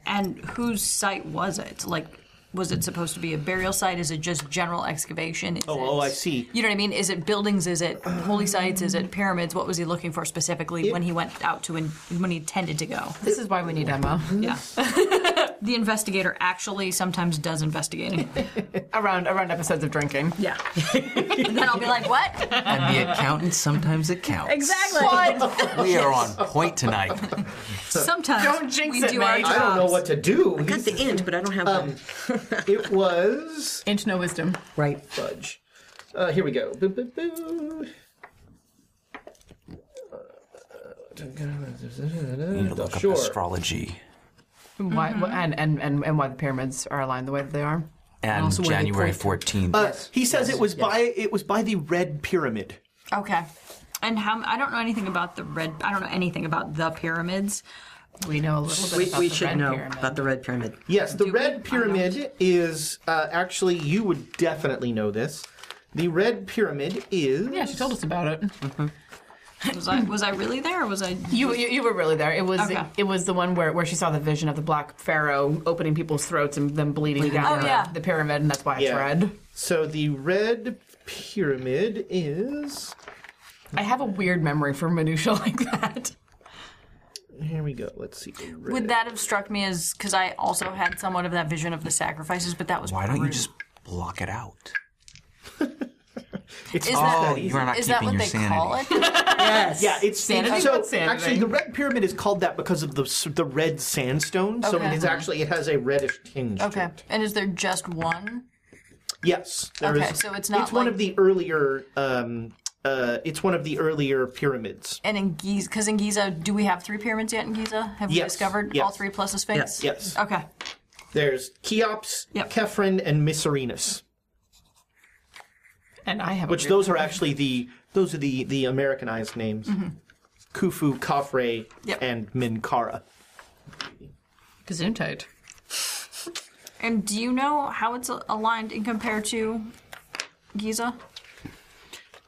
And whose site was it? Like, was it supposed to be a burial site? Is it just general excavation? Is
Oh, oh,
it-
I see.
You know what I mean? Is it buildings? Is it holy sites? Is it pyramids? What was he looking for specifically when he went out to and when he intended to go?
This is why we need Emma.
Yeah. the investigator actually sometimes does investigating.
around around episodes of drinking.
Yeah. and then I'll be like, what?
And
Uh-huh.
the accountant sometimes it counts.
What?
We are on point tonight.
Sometimes
Don't jinx
we
it,
do
mate.
our
I
jobs.
I don't know what to
*laughs*
do.
I got the int, but I don't have the
It was.
Inch no wisdom.
right.
fudge. Uh, here we go. Boo, boo, boo.
You need to look
Sure.
up astrology.
Why, and, and, and, and why the pyramids are aligned the way that they are.
And
Also, when they
January
point
14th.
Uh, he says it was by it was by the Red Pyramid.
Okay. And how? I don't know anything about the red. I don't know anything about the pyramids.
We know a little bit
We,
about
we
the
should
red
know
pyramid.
about the red pyramid.
Yes, the Red
not?
Pyramid is uh, actually you would definitely know this. The Red Pyramid is
yeah, she told us about it.
Was I was I really there? Or was I?
You, you, you were really there. It was
Okay.
it was the one where, where she saw the vision of the black pharaoh opening people's throats and them bleeding down
Oh,
the,
yeah.
the pyramid, and that's why it's
Yeah.
red.
So the Red Pyramid is
I have a weird memory for minutia *laughs* like that.
here we go. Let's see. the Red-
Would that have struck me as because I also had somewhat of that vision of the sacrifices, but that was
Why don't you
Peru.
just block it out?
it's
Is
not
that,
that easy.
you are not
is that
keeping
what
your
they
sanity.
call
*laughs*
it?
Yes.
Yeah, it's
Sanity?
So
Sanity.
actually, the red pyramid is called that because of the s- the red sandstone. So it
Okay. Uh-huh.
is actually it has a reddish tinge. to
okay.
it.
And is there just one?
Yes. there is.
Okay, so it's not
It's one
like-
of the earlier um, Uh, it's one of the earlier pyramids.
And in Giza, because in Giza, do we have three pyramids yet in Giza? Have we
Yes,
discovered all
yes.
three plus a Sphinx?
Yes.
Okay.
There's Cheops,
Yep.
Kefren, and Mycerinus,
And I have
which
a
those are actually the those are the the Americanized names: Khufu, Khafre,
Mm-hmm. Yep.
and Minkara.
gesundheit.
And do you know how it's aligned in compared to Giza?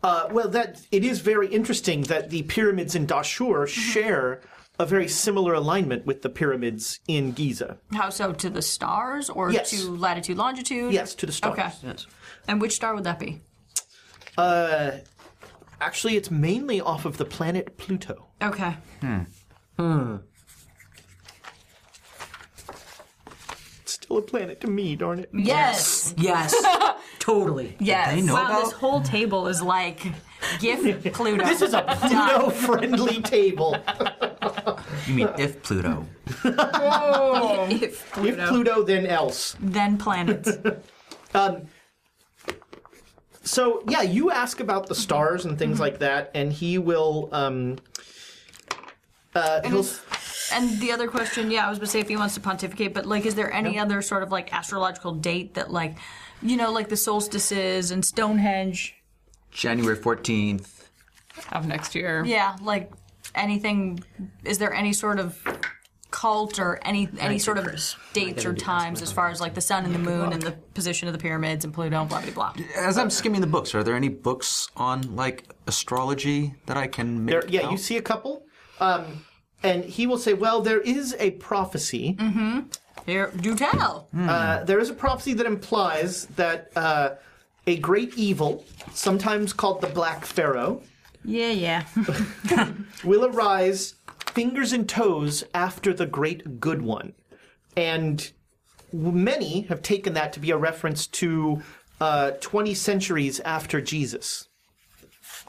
Uh, well, that it is very interesting that the pyramids in
Mm-hmm.
Dashur share a very similar alignment with the pyramids in Giza.
How so? To the stars or
Yes.
to latitude, longitude?
Yes, to the stars.
Okay. And which star would that be?
Actually, it's mainly off of the planet Pluto.
Okay.
It's still a planet to me, darn
*laughs*
it.
Yes.
Yes, *laughs* totally.
Yes.
They know
wow,
about-
this whole table is like gift
*laughs*
Pluto.
This is a *laughs* Pluto-friendly table.
You mean if Pluto?
*laughs* if
If
*laughs* Pluto,
Pluto, then else.
then planets.
So yeah, you ask about the stars and
Mm-hmm.
things like that, and he will. Um, uh, he'll,
And the other question, yeah, I was gonna say if he wants to pontificate, but like, is there any other sort of like astrological date that like, you know, like the solstices and Stonehenge?
January 14th.
of next year.
Yeah, like anything. Is there any sort of cult or any any sort of dates or times as far as like the sun and the moon and the position of the pyramids and Pluto and blah blah blah?
As I'm skimming the books, are there any books on like astrology that I can make?
there, yeah, you
out?
see a couple, um, and he will say, "Well, there is a
Mm-hmm.
prophecy.
Here, do tell.
Mm.
Uh, there is a prophecy that implies that uh, a great evil, sometimes called the Black Pharaoh,
Yeah, yeah.
will arise fingers and toes after the great good one. And many have taken that to be a reference to uh, 20 centuries after Jesus.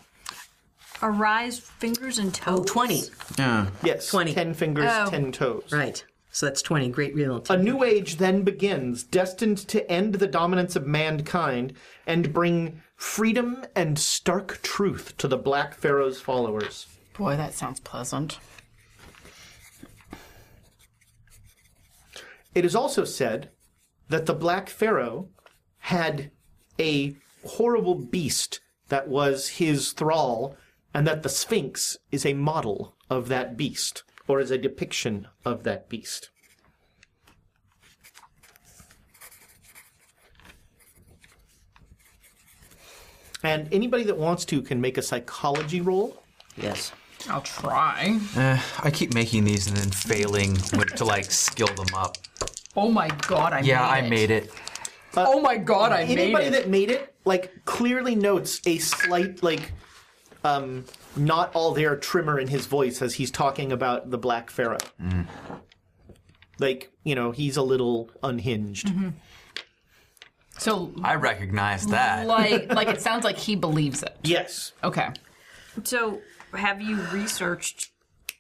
*laughs* Arise, fingers and toes.
Oh, 20.
Yeah.
Yes,
20.
10 fingers, 10 toes.
Right. So that's 20. Great reality.
A new age then begins, destined to end the dominance of mankind and bring freedom and stark truth to the Black Pharaoh's followers.
Boy, that sounds pleasant.
It is also said that the Black Pharaoh had a horrible beast that was his thrall, and that the Sphinx is a model of that beast, or is a depiction of that beast. And anybody that wants to can make a psychology roll.
Yes.
I'll try.
I keep making these and then failing with- to like skill them up.
Oh my god, I
Yeah,
made
I
it.
made it.
Oh my god, I made
anybody
it.
that made it like clearly notes a slight like um not all there trimmer in his voice as he's talking about the black pharaoh like you know he's a little unhinged
so
I recognize that.
like like it sounds like he believes it.
yes
Okay.
So, have you researched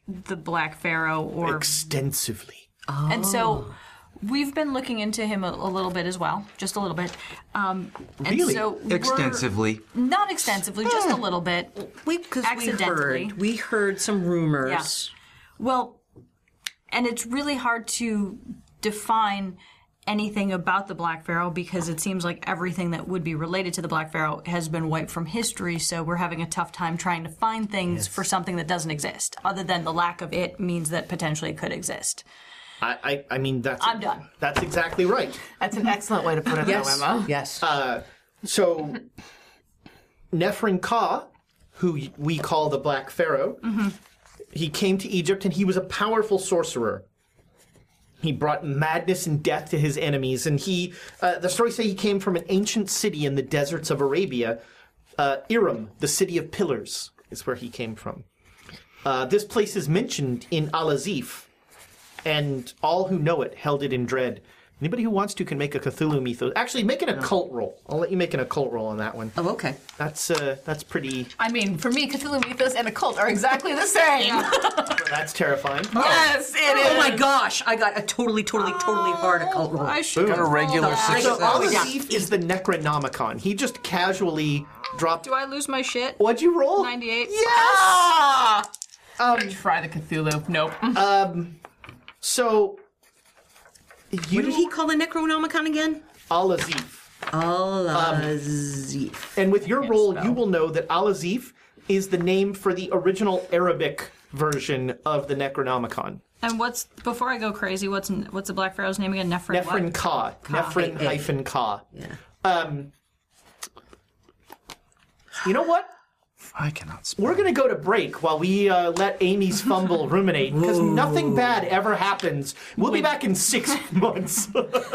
the Black Pharaoh or
extensively
And so we've been looking into him a, a little bit as well, just a little bit. Um, and
Really?
so we're-
Extensively.
Not extensively, just a little bit.
We because we
Accidentally.
heard we heard some rumors.
Well, and it's really hard to define anything about the Black Pharaoh because it seems like everything that would be related to the Black Pharaoh has been wiped from history, so we're having a tough time trying to find things for something that doesn't exist. Other than the lack of it means that potentially it could exist.
I, I i mean that's
I'm done.
that's exactly right
That's an excellent way to put it, though, Emma.
Mm-hmm. Yes.
so Nefrin Ka, who we call the Black Pharaoh, he came to Egypt and he was a powerful sorcerer. He brought madness and death to his enemies, and he. Uh, the stories say he came from an ancient city in the deserts of Arabia, uh, Iram, the city of pillars, is where he came from. Uh, this place is mentioned in Al Azif, and all who know it held it in dread. Anybody who wants to can make a Cthulhu mythos. Actually, make an occult roll. I'll let you make an occult roll on that one.
oh, okay.
That's uh, that's pretty.
I mean, for me, Cthulhu mythos and occult are exactly the same.
That's terrifying.
Yes, it is.
Oh my gosh! I got a totally, totally, totally
Oh,
hard occult roll.
I should
Got a regular six.
six.
So
Yeah.
Al-Azif is the Necronomicon. He just casually dropped.
Do I Ah! lose my shit?
What'd you roll?
98.
Yes!
Try the Cthulhu. Nope.
So, you,
What did he call the Necronomicon again? Uh,
Alazif.
Alazif.
Um, And with your role, you will know that Alazif is the name for the original Arabic version of the Necronomicon.
And what's before I go crazy? What's what's the Black Pharaoh's name again? Nephrin.
Nephrin
What?
Ka. Nephrin hyphen Ka. Yeah. Um, you know what?
I cannot speak.
We're going to go to break while we uh, let Amy's fumble ruminate because nothing bad ever happens. We'll be back in six months. *laughs*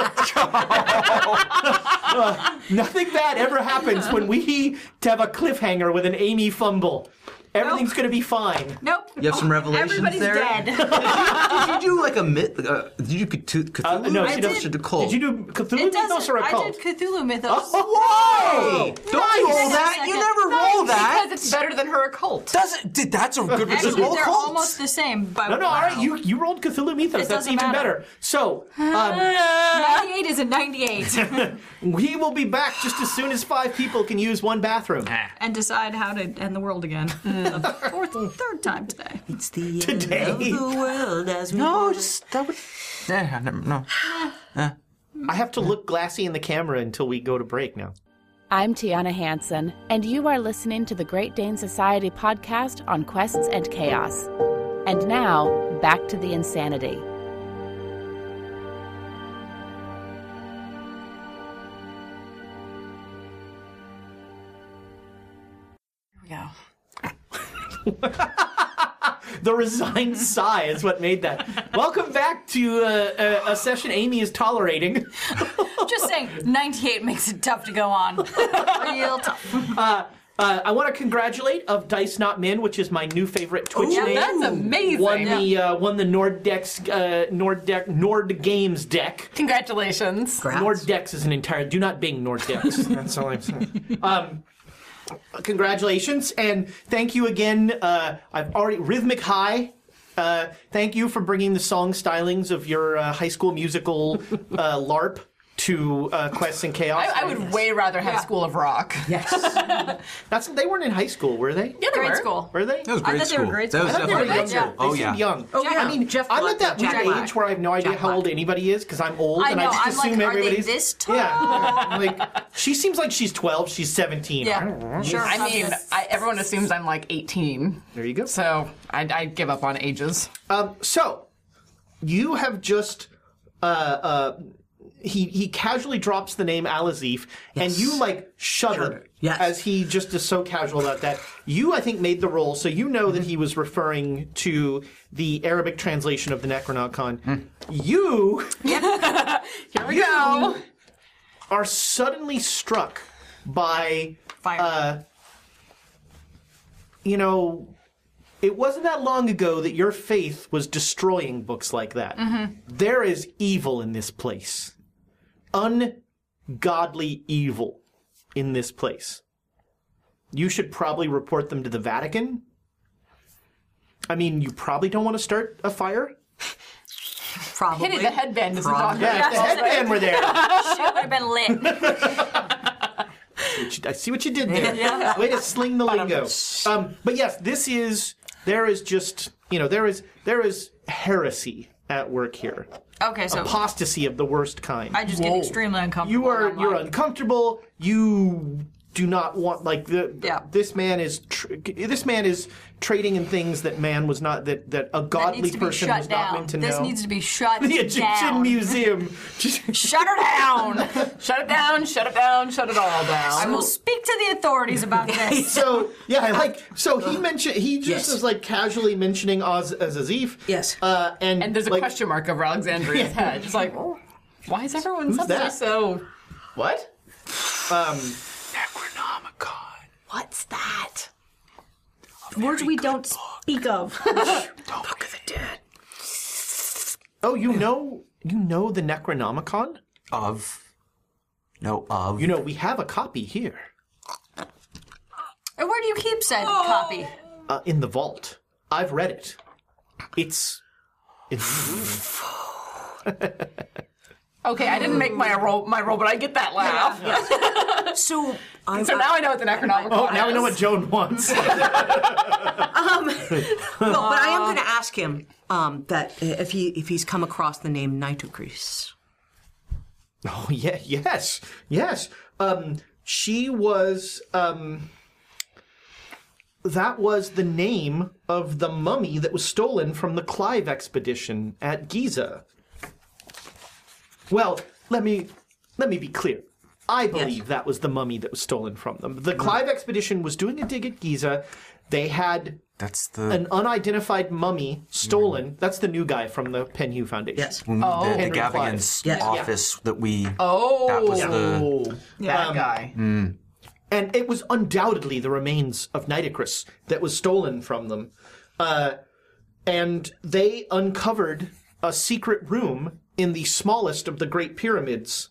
Uh, nothing bad ever happens when we *laughs* have a cliffhanger with an Amy fumble. Everything's going to be fine.
Nope.
You have some revelations
Everybody's
there? *laughs*
dead.
Did you do like a myth? Uh, did you Cthu- Cthulhu?
Uh, no, she
mythos
does.
or Cthulhu?
Did you do Cthulhu
It
Mythos
does.
or a
I
cult?
did Cthulhu mythos.
Oh. Whoa! Don't
Nice!
roll that. You never roll that.
Because it's better than her occult.
Does it? Did, that's a good
Actually,
roll
they're
cults.
almost the same. By
No, no, all right.
*laughs*
You you rolled Cthulhu Mythos.
It
That's
doesn't
even
matter.
better. So um,
*sighs* 98 is a 98,
we will be back just as soon as five people can use one bathroom.
and decide how to end the world again. the fourth, third time today.
It's the end
Today.
of the world as we know
No,
it.
just that would. Yeah, I never, no.
I have to look glassy in the camera until we go to break now.
I'm Tiana Hansen, and you are listening to the Great Dane Society podcast on quests and chaos. And now, back to the insanity.
The
*laughs*
resigned sigh is what made that. Welcome back to uh, a, a session Amy is tolerating.
Just saying, 98 makes it tough to go on. Real tough.
Uh, I want to congratulate of Dice Not Men, which is my new favorite Twitch
Yeah,
name.
that's amazing.
Won the uh, won the Nordex uh, Nordex Nord Games deck.
Congratulations.
Nordex is an entire. Do not Bing Nordex. *laughs* That's all I'm saying. Um, congratulations and thank you again. Uh, I've already rhythmic high. Uh, thank you for bringing the song stylings of your uh, high school musical uh, LARP to uh, Quests and Chaos.
I, I would way rather have School of Rock. *laughs*
That's they weren't in high school, were they?
Yeah, they
Grade
were.
school.
Were they?
That was
I
grade
thought they
school.
were grade
That
school.
was
I thought
they were
definitely
younger.
grade school.
They
Oh
seemed
yeah.
young.
Oh, yeah.
I mean,
Jeff
I'm
Black-
at that
Jack
weird
Black.
age where I have no idea
Jack
how old
Black.
anybody is because I'm old
I
and
know,
I
I'm
just
like,
assume
are they
everybody's
this
*laughs* Yeah, like she seems like she's 12. She's 17. I don't know.
Yeah. Sure.
I mean, I, everyone assumes I'm like 18,
There you go.
so I, I give up on ages.
Um, So, you have just uh, uh, he he casually drops the name Alazif, and you like shudder
Yes.
as he just is so casual about that. You, I think, made the roll, so you know that he was referring to the Arabic translation of the Necronomicon. You
*laughs* Here we go.
are suddenly struck by uh,
Fire.
you know, it wasn't that long ago that your faith was destroying books like that.
Mm-hmm.
There is evil in this place. Ungodly evil in this place. You should probably report them to the Vatican. I mean, you probably don't want to start a fire.
Probably.
Hit it, the headband is
Probably.
on.
Yeah, if the headband
*laughs*
were there.
Shit would have been lit.
I see what you did there. *laughs* Way to sling the lingo. Um, but yes, this is there is just you know there is there is heresy at work here,
Okay, so
apostasy of the worst kind.
I just get extremely uncomfortable.
you are
online.
you're uncomfortable. You do not want like the
Yeah.
this man is tr- this man is trading in things that man was not that that a
That
godly
needs to be
person
shut
was
down.
not meant to
this
know.
needs
*laughs*
to be shut
the Egyptian
down.
museum. Just-
*laughs* Shut her down.
Shut it down, shut it down, shut it all
I
down.
will speak to the authorities about this.
*laughs* So yeah, I like so he mentioned he just
Yes.
was like casually mentioning Oz as Azif.
Yes.
Uh, and
And there's a
like,
question mark over Alexandria's head. It's like, oh, why is everyone suddenly
that?
so. What?
Um,
Necronomicon.
What's that?
Words we don't speak of.
Don't look at the dead.
Oh, you know, you know the Necronomicon.
Of. No, of.
You know we have a copy here
*laughs* And where do you keep said copy?
uh, in the vault. I've read it. It's. it's
Okay, I didn't make my roll, my roll, but I get that laugh.
So, I,
*laughs* So now I know it's an Necronomicon.
Oh, now we know what Joan wants.
well, but I am going to ask him um, that uh, if he if he's come across the name Nitocris.
Oh yeah, yes, yes. Um, she was. Um, that was the name of the mummy that was stolen from the Clive expedition at Giza. Well, let me let me be clear. I believe that was the mummy that was stolen from them. The Clive expedition was doing a dig at Giza. They had
That's the
an unidentified mummy stolen. That's the new guy from the Penhew Foundation.
Yes.
when the, the
Oh, Henry
Gavigan's
Yes.
office that we. Oh, that was the.
Oh.
That guy.
and it was undoubtedly the remains of Nitocris that was stolen from them. Uh, and they uncovered a secret room in the smallest of the Great Pyramids.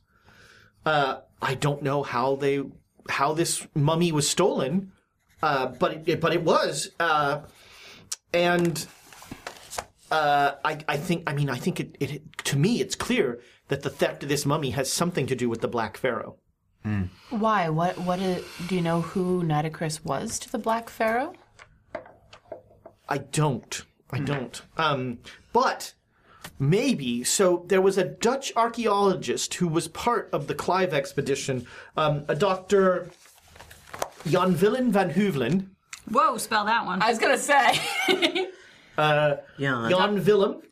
Uh, I don't know how they how this mummy was stolen, uh, but it, but it was, uh, and uh, I, I think I mean I think it, it to me it's clear that the theft of this mummy has something to do with the Black Pharaoh.
Why? What? What? i- do you know who Nitocris was to the Black Pharaoh?
I don't. I don't. Um, but maybe so. There was a Dutch archaeologist who was part of the Clive expedition, um, a Doctor Jan Willem van Hoevelen.
Whoa, spell that one.
I was gonna say.
Yeah.
Jan Willem,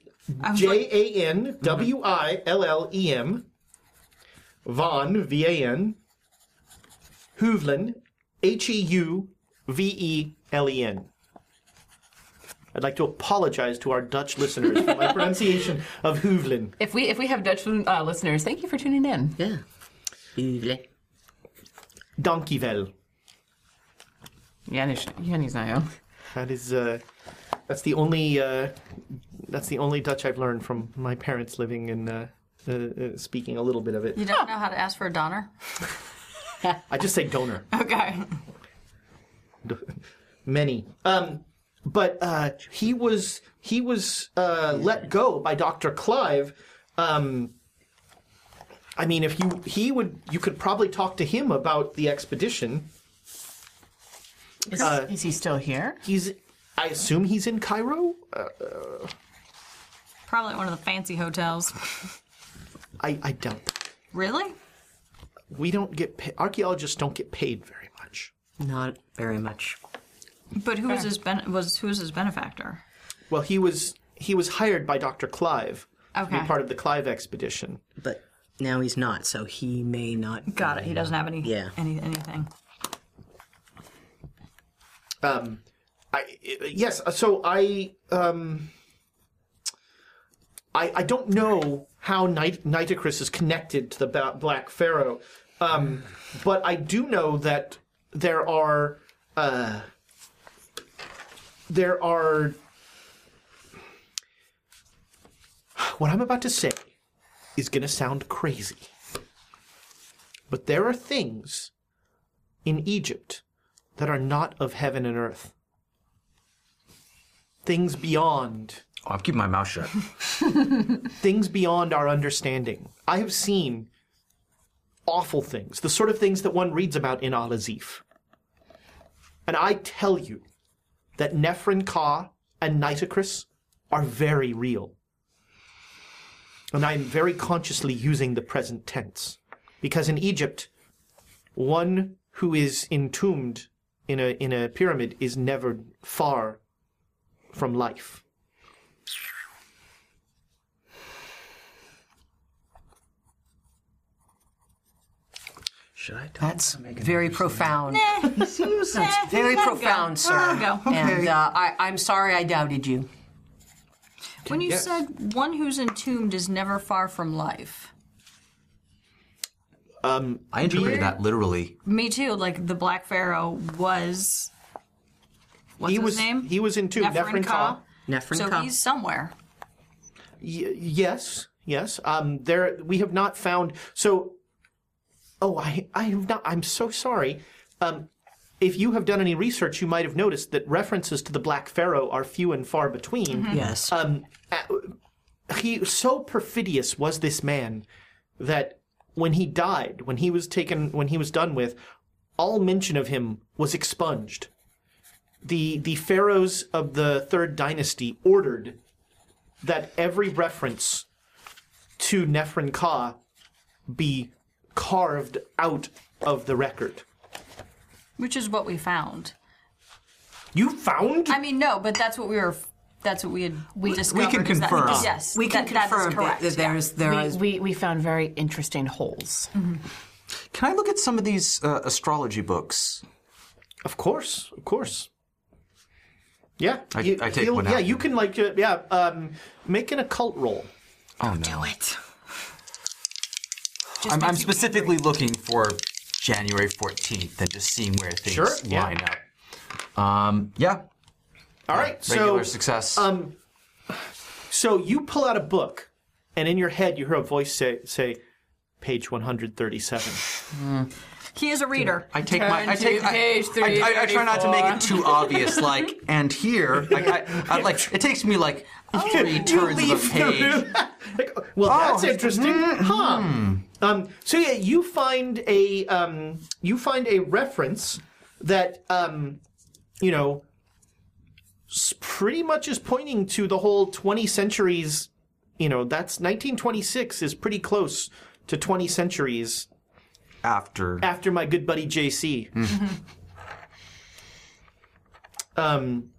was
J A N W I L L E M, Van V A N, Hoevelen, H E U V E L E N. I'd like to apologize to our Dutch listeners for my pronunciation of Hoevelen.
If we if we have Dutch uh, listeners, thank you for tuning in.
Yeah. Evelyn.
Donkeyvel.
Janish, Janis Nayo.
That is uh, that's the only uh, that's the only Dutch I've learned from my parents living and uh, uh, uh, speaking a little bit of it.
you don't know how to ask for a donor?
I just say donor.
Okay.
*laughs* many. Um, but uh, he was he was uh, let go by Doctor Clive. Um, I mean, if you he would you could probably talk to him about the expedition.
Is,
Uh,
is he still here?
He's I assume he's in Cairo. Uh,
Probably at one of the fancy hotels.
I I doubt that.
Really?
we don't get pa- archaeologists don't get paid very much.
Not very much.
But who was his ben- was who was his benefactor?
Well, he was he was hired by Doctor Clive to
Okay.
be part of the Clive expedition.
But now he's not, so he may not.
Got it. He doesn't have any
Yeah.
any anything.
I, I- yes, so I um, I I don't know how Nit- Nitocris is connected to the Ba- Black Pharaoh, um, but I do know that there are uh, there are what I'm about to say is going to sound crazy, but there are things in Egypt that are not of heaven and earth things beyond
Oh, I'm keeping my mouth shut.
things beyond our understanding i have seen awful things the sort of things that one reads about in al-azif and i tell you that nephrin ka and nitocris are very real and i'm very consciously using the present tense because in egypt one who is entombed in a in a pyramid is never far from life
Should I? That's very profound.
Eh,
*laughs* That's very
Let it go.
profound, sir.
Let it go.
And uh, I, I'm sorry I doubted you.
When you said one who's entombed is never far from life.
I interpreted that literally.
Me too. Like the Black Pharaoh was. What's
he
his
was
name?
he was in two Nephrin Ka.
Nephrin
So
Ka.
he's somewhere.
Y- yes, yes. Um, there we have not found. So, oh, I I have not. I'm so sorry. Um, if you have done any research, you might have noticed that references to the Black Pharaoh are few and far
Mm-hmm.
between.
Yes.
uh, Um, uh, he so perfidious was this man that when he died, when he was taken, when he was done with, all mention of him was expunged. The the pharaohs of the third dynasty ordered that every reference to Nefren Ka be carved out of the record.
which is what we found.
You found?
I mean, no, but that's what we were. That's what we had. We discovered.
can
is that-
confirm.
yes,
We can
that- that is
confirm
correct,
that, that
yeah.
there's there
We,
*laughs*
is
we, we found very interesting holes.
Can I look at some of these uh, astrology books?
Of course, of course. Yeah,
I-
you-
I take
you'll-
one out.
Yeah, you can like uh, yeah, um, make an occult roll.
Oh no!
it.
I'm, I'm specifically looking for January 14th and just seeing where things
Sure, yeah.
line up. Um, yeah,
All right,
regular
so um,
success.
so you pull out a book, and in your head you hear a voice say say, page one hundred thirty seven.
He is a reader.
I take my. I
to
take. I,
page
I, I, I try not to make it too obvious. Like, and here, like, I, I like. It takes
*laughs*
me like
Oh,
three turns of a page. Oh, hmm.
like, well, that's interesting, huh? Um, so yeah, you find a um, you find a reference that um, you know s- pretty much is pointing to the whole 20 centuries. You know, that's 1926 is pretty close to 20 centuries
After
after my good buddy JC. um,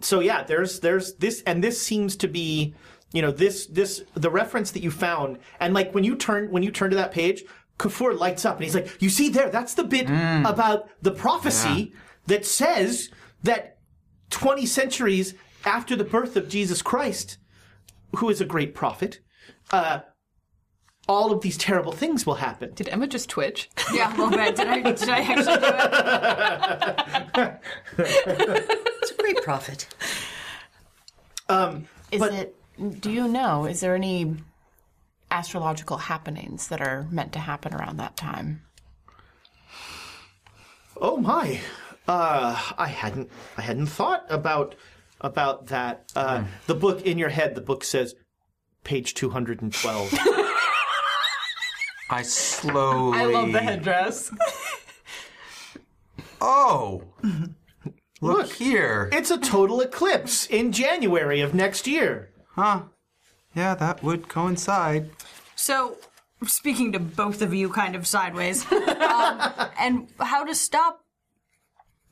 so yeah, there's there's this, and this seems to be, you know, this this the reference that you found, and like when you turn when you turn to that page, Kafur lights up, and he's like, "You see there? That's the bit about the prophecy that says that twenty centuries after the birth of Jesus Christ, who is a great prophet." Uh, all of these terrible things will happen.
Did Emma just twitch?
yeah, a little bit. Did I, did I actually do it?
It's a great prophet.
Is
But-
it? Do you know? Is there any astrological happenings that are meant to happen around that time?
Oh my! Uh, I hadn't I hadn't thought about about that. Uh, The book in your head. The book says page two hundred and twelve.
I slowly.
I love the headdress.
*laughs* Oh, look, here.
it's a total eclipse in January of next year.
yeah, that would coincide.
So, speaking to both of you, kind of sideways, um, and how to stop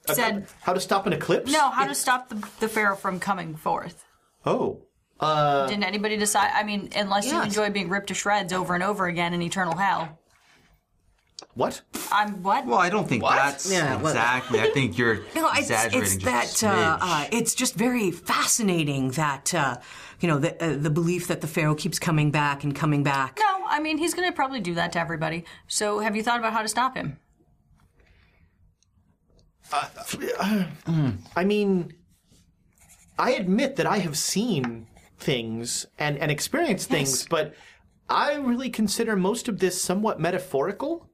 said
How to stop an eclipse?
no, how to stop the, the pharaoh from coming forth.
Oh,
Didn't anybody decide? I mean, unless you
Yes.
enjoy being ripped to shreds over and over again in eternal hell.
what?
I'm what?
Well, I don't think that's
Yeah, well-
exactly. I think you're
No, it's,
exaggerating.
it's
just
that
a
uh,
smidge.
uh, it's just very fascinating that uh, you know the uh, the belief that the pharaoh keeps coming back and coming back.
No, I mean he's going to probably do that to everybody. So, have you thought about how to stop him?
I mean, I admit that I have seen things and and experienced things, but I really consider most of this somewhat metaphorical.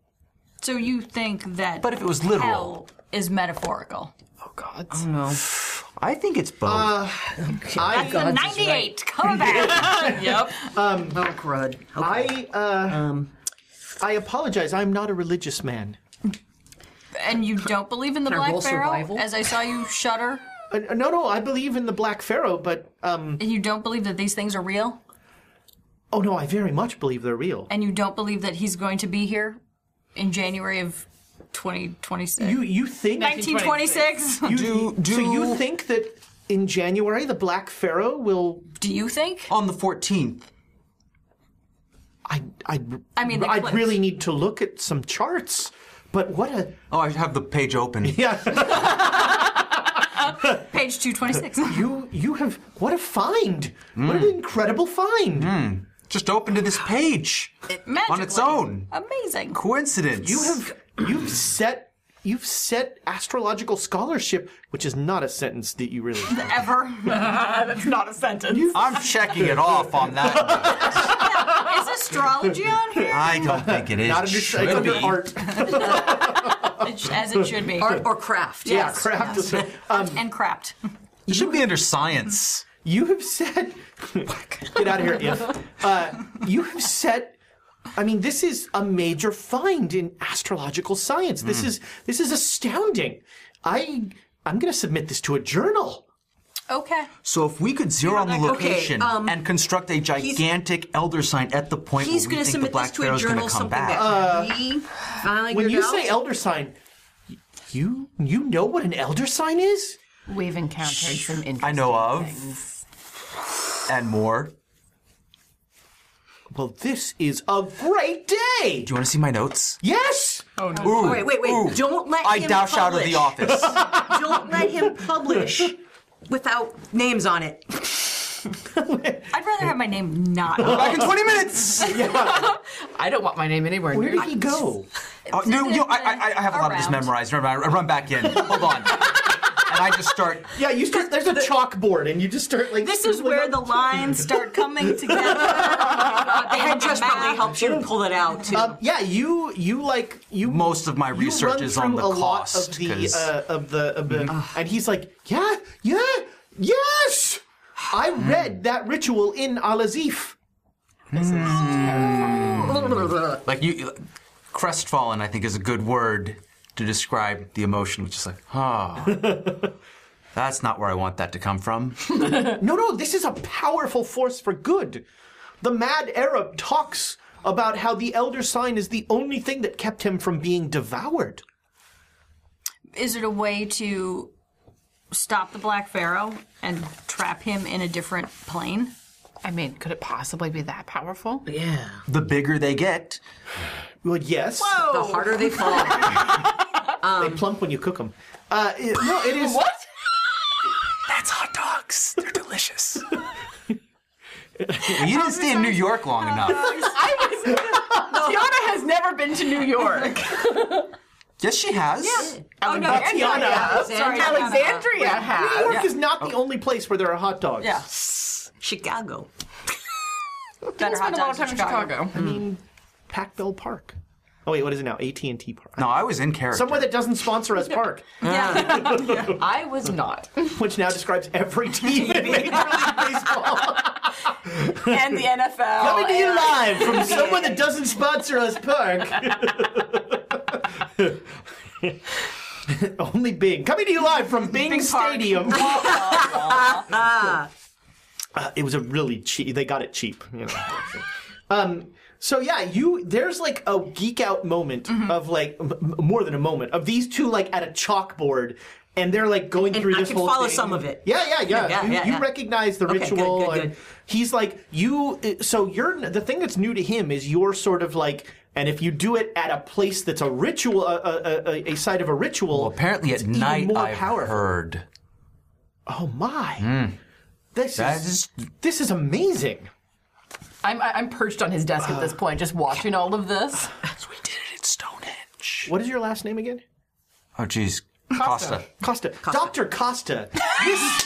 So you think that?
But if it was literal-
hell is metaphorical.
I think it's both.
I
The ninety-eight,
*laughs*
come back.
Oh, crud.
I
Okay.
uh, I apologize. I'm not a religious man.
and you don't believe in the
Can I
black
roll
pharaoh,
survival?
as I saw you shudder.
Uh, no, no, I believe in the Black Pharaoh, but um,
And you don't believe that these things are real,
oh no, I very much believe they're real.
and you don't believe that he's going to be here in January of twenty twenty-six.
You you think
1926.
you,
Do- do-
so you think that in January the Black Pharaoh will
Do you think?
On the 14th,
I I
I mean, the
I
clips.
really need to look at some charts. But what a
oh, I have the page open.
Page 226.
you you have what a find! What an
Hmm.
incredible find!
Just open to this page on its
Magically.
own.
Amazing.
Coincidence.
You have you've set you've set astrological scholarship, which is not a sentence that you really.
*laughs* Ever.
Not a sentence.
I'm checking it off on that. one.
is astrology on here?
I don't think it is.
Not under, it's
should
under
be.
art.
It sh- As it should be.
Art or craft.
yeah, Um,
yes.
craft. is-
*laughs* and crapped.
It should be under science.
*laughs* You have set. get out of here, if. Uh, you have set I mean, this is a major find in astrological science. This
Hmm.
is this is astounding. I I'm going to submit this to a journal.
Okay.
So if we could zero on the
okay,
location
um,
and construct a gigantic elder sign at the point
He's
where
going
we
to
think the
submit this
black
to a
pharaoh's going
journal
to come
something
back.
Uh,
that we finally
When you
figured
say
out.
elder sign, y- you you know what an elder sign is?
We've encountered some interesting
I know of.
things.
and more.
Well, this is a great day.
Do you want to see my notes?
Yes.
Ooh,
Oh, wait, wait, wait!
ooh.
Don't let
I
him
dash out of the
publish.
office.
*laughs* Don't let him publish without names on it.
I'd rather have my name not.
Back in 20
*laughs*
minutes! Uh,
I don't want my name anywhere
Where
near.
did he go?
*laughs*
Oh, no, no, I, I, I have a lot of this
Around.
memorized. Remember, I run back in. Hold on. *laughs* and I just start.
Yeah, you start. There's a chalkboard, and you just start like.
This is
*laughs*
where the lines start coming together.
The headdress probably helps you to pull it out too.
Um, yeah, you you like you.
Most of my
you
research
run
is on
through a
the
lot
cost,
of the
'cause- Mm-hmm.
uh, of the, of the and he's like, yeah, yeah, yes. I
Hmm.
read that ritual in Alazif.
Like, you. Crestfallen, I think, is a good word to describe the emotion, which is like, oh. That's not where I want that to come from.
No, no, this is a powerful force for good. The mad Arab talks about how the elder sign is the only thing that kept him from being devoured.
Is it a way to stop the Black Pharaoh and trap him in a different plane?
I mean, could it possibly be that powerful?
yeah.
The bigger they get,
Well, yes,
The harder they fall.
they
Um.
plump when you cook them. Uh, it- no, it is *laughs*
What?
That's hot dogs. They're delicious. you didn't stay in New York long enough.
Tiana has never been to New York.
Yes, she has. Yeah.
Oh no,
Tiana.
Sorry,
Alexandria
New
has. Oh.
York is not the only place where there are hot dogs.
Yeah.
Chicago.
Better hot
Spent a lot of
dogs
time in Chicago.
Pac Bell Park. Oh wait, what is it now? AT and T Park.
No, I was in character.
Somewhere that doesn't sponsor
*laughs*
us, Park,
I was not.
*laughs* which now describes every team in Major League Baseball.
*laughs* and the NFL.
Coming to you live
*laughs*
from someone that doesn't sponsor us, Park. *laughs* Only Bing. Coming to you live from Bing,
*laughs*
Stadium. *laughs* Uh, it was a really cheap. They got it cheap. You know.
*laughs*
um, so yeah, you there's like a geek out moment
Mm-hmm.
of like m- m- more than a moment of these two like at a chalkboard. And they're like going
And
through
I
this
can
whole
follow
thing.
some of it.
Yeah, yeah, yeah.
Yeah,
you,
yeah,
you
yeah.
recognize the
Okay, good,
ritual.
good,
and
good.
he's like you. uh, So you're the thing that's new to him is you're sort of like, and if you do it at a place that's a ritual, a, a, a, a site of a ritual.
Well, apparently
it's
at
even
night
more
I
powerful.
heard. Hmm.
Oh my! This
That
is this is amazing.
I'm, I- I'm perched on his desk at this point, just watching all of this.
We did it at Stonehenge.
What is your last name again?
Oh, jeez. Costa.
Costa. Doctor Costa. This,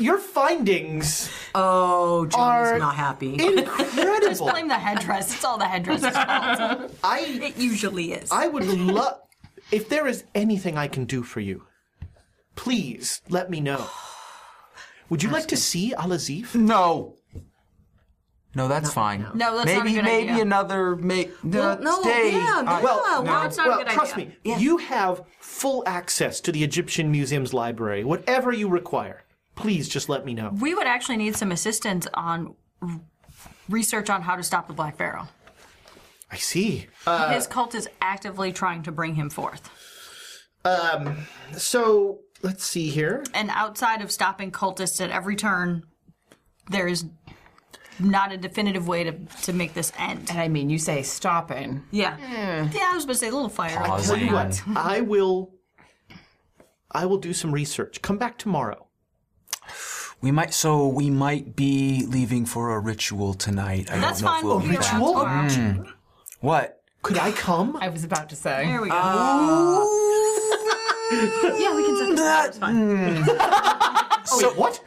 your findings
Oh,
Are-
Johnny's not *laughs* happy.
incredible.
Blame the headdress. It's all the headdress's fault.
I
It usually is.
I would love if there is anything I can do for you. Please let me know. Would you like to see
Mm.
Alazif?
No. No, that's fine.
No, that's not a
maybe,
good
Maybe
idea.
another ma- Uh,
Well, no,
day.
yeah,
I-
no, well,
it's not a
well,
good
trust
idea.
me, you have full access to the Egyptian Museum's library. Whatever you require, please just let me know.
We would actually need some assistance on r- research on how to stop the Black Pharaoh.
I see.
His cult is actively trying to bring him forth.
Um, So let's see here.
And outside of stopping cultists at every turn, there is not a definitive way to, to make this end.
And I mean, you say stopping.
Yeah. Yeah, I was going to say a little fire.
Pause.
Tell you what, I will. I will do some research. Come back tomorrow.
we might. So we might be leaving for a ritual tonight. I
That's
don't know
fine.
if we'll
We'll
be
be around
back.
Ritual?
tomorrow.
What?
Could I come?
I was about to say.
There we go.
Uh,
yeah, we can set this up. It's fine.
mm,
so what?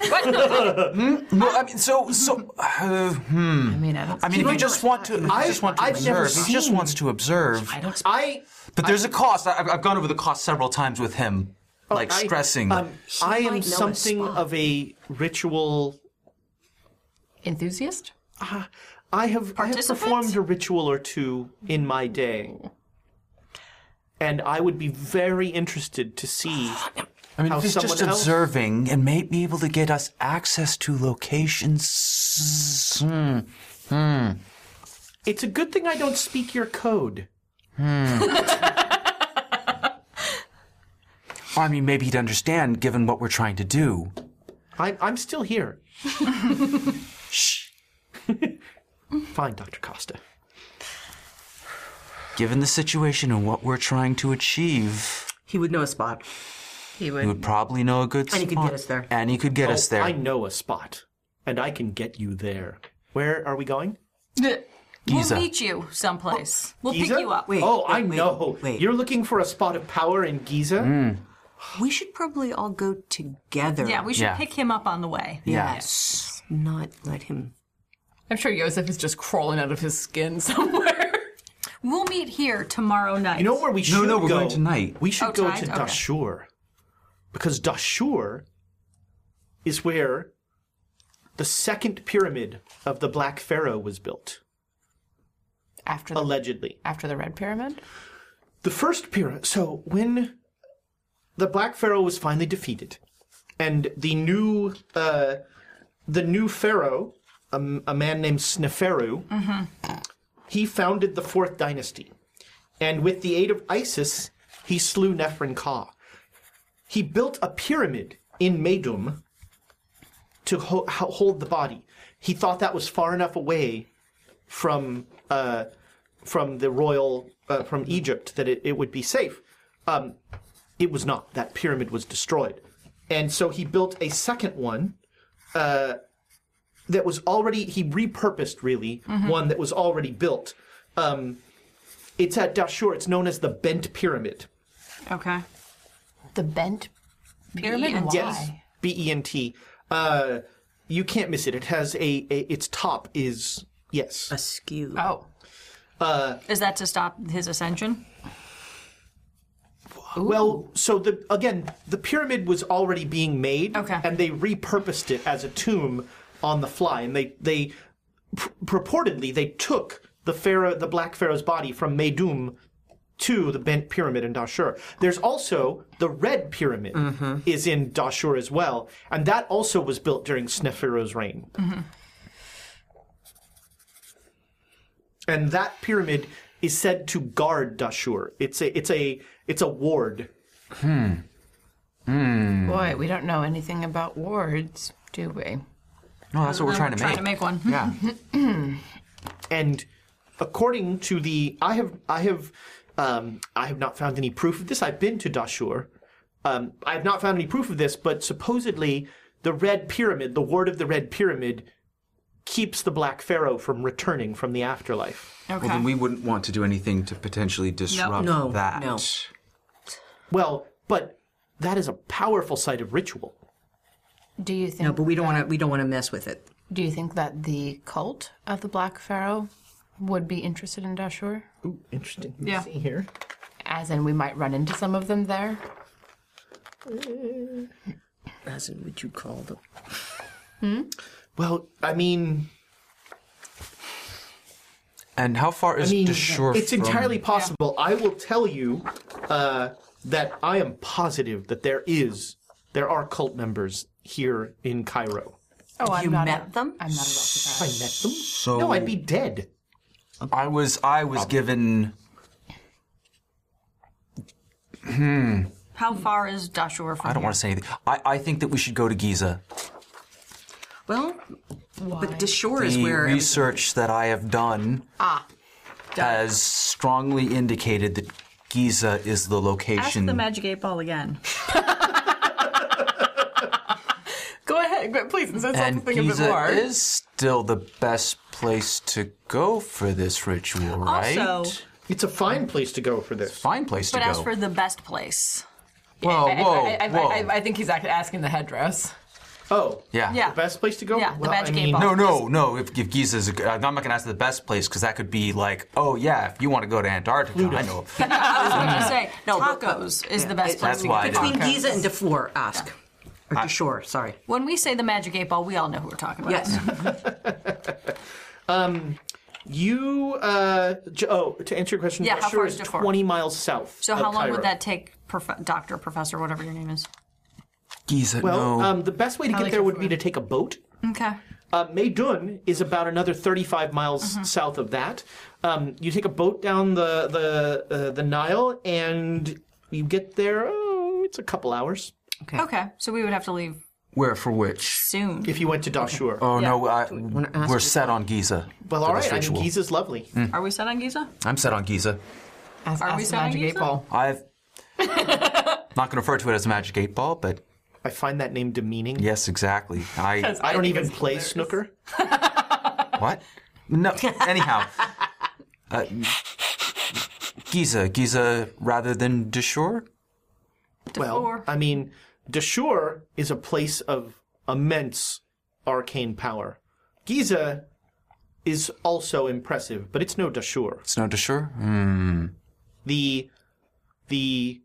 No, I mean, so so. Uh, hmm.
I mean, I don't.
I mean, if you just want to, if you just want to
I've never
observe. He just
seen-
wants to observe.
I.
But there's a cost. I- I've, I've gone over the cost several times with him, like
I-
stressing.
Um, I
might know
am
a
something
spot.
of a ritual.
enthusiast.
I have I have
Participants?
performed a ritual or two in my day. And I would be very interested to see
I mean,
how
if he's
someone
just
else
observing and may be able to get us access to locations. Hmm. Hmm.
It's a good thing I don't speak your code.
I mean, maybe he'd understand given what we're trying to do.
I'm I'm still here. Shh. *laughs* Fine, Dr. Costa.
Given the situation and what we're trying to achieve,
He would know a spot.
He
he would probably know a good spot.
And he could get us there.
And he could get us
Oh,
there. Mm.
I know a spot, and I can get you there. Where are we going?
Giza.
We'll meet you someplace. We'll
Giza?
pick you up.
Wait,
oh, I
wait, wait,
know.
wait.
You're looking for a spot of power in Giza.
Mm.
We should probably all go together.
Yeah, we should
Yeah.
pick him up on the way.
Yes. Not let him.
I'm sure Joseph is just crawling out of his skin *laughs* somewhere.
We'll meet here tomorrow night.
You know where we should
No,
go?
no, we're going tonight.
We should
Oh,
go
tonight?
to
Okay.
Dashur. Because Dashur is where the second pyramid of the Black Pharaoh was built,
After the
allegedly.
after the Red Pyramid?
The first pyramid. So when the Black Pharaoh was finally defeated, and the new uh, the new pharaoh, a, a man named Sneferu, he founded the fourth dynasty, and with the aid of Isis, he slew Nefren Ka. He built a pyramid in Medum to ho- ho- hold the body. He thought that was far enough away from uh, from the royal uh, from Egypt that it, it would be safe. Um, it was not. That pyramid was destroyed, and so he built a second one uh, that was already he repurposed really one that was already built. Um, it's at Dashur. It's known as the Bent Pyramid.
Okay.
The bent pyramid? Why?
Yes, B E N T. Uh, you can't miss it. It has a, a its top is yes.
Askew.
Oh.
Is that to stop his ascension?
Well, so the again, the pyramid was already being made,
Okay.
and they repurposed it as a tomb on the fly, and they they pr- purportedly they took the pharaoh, the black pharaoh's body from Meidum to the bent pyramid in Dashur. There's also the red pyramid is in Dashur as well, and that also was built during Sneferu's reign. and that pyramid is said to guard Dashur. It's a it's a it's a ward.
Boy, we don't know anything about wards, do we?
No, that's what we're trying to
Trying
make.
to make one.
yeah.
and according to the i have i have um, i have not found any proof of this i've been to dashur um, i have not found any proof of this but supposedly the red pyramid the ward of the red pyramid keeps the black pharaoh from returning from the afterlife
Okay.
Well, then we wouldn't want to do anything to potentially disrupt
No,
that.
no.
well but that is a powerful site of ritual
Do you think
No, but we don't want to. We don't want to mess with it.
do you think that the cult of the Black Pharaoh would be interested in Dashur?
Ooh, interesting
Yeah.
see here
As in we might run into some of them there?
As in, would you call them?
well i mean
And how far is
I mean,
Dashur
it's
from-
entirely possible. I will tell you uh, that I am positive that there is there are cult members here in Cairo.
Oh, I'm
you
not
met them?
I'm not about to
If I
that.
met them, no, I'd be dead.
I was I was given
How far is Dashur from
I don't want to say anything. I, I think that we should go to Giza.
Well, but the shore is
The
where everything-
research that I have done has strongly indicated that Giza is the
Ask
location.
the magic eight
*laughs*
ball again.
Go ahead, go- please, and say
and
something a bit
Giza
more.
is still the best place to go for this ritual, right?
Also-
It's a fine place to go for this.
Fine place
But
to
ask
go.
for the best place.
whoa,
I, I-
whoa,
I, I,
whoa.
I, I, I think he's act- asking the headdress.
Oh,
yeah.
Yeah.
the best place to go.
Yeah, the
Well,
magic
I
eight
mean,
ball.
No, no, no. If, if Giza is, a, good- I'm not going to ask the best place because that could be like, oh yeah, if you want to go to Antarctica, I know.
I was going
Mm-hmm.
to say
No, but-
tacos is the best place.
That's
we
why
can
I
go.
didn't-
between Giza and Deflor. Ask or Deshore. Sorry.
When we say the magic eight ball, we all know who we're talking about.
Yes.
Um, you uh, j- oh, to answer your question,
Yeah, how
Sure
far
is
is Darfur?
twenty miles south.
*laughs* So
of
how long
Cairo.
would that take, prof- doctor, professor, whatever your name is?
Giza,
Well,
no.
um, the best way to get there would be to take a boat.
Okay.
Uh, Meidun is about another 35 miles south of that. Um, you take a boat down the the uh, the Nile and you get there. Oh, it's a couple hours
Okay. So we would have to leave
Where for which?
soon.
if you went to Dashur.
Oh
Yeah.
no, I, we're set on Giza.
well,
for
all
this
right. I mean,
ritual.
Giza's lovely.
Are we set on Giza?
I'm set on Giza.
As,
Are we
the
selling
magic
these
eight ball.
*laughs* I've not going to refer to it as a magic eight ball, but
I find that name demeaning.
yes, exactly. *laughs* I
I don't even play snooker.
what? No. Anyhow, *laughs* uh, Giza, Giza, rather than Deshore.
Well,
Or-
I mean, Dashur is a place of immense arcane power. Giza is also impressive, but it's no Dashur.
It's no Hmm. Deshore.
the the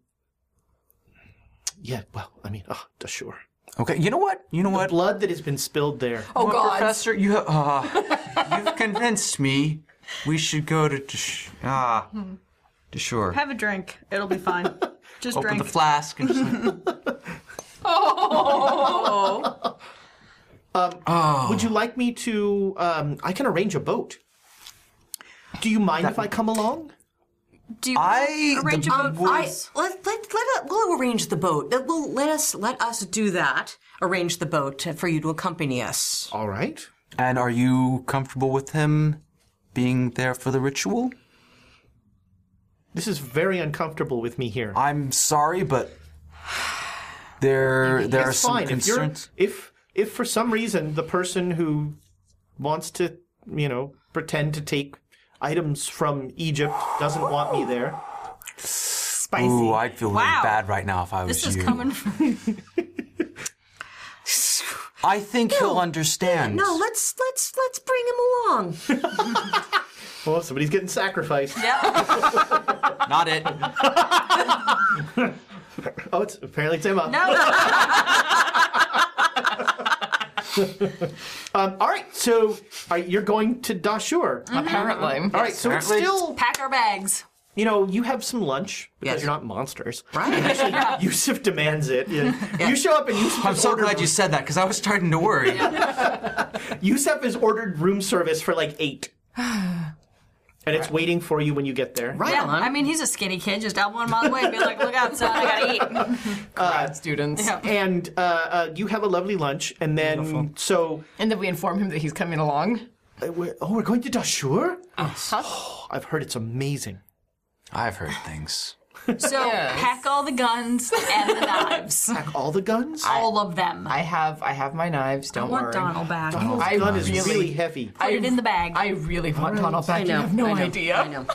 yeah well i mean oh sure
Okay. You know what? You know
the
what?
blood that has been spilled there
Oh, Professor, you *laughs* uh, you've convinced me. We should go to Desh- ah Deshore.
Have a drink. It'll be fine. Just
Open
drink.
the flask and just like, Oh.
would you like me to um, i can arrange a boat do you mind if i come along
*laughs* Do you
I-
arrange
the-
a boat
um,
for
I,
us?
let, let, let, we'll arrange the boat. Uh, We'll, let us let us do that. Arrange the boat uh, for you to accompany us.
all right
*laughs* and are you comfortable with him being there for the ritual?
this is very uncomfortable with me here
I'm sorry, but there there are
it's
some
fine if you're
concerns.
if if for some reason the person who wants to you know pretend to take items from egypt doesn't want me there
Spicy.
Ooh, I'd feel really
Wow.
bad right now if I was
This is
you.
coming from
I think he'll understand.
No, let's let's let's bring him along.
well Oh, somebody's getting sacrificed
not
*laughs*
it.
oh it's apparently it's emma
*laughs* no.
Um, all right, so uh, you're going to Dashur.
Apparently.
Mm-hmm. All right, so it's
Apparently.
still,
Pack our bags.
you know, you have some lunch because
Yes.
you're not monsters.
Right?
Yusuf demands it. Yeah. You show up and Yusuf
I'm
has
so
ordered,
glad you said that because I was starting to worry.
Yusuf has ordered room service for like eight, and it's waiting for you when you get there.
Right
Yeah.
on.
I mean, he's a skinny kid. Just out one mile away. Be like, look out, son. I gotta eat.
Uh, students.
And uh, uh, you have a lovely lunch, and then so
And then we inform him that he's coming along.
uh, we're, oh, we're going to Dashur. *gasps* Oh, I've heard it's amazing.
I've heard things.
So pack all the guns and the
*laughs*
knives.
Pack all the guns.
all of them.
I have I have my knives. Don't
I want
worry.
Donald back.
Donald's
I
Oh, gun is really,
really-
heavy.
Put it in the bag.
I really want Donald back. You have no
I know,
idea.
I know.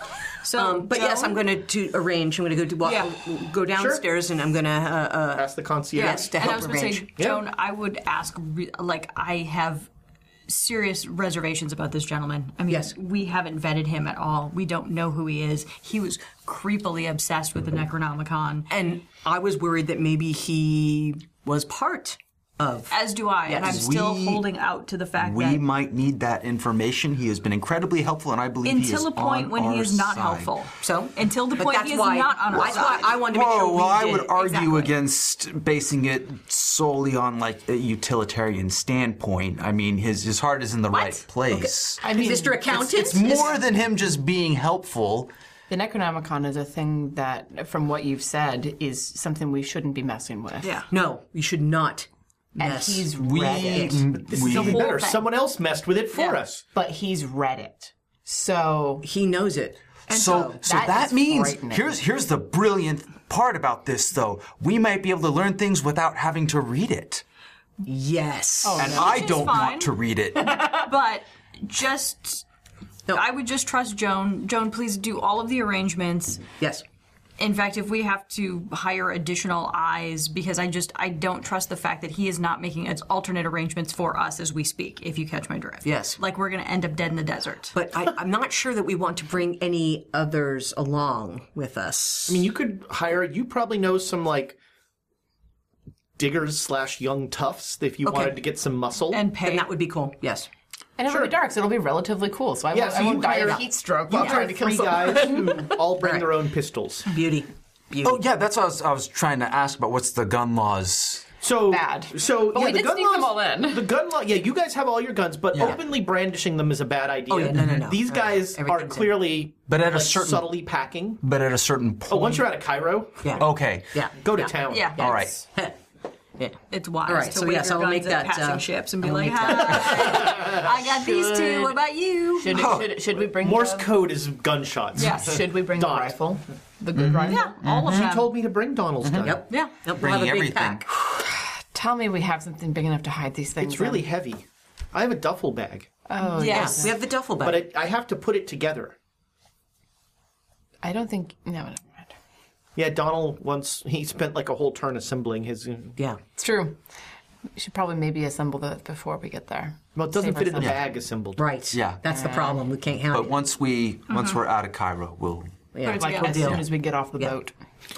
so,
Um, but yes,
Joe?
I'm going to do arrange. I'm going to go to walk, go downstairs, and I'm going to. Uh, uh,
Ask the concierge.
Yes, to
and I
help
was going to
arrange.
say, Joan, I would ask, re- like, I have serious reservations about this gentleman. I mean,
Yes.
we haven't vetted him at all. We don't know who he is. He was creepily obsessed with the Necronomicon,
And I was worried that maybe he was part of.
as do I. And I'm
Yes.
still
We-
holding out to the fact
We
that
might need that information. He has been incredibly helpful, and I believe he is
until a point
on
when he
our
is not
side.
helpful.
So
until the
But
point
that's
he is
why-
not on our
That's why
side.
I wanted to make
Whoa,
sure we
well, I
did.
would argue
Exactly.
against basing it solely on like a utilitarian standpoint. I mean, his his heart is in the right place.
I
Is
mean,
this to accountant?
It's more than him just being helpful.
the Necronomicon is a thing that, from what you've said, is something we shouldn't be messing with. Yeah.
No, you should not.
And
mess.
he's
We,
read it.
This
we
is even better.
thing.
Someone else messed with it for us.
But he's read it. So
He knows it.
so so
that
that,
is
means
frightening.
here's here's the brilliant part about this though. We might be able to learn things without having to read it.
Yes.
And I
is
don't
fine.
want to read it.
but just. I would just trust Joan. Joan, please do all of the arrangements.
Yes.
In fact, if we have to hire additional eyes, because I just I don't trust the fact that he is not making its alternate arrangements for us as we speak. If you catch my drift,
Yes.
like we're going to end up dead in the desert.
But I, I'm not sure that we want to bring any others along with us.
I mean, you could hire. You probably know some like diggers slash young toughs if you wanted to get some muscle.
and pay
and that would be cool. Yes.
And it'll be dark, so it'll be relatively cool. So I
Yeah,
won't,
so
I
you
won't die
hire-
of heat stroke
You
while trying
hire
to kill
three
someone.
guys who all bring their own pistols.
Beauty. Beauty.
Oh yeah, that's what I was, I was trying to ask about. What's the gun laws?
So
Bad.
So
But
yeah,
we
the
did
gun
sneak
laws,
them all in.
The gun law. Yeah, you guys have all your guns, but
Yeah.
openly brandishing them is a bad idea.
yeah, no, no, no.
These
No, no,
guys are
everything's in.
clearly,
But at a
like,
certain- Mm.
subtly packing.
But at a certain point.
But once you're out of Cairo,
Yeah.
okay.
Yeah.
go to town.
Yeah.
All right.
Yeah.
It's wise
All right,
to
so
wave
yes,
your
I'll
guns
make
at
that,
passing
uh,
ships and be
I'll
like,
make
"Hi, I got these two. What about you?"
Should, should, should we bring
Morse
the,
code is gunshots.
Yeah.
Should we bring
Dot.
the rifle? The good rifle?
yeah, all of
She
them.
told me to bring Donald's gun.
Yep.
Yeah.
Yep. We'll have a
Bringing
big
everything.
pack.
Tell me we have something big enough to hide these things.
It's really
in.
heavy. I have a duffel bag,
Oh,
yes.
We have the duffel bag.
but it, I have to put it together.
I don't think. No, never mind.
Yeah, Donald once he spent like a whole turn assembling his.
yeah.
It's true. We should probably maybe assemble that before we get there.
Well, it doesn't
Save
fit in the
ourselves.
bag assembled.
Right.
Yeah. Oh.
That's the problem. We can't handle
But once we once we're out of Cairo, we'll.
it. Yeah.
Like,
As soon as we get off the boat.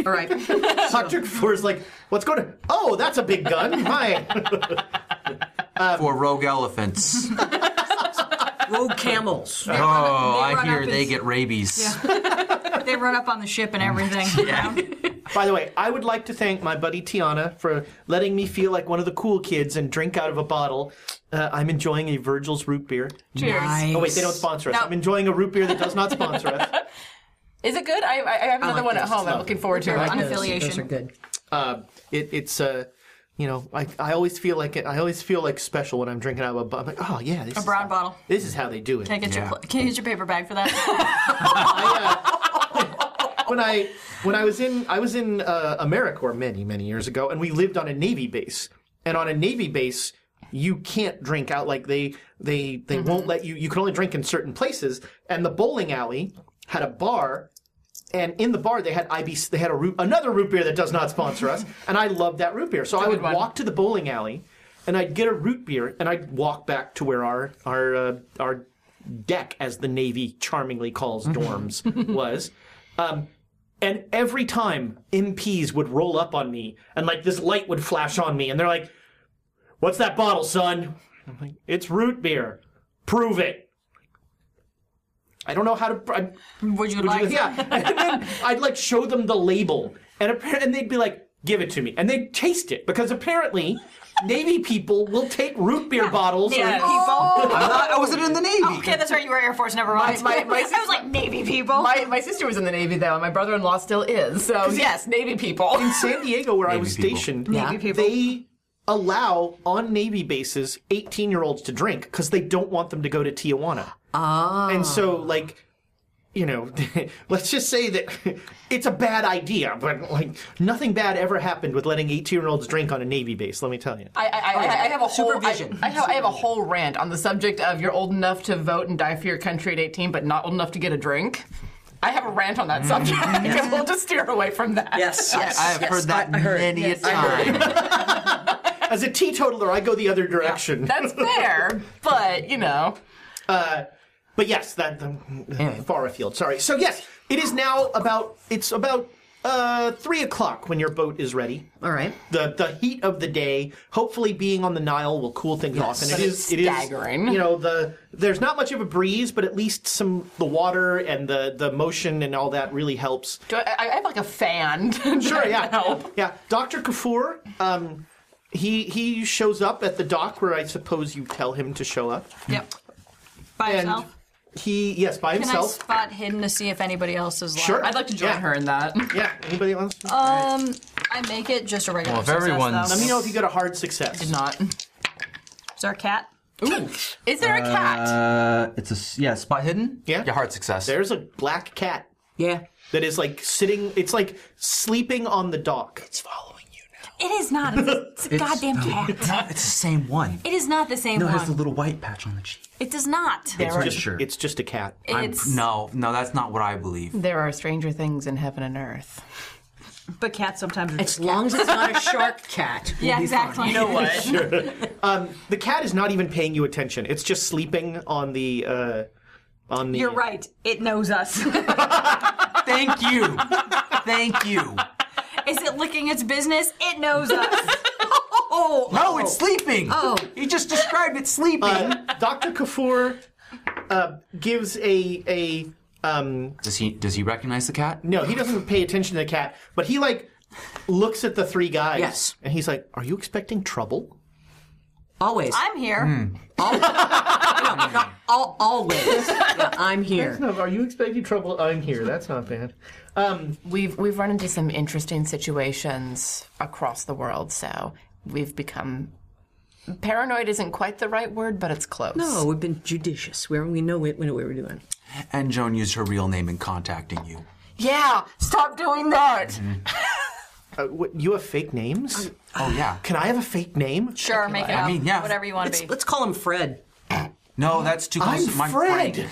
All right.
*laughs* Patrick Four is like, let's go to. Oh, that's a big gun. *laughs* My.
for rogue elephants.
Rogue camels.
oh,
they
I
run
hear
up
they
and-
get rabies.
they run up on the ship and everything. yeah.
By the way, I would like to thank my buddy Tiana for letting me feel like one of the cool kids and drink out of a bottle. Uh, I'm enjoying a Virgil's root beer.
Cheers.
Nice.
Oh wait, they don't sponsor us.
No.
I'm enjoying a root beer that does not sponsor us.
Is it good? I, I I have another
like
one at
this.
home. I'm looking forward to it.
On
Those- Those are
affiliation.
good.
Uh, it, it's uh, you know, I, I always feel like it, I always feel like special when I'm drinking out of a bottle. I'm like, oh yeah, this
A
is
brown
how-
bottle.
This is how they do it.
Can I get your
Yeah.
pl- can you use your paper bag for that? *laughs*
*laughs* when I when I was in I was in uh, AmeriCorps many many years ago, and we lived on a Navy base. And on a Navy base, you can't drink out like they they they won't let you. You can only drink in certain places. And the bowling alley had a bar. And in the bar, they had IB, they had a root, another root beer that does not sponsor us, and I loved that root beer. So I would walk to the bowling alley, and I'd get a root beer, and I'd walk back to where our our uh, our deck, as the Navy charmingly calls dorms, was. Um, and every time MPs would roll up on me and like this light would flash on me and they're like, What's that bottle, son? I'm like, It's root beer. Prove it. I don't know how to. pr- I,
Would you like?
yeah. And then I'd like show them the label and, appar- and they'd be like, Give it to me. And they'd taste it because apparently Navy people will take root beer bottles.
Navy
and-
people.
I'm not, I wasn't in the Navy.
Okay, that's right. You were Air Force. Never mind.
My- my- my
*laughs* I was like Navy people.
My, my sister was in the Navy though, and my brother-in-law still is. So yes, Navy people.
in San Diego, where I was
people.
stationed,
Navy people.
they allow on Navy bases 18 year olds to drink because they don't want them to go to Tijuana. Ah. And so, like, you know, *laughs* let's just say that *laughs* it's a bad idea, but like, nothing bad ever happened with letting 18 year olds drink on a Navy base, let me tell you.
I, I, I, I have a whole I,
Supervision.
I have, I have a whole rant on the subject of you're old enough to vote and die for your country at 18, but not old enough to get a drink. I have a rant on
Mm. *laughs*
that subject. we'll just steer away from that.
Yes. yes.
I have
yes.
heard that
I, I heard.
many
Yes.
a time.
As a teetotaler, I go the other direction. *laughs*
That's fair, but you know,
Uh, But yes, that um, far afield. Sorry. So yes, it is now about it's about uh, three o'clock when your boat is ready.
All right.
the the heat of the day. Hopefully, being on the Nile will cool things off. And
but
it
it's
is it is
staggering.
you know the there's not much of a breeze, but at least some the water and the the motion and all that really helps.
do I, I have like a fan. *laughs*
Sure, yeah,
Help.
yeah. Doctor Kafur, um, he he shows up at the dock where I suppose you tell him to show up,
Yep. By
and
yourself.
he yes by
Can I
himself.
spot hidden to see if anybody else is? live?
Sure.
I'd like to join
Yeah.
her in that.
Yeah. Anybody else?
Um, I make it just a regular.
Well, if
success,
everyone's-
though.
Let me know if you get a hard success.
Not.
Is there a cat?
Is there a cat?
Uh, it's a yeah spot hidden.
Yeah.
yeah, hard success.
There's a black cat
Yeah.
that is like sitting. It's like sleeping on the dock.
it's following you now.
It is not. It's a, it's a goddamn cat.
It's the same one.
It is not the same
No, it
one.
has the little white patch on the cheek.
it does not.
It's
Just-
sure.
It's just a cat.
I'm-
It's
no, no, that's not what I believe.
There are stranger things in heaven and earth.
But cats sometimes. Are
As long as it's not a shark
*laughs*
cat. we'll
yeah,
be fine.
exactly. You know what?
The cat is not even paying you attention. It's just sleeping on the uh, on the.
You're right. It knows us. *laughs*
Thank you, thank you.
Is it licking its business? It knows us.
Oh,
No, it's sleeping.
Oh.
He just described it sleeping.
Uh. *laughs* Dr. Kafur uh, gives a a um,
does he does he recognize the cat?
no, he doesn't pay attention to the cat, but he like looks at the three guys
Yes.
and he's like, "Are you expecting trouble?"
always.
I'm here.
Hmm.
Al- always. Yeah, I'm here.
No, are you expecting trouble? I'm here. That's not bad.
We've we've run into some interesting situations across the world, so we've become paranoid isn't quite the right word, but it's close.
No, Oh, we've been judicious. Where we know we, we know what we're doing.
And Joan used her real name in contacting you.
Yeah, stop doing that.
Uh, what, you have fake names?
Oh yeah.
Can I have a fake name?
Sure, make it up.
mean, yeah.
Whatever you want to
Let's,
be.
let's call him Fred.
No, that's too close
I'm
to my
Fred.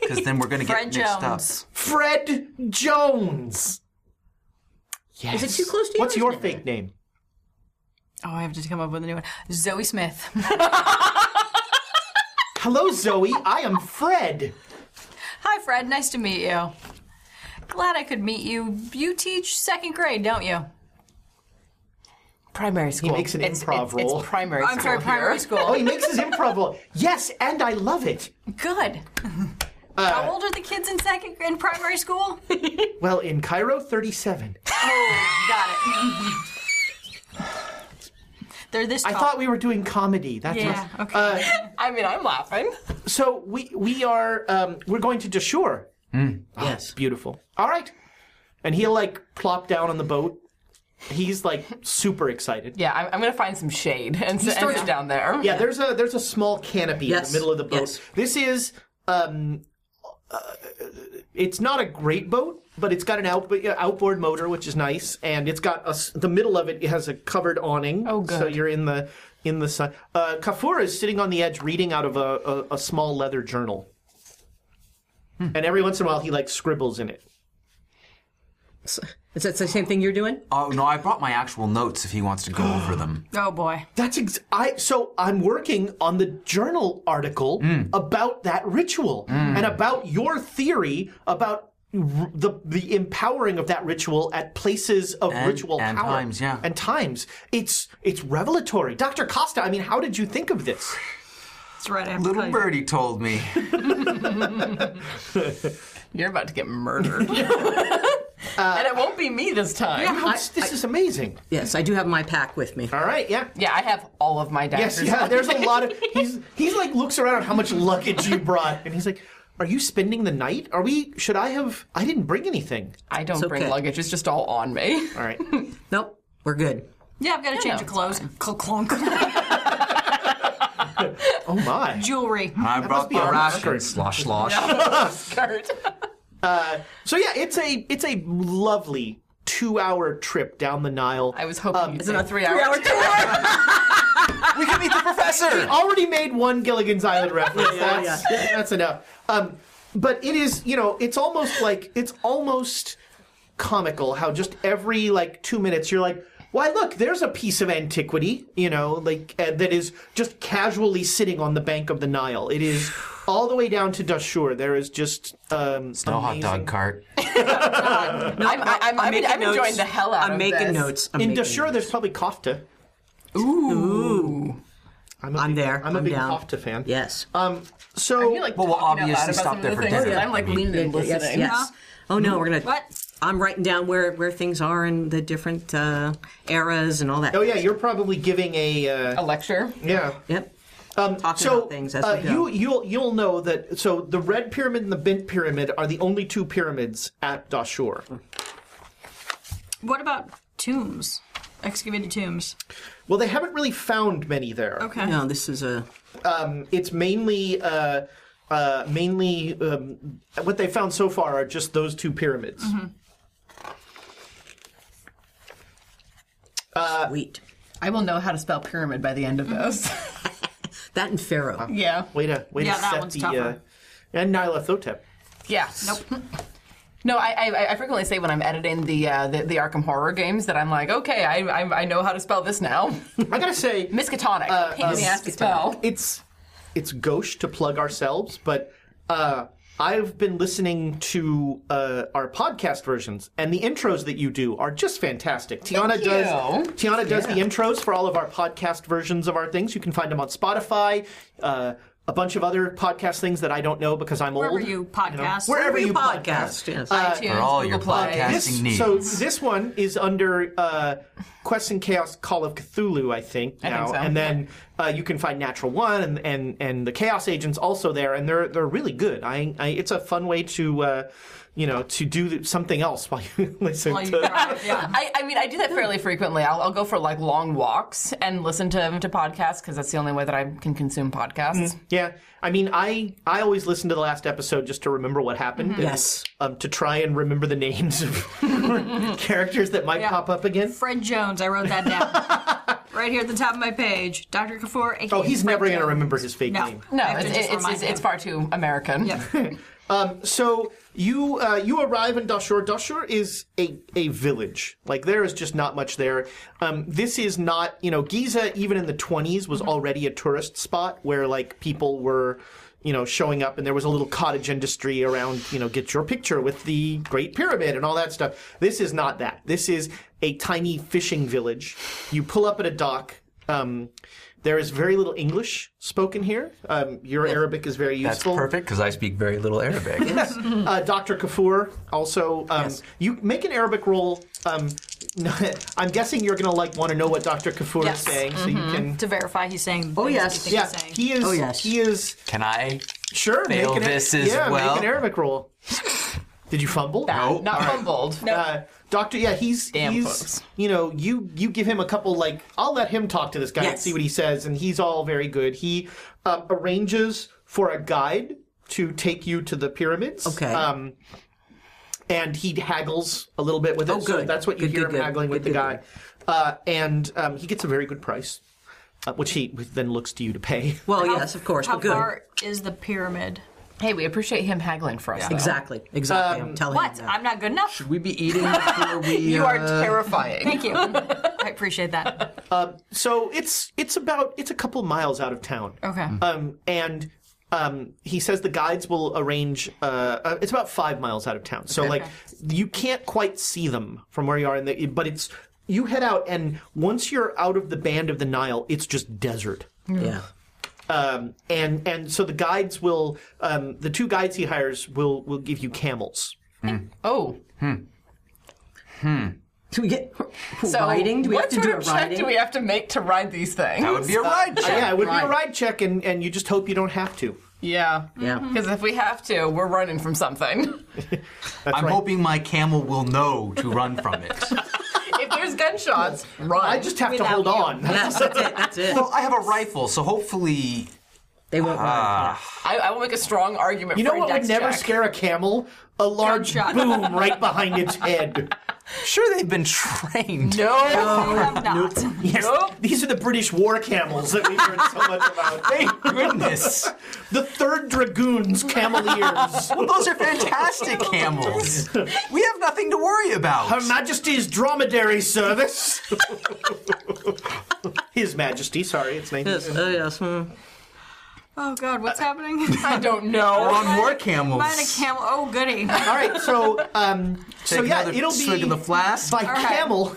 Because then we're gonna get
Fred
mixed
Jones.
up.
Fred Jones. Yes.
it too close to
What's
yours
*laughs* your
now?
fake name?
Oh, I have to come up with a new one. Zoe Smith. *laughs*
Hello, Zoe. I am Fred.
Hi, Fred. Nice to meet you. Glad I could meet you. You teach second grade, don't you?
Primary school.
makes an
it's,
improv
it's,
role.
It's primary
I'm
school.
sorry,
*laughs*
primary
Oh,
school.
he makes his improv. roll. Yes, and I love it.
Good. How old are the kids in second in primary school?
Well, in Cairo, 37.
Got it. They're this
I
tall.
thought we were doing comedy. That's
Yeah.
us.
Okay.
I mean, I'm laughing.
So we we are um, we're going to Dashur.
Yes.
Beautiful. All right. And he'll like plop down on the boat. He's like super excited.
Yeah, I'm, I'm gonna find some shade and, sit- and
starts-
sit down there.
Yeah, there's a there's a small canopy in
Yes.
the middle of the boat.
Yes.
This is um, uh, it's not a great boat, but it's got an out, outboard motor, which is nice, and it's got a s the middle of it, it has a covered awning. Oh,
good.
So you're in the in the sun. Uh, Kafur is sitting on the edge, reading out of a, a, a small leather journal, and every once in a while he like scribbles in it.
So- Is that the same thing you're doing?
Oh no, I brought my actual notes if he wants to go over them.
oh boy.
That's ex- I so I'm working on the journal article
Mm.
about that ritual and about your theory about r- the the empowering of that ritual at places of
And-
ritual
and
power
times, yeah.
and times. It's it's revelatory, Dr. Costa. I mean, how did you think of this?
That's right. I have to tell
Little
you.
birdie told me.
You're about to get *laughs* murdered, and it won't be me this time. Uh, Yeah,
How- this is amazing.
Yes, I do have my pack with me.
All right, yeah.
I have all of my daggers.
Yes, yeah.
on
There's a
me.
lot of *laughs* he's he's like looks around at how much luggage *laughs* you brought, and he's like, "Are you spending the night? Are we? Should I have? I didn't bring anything."
I don't
It's
bring
okay.
luggage. It's just all on me.
All *laughs* right.
Nope, we're good.
Yeah, I've got to change of clothes. Cl- clunk.
Oh my.
Jewelry.
I brought
be
the
on the record.
ration. Slosh slosh.
Skirt.
So yeah, it's a it's a lovely two hour trip down the Nile.
I was hoping. you'd
Is it
say
a three-hour
Our tour.
we can meet the professor.
already made one Gilligan's
*laughs*
Island reference.
Yeah, yeah,
that's, that's enough. Um, but it is you know it's almost like it's almost comical how just every like two minutes you're like. Why look? There's a piece of antiquity, you know, like uh, that is just casually sitting on the bank of the Nile. It is all the way down to Dashur. There is just um,
No hot
amazing-
dog cart.
I'm, I'm, I'm, I'm,
making
enjoying
notes.
the hell out
I'm
of
making
this.
notes. I'm
In
making
Dashur, there's probably kofta.
Ooh.
I'm, a
I'm
big-
there.
I'm a big
down.
kofta fan.
Yes.
Um, so
You, like,
Oh, Well, we'll
talking out loud
obviously
about
stop
some of
there
the
for
things,
dinner.
and I'm like
I mean-
leaning and
yes,
listening.
yes. Oh no, we're gonna.
What?
I'm writing down where where things are and the different uh, eras and all that.
Oh yeah, you're probably giving a uh,
Oh.
A lecture.
yeah.
Yep.
Um,
Talking
so
about things as
uh,
we go.
you you'll you'll know that. So the red pyramid and the bent pyramid are the only two pyramids at Dashur.
What about tombs? Excavated tombs.
Well, they haven't really found many there.
Okay.
No, this is a.
It's mainly uh, uh, mainly um, what they found so far are just those two pyramids.
Mm-hmm.
Wait.
I will know how to spell pyramid by the end of this.
That and
Uh,
Pharaoh.
*laughs* yeah.
Way to way
Yeah,
to
that
set
one's
the
tougher.
uh, and Nylathotep.
Yeah. Nope. No, I, I, I frequently say when I'm editing the, uh, the the Arkham horror games that I'm like, okay, I, I, I know how to spell this *laughs* now.
I gotta say,
Miskatonic. um, Pain in the ass to spell.
it's it's gauche to plug ourselves, but uh, I've been listening to uh, our podcast versions, and the intros that you do are just fantastic. Tiana does Tiana does the intros for all of our podcast versions of our things. You can find them on Spotify. Uh, a bunch of other podcast things that I don't know because I'm
Wherever
old.
you podcast.
wherever you
podcast, Uh, yes.
iTunes,
For all your
Google Play.
podcasting
this,
needs.
So this one is under uh, Quest and Chaos Call of Cthulhu, I think now,
so.
and then uh, you can find Natural One and, and and the Chaos Agents also there, and they're they're really good. I, I it's a fun way to. Uh, you know, to do something else while you *laughs* listen
While you
to.
drive, yeah.
I, I mean, I do that fairly frequently. I'll, I'll go for like long walks and listen to to podcasts because that's the only way that I can consume podcasts.
*laughs* Yeah, I mean, I I always listen to the last episode just to remember what happened.
Mm-hmm.
and,
Yes.
um, to try and remember the names of *laughs* characters that might pop up again.
Fred Jones, I wrote that down.
*laughs*
right here at the top of my page. Dr. Kafour,
Oh, he's never going to remember his fake
No.
name.
No,
I have to
it's,
just
it's,
remind
it's, it's
him.
far too American. *laughs*
Yeah.
So you uh, you arrive in Dashur. Dashur is a, a village. Like there is just not much there. Um, this is not you know Giza even in the twenties was already a tourist spot where like people were you know showing up and there was a little cottage industry around you know get your picture with the Great Pyramid and all that stuff. This is not that. This is a tiny fishing village. You pull up at a dock. Um, there is very little English spoken here. Um, your Arabic is very
That's
useful.
perfect because I speak very little Arabic.
Uh, Dr. Kafur also. Um, You make an Arabic roll. Um, *laughs* I'm guessing you're going to like want to know what Dr. Kafur
Yes. Mm-hmm.
is saying, so you can.
to verify he's saying.
Oh,
things
yes.
that you think
Yeah,
he's saying.
he is.
Oh, yes.
He is.
Can I?
Sure.
Fail
make an,
this as
yeah,
well.
Make an Arabic roll. Did you fumble?
No.
Not humbled.
Uh, doctor, yeah, he's
Damn
he's
folks.
you know you you give him a couple like I'll let him talk to this guy and
Yes.
see what he says, and he's all very good. He uh, arranges for a guide to take you to the pyramids.
Okay.
Um, and he haggles a little bit with it.
Oh,
So
good.
that's what you
Good,
hear
good,
him
good.
haggling with
Good,
the
good,
guy. Uh, and um, he gets a very good price, uh, which he then looks to you to pay. *laughs*
Well, Oh, yes, of course.
How
But good.
far is the pyramid?
Hey, we appreciate him haggling for us. though.
Exactly. Exactly. I'm telling
What?
you.
I'm not good enough.
Should we be eating
*laughs*
before we?
You are
uh,
terrifying.
Thank you. I appreciate that.
So it's it's about it's a couple miles out of town.
Okay.
Um, and um, he says the guides will arrange. Uh, uh, it's about five miles out of town, so like you can't quite see them from where you are. In the, but it's you head out, and once you're out of the band of the Nile, it's just desert.
Yeah.
Um, and and so the guides will um, the two guides he hires will will give you camels.
Oh,
Do we get
so
riding? Do we
what
have to
sort
do a
of check
riding?
do we have to make to ride these things?
That would be a ride check.
yeah, it would be a ride check, and, and you just hope you don't have to.
Yeah.
Yeah.
Because if we have to, we're running from something. *laughs*
I'm hoping my camel will know to run from it.
if there's
*laughs*
gunshots, run.
I just have to
Without
hold
you.
on. *laughs*
*laughs*
Yes, that's it. That's it.
well, I have a rifle, so hopefully
They won't ride.
I, I will make a strong argument.
You know
for a
what would
dex
never
check.
scare a camel? A large
Gunshot.
boom right behind its head.
sure they've been trained.
*laughs*
No.
You have not.
Yes, these are the British war camels that we've heard so much about.
Thank *laughs* goodness.
The Third Dragoons Cameliers.
Well, those are fantastic camels. We have nothing to worry about.
Her Majesty's Dromedary Service. His Majesty, sorry, it's name.
Yes. Oh, yes. hmm.
Oh God, what's happening?
*laughs*
I don't
*laughs*
know.
We're on war camels.
Mine a camel. Oh
*laughs*
goody.
All right, so um, so
Take
yeah,
another
it'll
swig
be
of the flask.
by
right.
camel.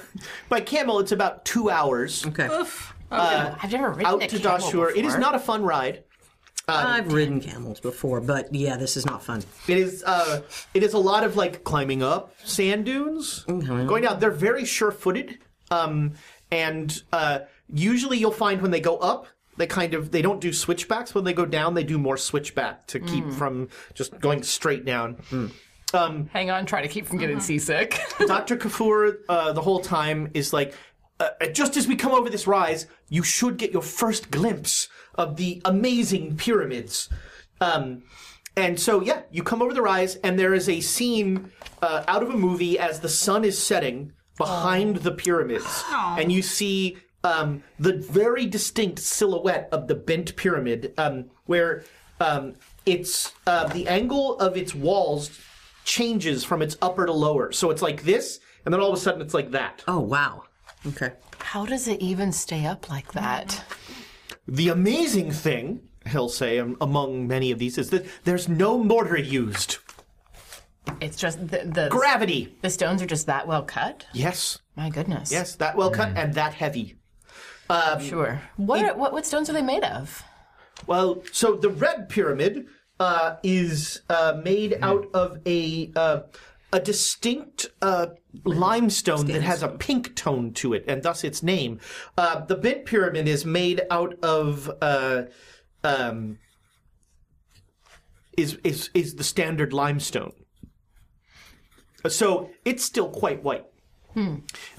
By camel, it's about two hours
Okay.
I've never ridden
out
a
to
camel
Dashur. It is
before.
not a fun ride.
I've ridden camels before, but yeah, this is not fun.
It is uh, it is a lot of like climbing up sand dunes, going down. They're very sure-footed, um, and uh, usually you'll find when they go up, they kind of they don't do switchbacks. When they go down, they do more switchback to keep from just going straight down.
Hang on, try to keep from getting seasick. *laughs*
Dr. Kafur, uh, the whole time, is like, uh, uh, just as we come over this rise, you should get your first glimpse of the amazing pyramids. Um, and so, yeah, you come over the rise, and there is a scene uh, out of a movie as the sun is setting behind the pyramids. And you see um, the very distinct silhouette of the bent pyramid, um, where um, it's uh, the angle of its walls changes from its upper to lower. So it's like this, and then all of a sudden it's like that.
Oh, wow. Okay.
Mm-hmm. How does it even stay up like that?
The amazing thing he'll say um, among many of these is that there's no mortar used.
It's just the, the
Gravity.
The stones are just that well cut.
Yes.
My goodness. Oh,
Yes, that well cut and that heavy.
Sure. What, are, what what stones are they made of?
Well, so the red pyramid uh, is uh, made out of a uh, a distinct uh, limestone that has a pink tone to it, and thus its name. Uh, the bit pyramid is made out of. Uh, um, is, is is the standard limestone. So it's still quite white.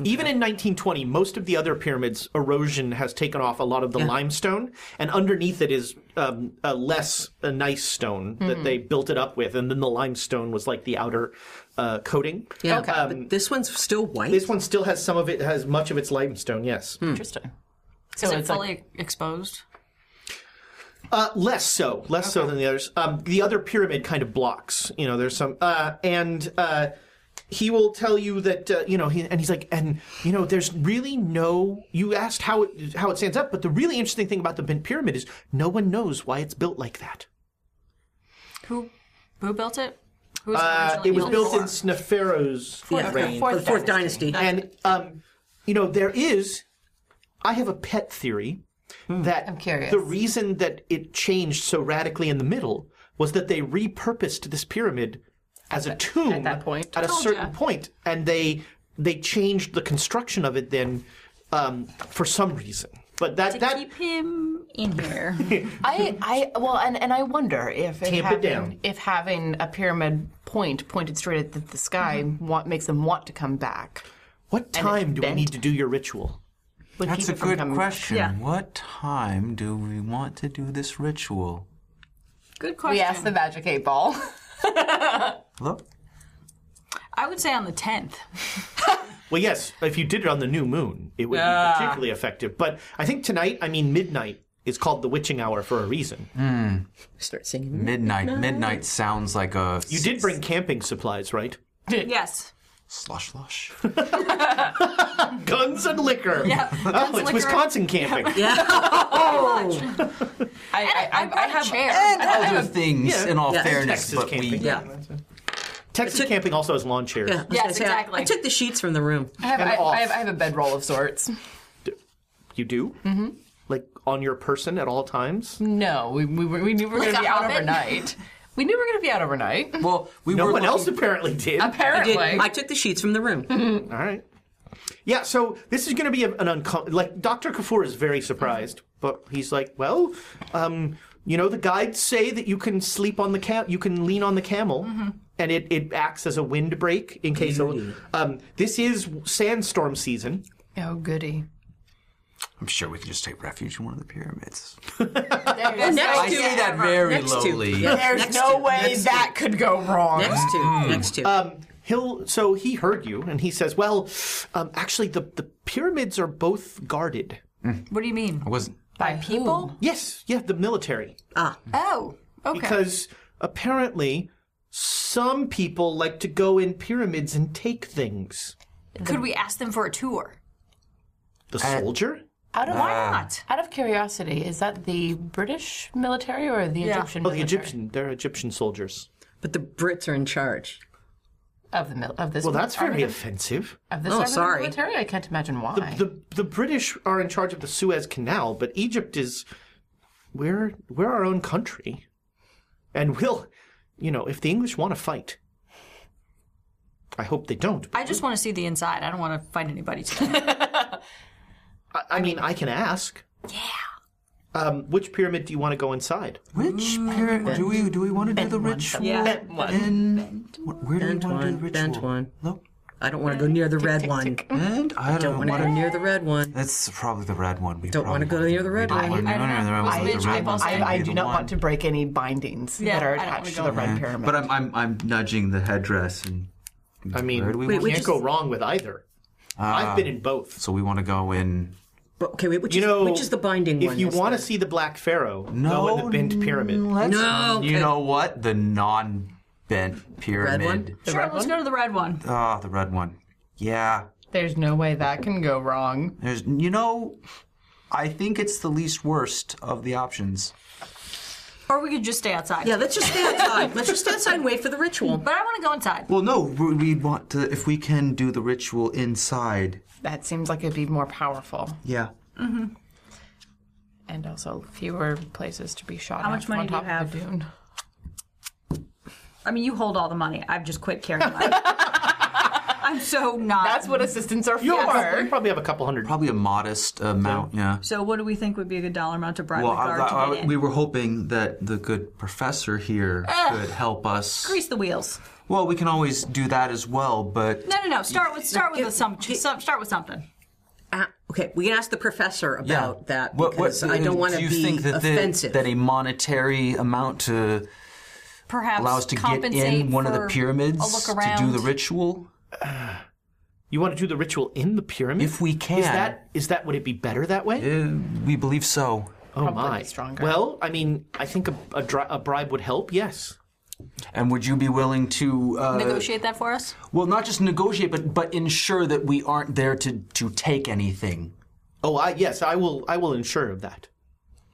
Even in 1920, most of the other pyramids, erosion has taken off a lot of the limestone, and underneath it is um, a less a nice stone that they built it up with, and then the limestone was like the outer uh, coating. Um,
Yeah, but this one's still white.
This one still has some of it, has much of its limestone, yes.
Interesting. So
Is it
it's like-
fully exposed?
Uh, less so, less so than the others. Um, the other pyramid kind of blocks. You know, there's some, uh, and uh, he will tell you that uh, you know, he, and he's like, and you know, there's really no. You asked how it how it stands up, but the really interesting thing about the bent pyramid is no one knows why it's built like that.
Who who built it? Who was
Uh,
originally
it was built in
for?
Sneferu's reign,
Fourth, the fourth dynasty.
and um, you know, there is. I have a pet theory
Hmm.
that
curious.
the reason that it changed so radically in the middle was that they repurposed this pyramid as a tomb at
that point.
at a
Told
certain
ya.
point, and they they changed the construction of it then um, for some reason. But that that
Keep him in here.
I, I well, and, and I wonder if if
Tamp it
having,
down.
if having a pyramid point pointed straight at the, the sky want, makes them want to come back.
what time do we
bent.
need to do your ritual?
Would
That's
keep
a
it from
good
coming-
question.
Yeah.
What time do we want to do this ritual?
Good question.
We asked the magic eight ball.
Look,
I would say on the tenth.
Well, yes, if you did it on the new moon, it would be
Ah.
particularly effective. But I think tonight, I mean midnight, is called the witching hour for a reason.
Start singing.
midnight. Midnight sounds like a
You did bring camping supplies, right?
yes.
slosh slosh.
Guns and liquor. Yeah, oh, it's
liquor.
Wisconsin camping.
*laughs* I, I, I,
I've got
I
a
have
Oh. chair.
and other things, in all
Yeah.
fairness,
Texas
but we
camping.
Yeah.
Texas camping also has lawn chairs.
Yeah, I was
Yes,
gonna say, I-
exactly.
I took the sheets from
*laughs*
the room.
I have,
and
I,
off.
I have, I have a bedroll of sorts.
You do? Mm-hmm. Like on your person at all times?
No, we, we, were- we knew we were
Like
going to
a
be out
hobbit?
overnight. We knew we were going to be out overnight.
well we
No
were
one
looking-
else apparently did.
*laughs*
All
I
Apparently,
did. I took the sheets from
*laughs*
the room.
right. Yeah, so this is going to be a- an uncom Like, Dr. Kafur is very surprised, but he's like, well, um, you know, the guides say that you can sleep on the cam, you can lean on the camel, and it, it acts as a windbreak in case of. Um, this is sandstorm season.
oh goody.
I'm sure we could just take refuge in one of the pyramids.
Next
I
to
say that very
Next to-
lowly.
There's
Next
no
to-
way
next to-
that could go wrong.
Next to, next to.
he'll so he heard you and he says well um, actually the, the pyramids are both guarded
What do you mean?
I wasn't.
By people?
yes yeah the military
Ah,
Oh, okay.
because apparently some people like to go in pyramids and take things
Could we ask them for a tour?
the soldier
Out of
Why not?
out of curiosity, is that the British military or the Egyptian?
well Oh, the
military?
egyptian they're egyptian soldiers
but the Brits are in charge.
of the mil- of this.
well that's
arm of
very
the-
offensive
Of this
Oh,
arm of the
sorry.
military, I can't imagine why.
the, the british are in charge of the suez canal but egypt is we're we're our own country and we'll you know if the english want to fight i hope they don't
I just want to see the inside. I don't want to fight anybody today.
I, I mean, I can ask. Yeah. Um, which pyramid do you want to go inside?
Which pyramid do we do we want to do the ritual?
yeah.
In, wh- where do we
Bent
want to do the
one,
ritual?
bent one.
Look,
I don't want to go near the red one.
and I don't,
Don't want to
want
go near the red one.
That's probably the red one. We
Don't wanna
probably
go near the
We
red
don't
one.
wanna
I- I
go near
don't
the red
know.
one.
I-
The red
I-
one's
I-
gonna
I
be the one.
break any bindings
Yeah, I don't wanna go there.
red
But I'm, I'm I'm nudging the headdress and.
I mean,
where do we
we
want
can't
to Ah.
go wrong with either. I've been in both.
So we want to go in.
But, okay, wait, which,
You
is,
know,
which is the binding one?
If you
That's
want to
the-
see the Black Pharaoh,
No,
go in the bent pyramid.
Let's,
No,
um, You know what? The non-bent pyramid.
one?
Sure, let's go to the red one.
Ah, the red one. Yeah.
There's no way that can go wrong.
There's, you know, I think it's the least worst of the options.
Or we could just stay outside.
Yeah, let's just stay outside. let's just stay outside and wait for the ritual.
But I want to go inside.
Well, no, we- we'd want to, if we can do the ritual inside.
That seems like it'd be more powerful
Yeah.
and also fewer places to be shot.
How
at
much money
on
do you
top of the dune.
I mean, you hold all the money. I've just quit caring
*laughs*
about it. I'm so not.
That's what assistants are
You
for.
probably have a couple hundred.
Probably a modest amount, yeah.
so, what do we think would be a good dollar amount to bribe
Well,
the guard
I,
to
I-
get in?
we were hoping that the good professor here could help us.
Grease the wheels.
Well, we can always do that as well, but
No, no, no. Start with start with a some, some start with something.
Uh, okay, we can ask the professor about that
What- what-
because I don't want to
do
be
you think that the-
offensive.
that a monetary amount to
Perhaps
allow us to get
compensate
in one of the
for
pyramids
A look
to
around.
do the ritual?
You want to do the ritual in the pyramid?
If we can.
Is that is that would it be better that way?
Uh, we believe so.
oh my.
be stronger.
Well, I mean, I think a, a, dri- a bribe would help. Yes.
And would you be willing to, uh,
Negotiate that for us.
well, not just negotiate, but but ensure that we aren't there to to take anything?
Oh, I yes, I will I will ensure of that.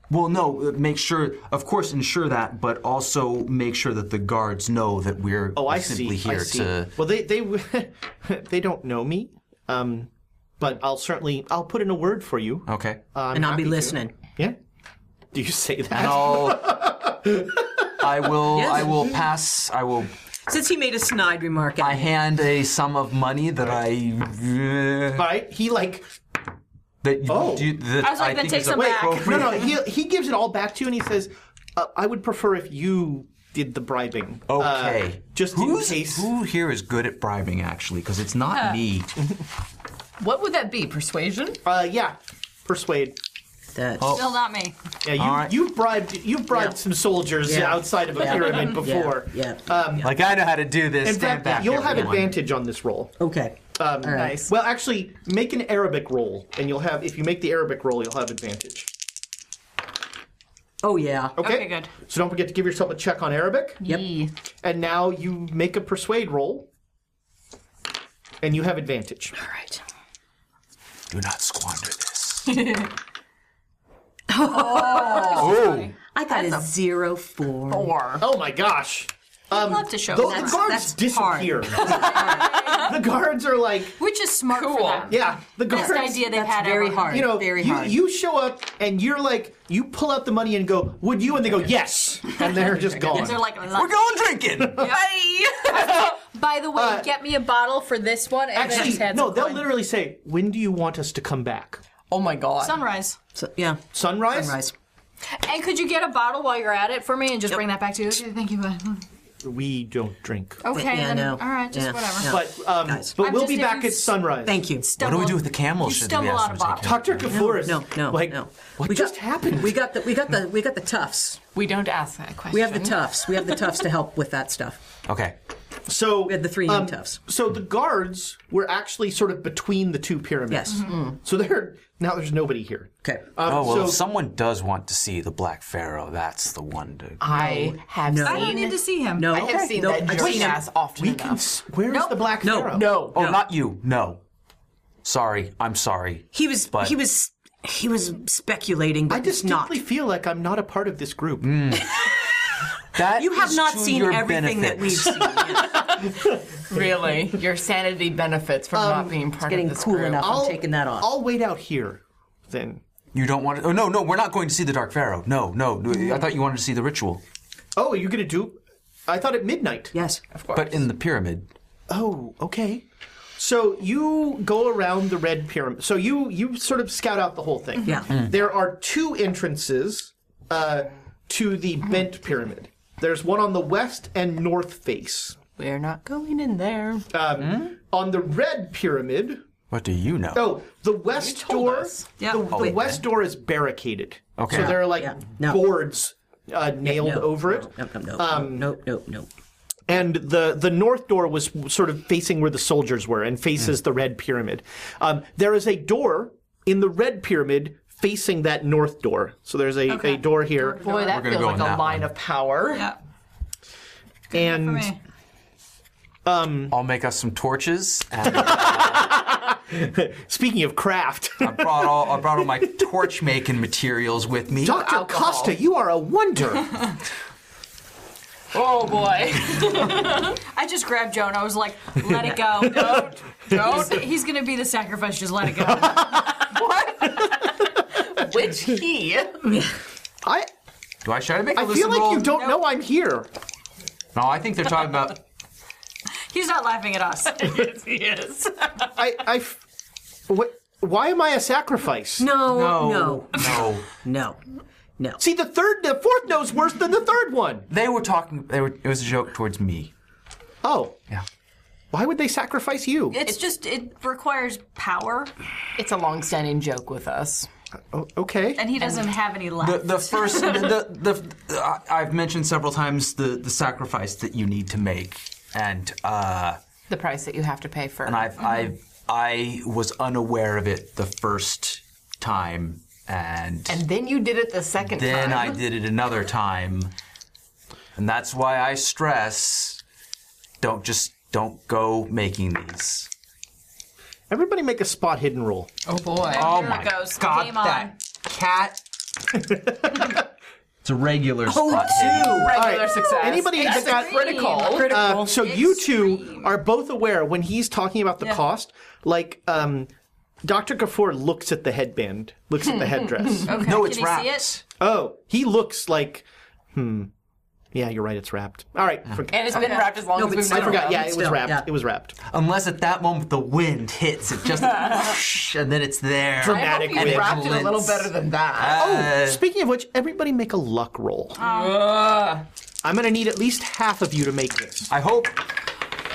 Well, no, uh, make sure, of course, ensure that, but also make sure that the guards know that we're
Oh, I
simply
see. I
here
see.
to.
Well, they they *laughs* they don't know me. Um but I'll certainly I'll put in a word for you.
Okay.
Oh.
and I'll be listening.
Yeah. Do you say that?
and I'll, *laughs* I will.
Yes.
I will pass. I will.
Since he made a snide remark,
I
at me,
hand a sum of money that I.
All right. He like
That you,
Oh.
do- that
I was like, then
think
take
is
some back.
*laughs*
appropriate.
no no he he gives it all back to you and he says, uh, "I would prefer if you did the bribing." Uh,
Okay.
just
Who's,
in case.
Who here is good at bribing, actually? Because it's not
*laughs*
me.
What would that be? Persuasion?
Uh, yeah. Persuade.
that's
Oh,
Still not me.
Yeah, you,
right.
you bribed you bribed some soldiers
Yeah.
outside of a
Yeah.
pyramid
yeah,
before.
Yeah.
Like, I know how to do this.
In fact,
Stand back.
you'll have
everyone.
advantage on this roll.
okay.
Um,
Nice.
Well, actually, make an Arabic roll, and you'll have if you make the Arabic roll, you'll have advantage.
Oh yeah.
Okay.
Okay, good.
So don't forget to give yourself a check on Arabic,
Yep.
and now you make a persuade roll, and you have advantage.
All right.
Do not squander
*laughs*
this.
Oh.
Oh,
I got a, zero four.
Or
Oh my gosh! Um,
I'd love to show
The, the
that.
guards
that's
*laughs*
hard.
disappear. the guards are like,
Which is smart for
Cool.
them.
yeah, the guards.
Best idea they've
That's
had
very
ever.
hard.
You know,
very
you,
hard.
you show up and you're like, you pull out the money and go, "Would you?" And they go, "Yes," and they're
*laughs*
just gone.
They're like,
We're going
*laughs*
drinking.
Bye. By the way,
Uh,
get me a bottle for this one. And then I just
Actually,
had
no,
some
they'll
coin.
literally say, "When do you want us to come back?"
oh my god.
sunrise.
So, yeah.
Sunrise.
Sunrise.
And could you get a bottle while you're at it for me and just bring that back to you? Okay, thank you. Bye.
We don't drink.
Okay,
Yeah,
then,
no.
all right, just
Yeah,
whatever.
no.
But um,
Guys.
but
Oh. I'm
we'll
just
be
if
back
you
at sunrise.
Thank you.
What do we do with the camel?
You
Should we
stumble
ask
out
them
of
to take
bottle.
it?
Dr. Kafouris.
No, no,
like,
no.
What
we
just
got,
happened?
We got the we got the we got the toughs.
We don't ask that question.
We have the toughs. We have the toughs to help with that stuff.
Okay.
so um,
We had the three hand toughs.
So the guards were actually sort of between the two pyramids.
Yes.
So they're now there's nobody here.
Okay.
Um,
Oh well,
so,
if someone does want to see the Black Pharaoh, that's the one to.
I have seen.
I don't need to see him.
No.
I have seen
no,
that
I've
dirty
seen him.
ass often
we
enough.
can. s- Where is
Nope.
the black
No,
pharaoh?
no.
Oh, not you. No. Sorry, I'm sorry.
He was
But-
he was he was speculating, but
I
just not.
distinctly feel like I'm not a part of this group.
Mm. That
You have
is
not
to
seen
your
everything that
benefit.
we've
*laughs*
seen. Yeah.
Really, your sanity benefits from not being part
getting
of this
cool
group.
enough. I'm taking that off.
I'll wait out here. Then.
You don't want to. Oh no, no, we're not going to see the Dark Pharaoh. No, no.
Mm-hmm.
I thought you wanted to see the ritual,
Oh, are you gonna do? I thought at midnight.
yes.
but in the pyramid.
Oh, okay. So you go around the red pyramid. So you you sort of scout out the whole thing.
Yeah.
There are two entrances uh, to the
Mm-hmm.
bent pyramid. There's one on the west and north face.
We're not going in there.
On the red pyramid,
What do you know?
oh, the west door.
Yeah. Oh,
The, the
Wait,
west door is barricaded.
Okay.
So there are like
Yeah. No.
boards uh, nailed
no,
over it.
No, no, no,
Um,
no, no, no.
and the the north door was sort of facing where the soldiers were and
Mm.
faces the red pyramid um, there is a door in the red pyramid facing that north door so there's a, a door here
Boy, that
gonna
feels
go
like
in
a
that
line of power.
Yeah.
and
For me.
*laughs*
I'll make us some torches. And,
Speaking of
*laughs*
craft,
I *laughs* brought all I brought all my torch making materials with me. Ah,
Dr.
Alcohol.
Costa, you are a
*laughs*
wonder.
Oh boy.
I just grabbed Joan. I was like, let it go. Don't. Don't. He's, he's going to be the sacrifice. Just let it go. *laughs*
Which he?
I
Do I try to make a
I feel
listen
like
roll?
you don't know I'm here.
No, I think they're talking about
He's not laughing at us.
Yes.
I I f- what, why am I a sacrifice?
*laughs*
No,
no,
no,
no.
no, no.
See, the third, the fourth note's worse than the third one.
They were talking. They were. It was a joke towards me.
Oh,
Yeah.
why would they sacrifice you?
It's just, it requires power,
It's a long-standing joke with us.
O- okay.
and he doesn't have any left.
The, the first. the, the, the I- I've mentioned several times the the sacrifice that you need to make, and uh,
The price that you have to pay for.
and I've I've I was unaware of it the first time, and
and then you did it the second
then
time.
I did it another time, and that's why I stress. Don't just don't go making these.
Everybody make a spot hidden roll.
Oh boy.
Oh
Here
my
it goes.
god,
Game on.
that cat. it's a regular
Oh,
spot.
Regular
Alright,
success.
anybody
It's
that
the
got-
critical.
Uh, so you two are both aware when he's talking about the cost. Like, um, Doctor Gafour looks at the headband, looks at the
*laughs*
headdress.
Okay,
No,
can
it's
you
wrapped.
see it?
oh, he looks like, hmm. Yeah, you're right. It's wrapped. All right, forg-
And it's been wrapped as long as
but
we've
still-
known.
I forgot.
around,
Yeah, it was
still,
wrapped.
yeah.
It was wrapped.
Unless at that moment the wind hits it
*laughs*
just and then it's there.
I hope
Dramatic
you
win.
wrapped it a little
Glitz.
better than that.
Uh,
Oh, speaking of which, everybody make a luck roll.
Oh.
I'm gonna need at least half of you to make this.
I hope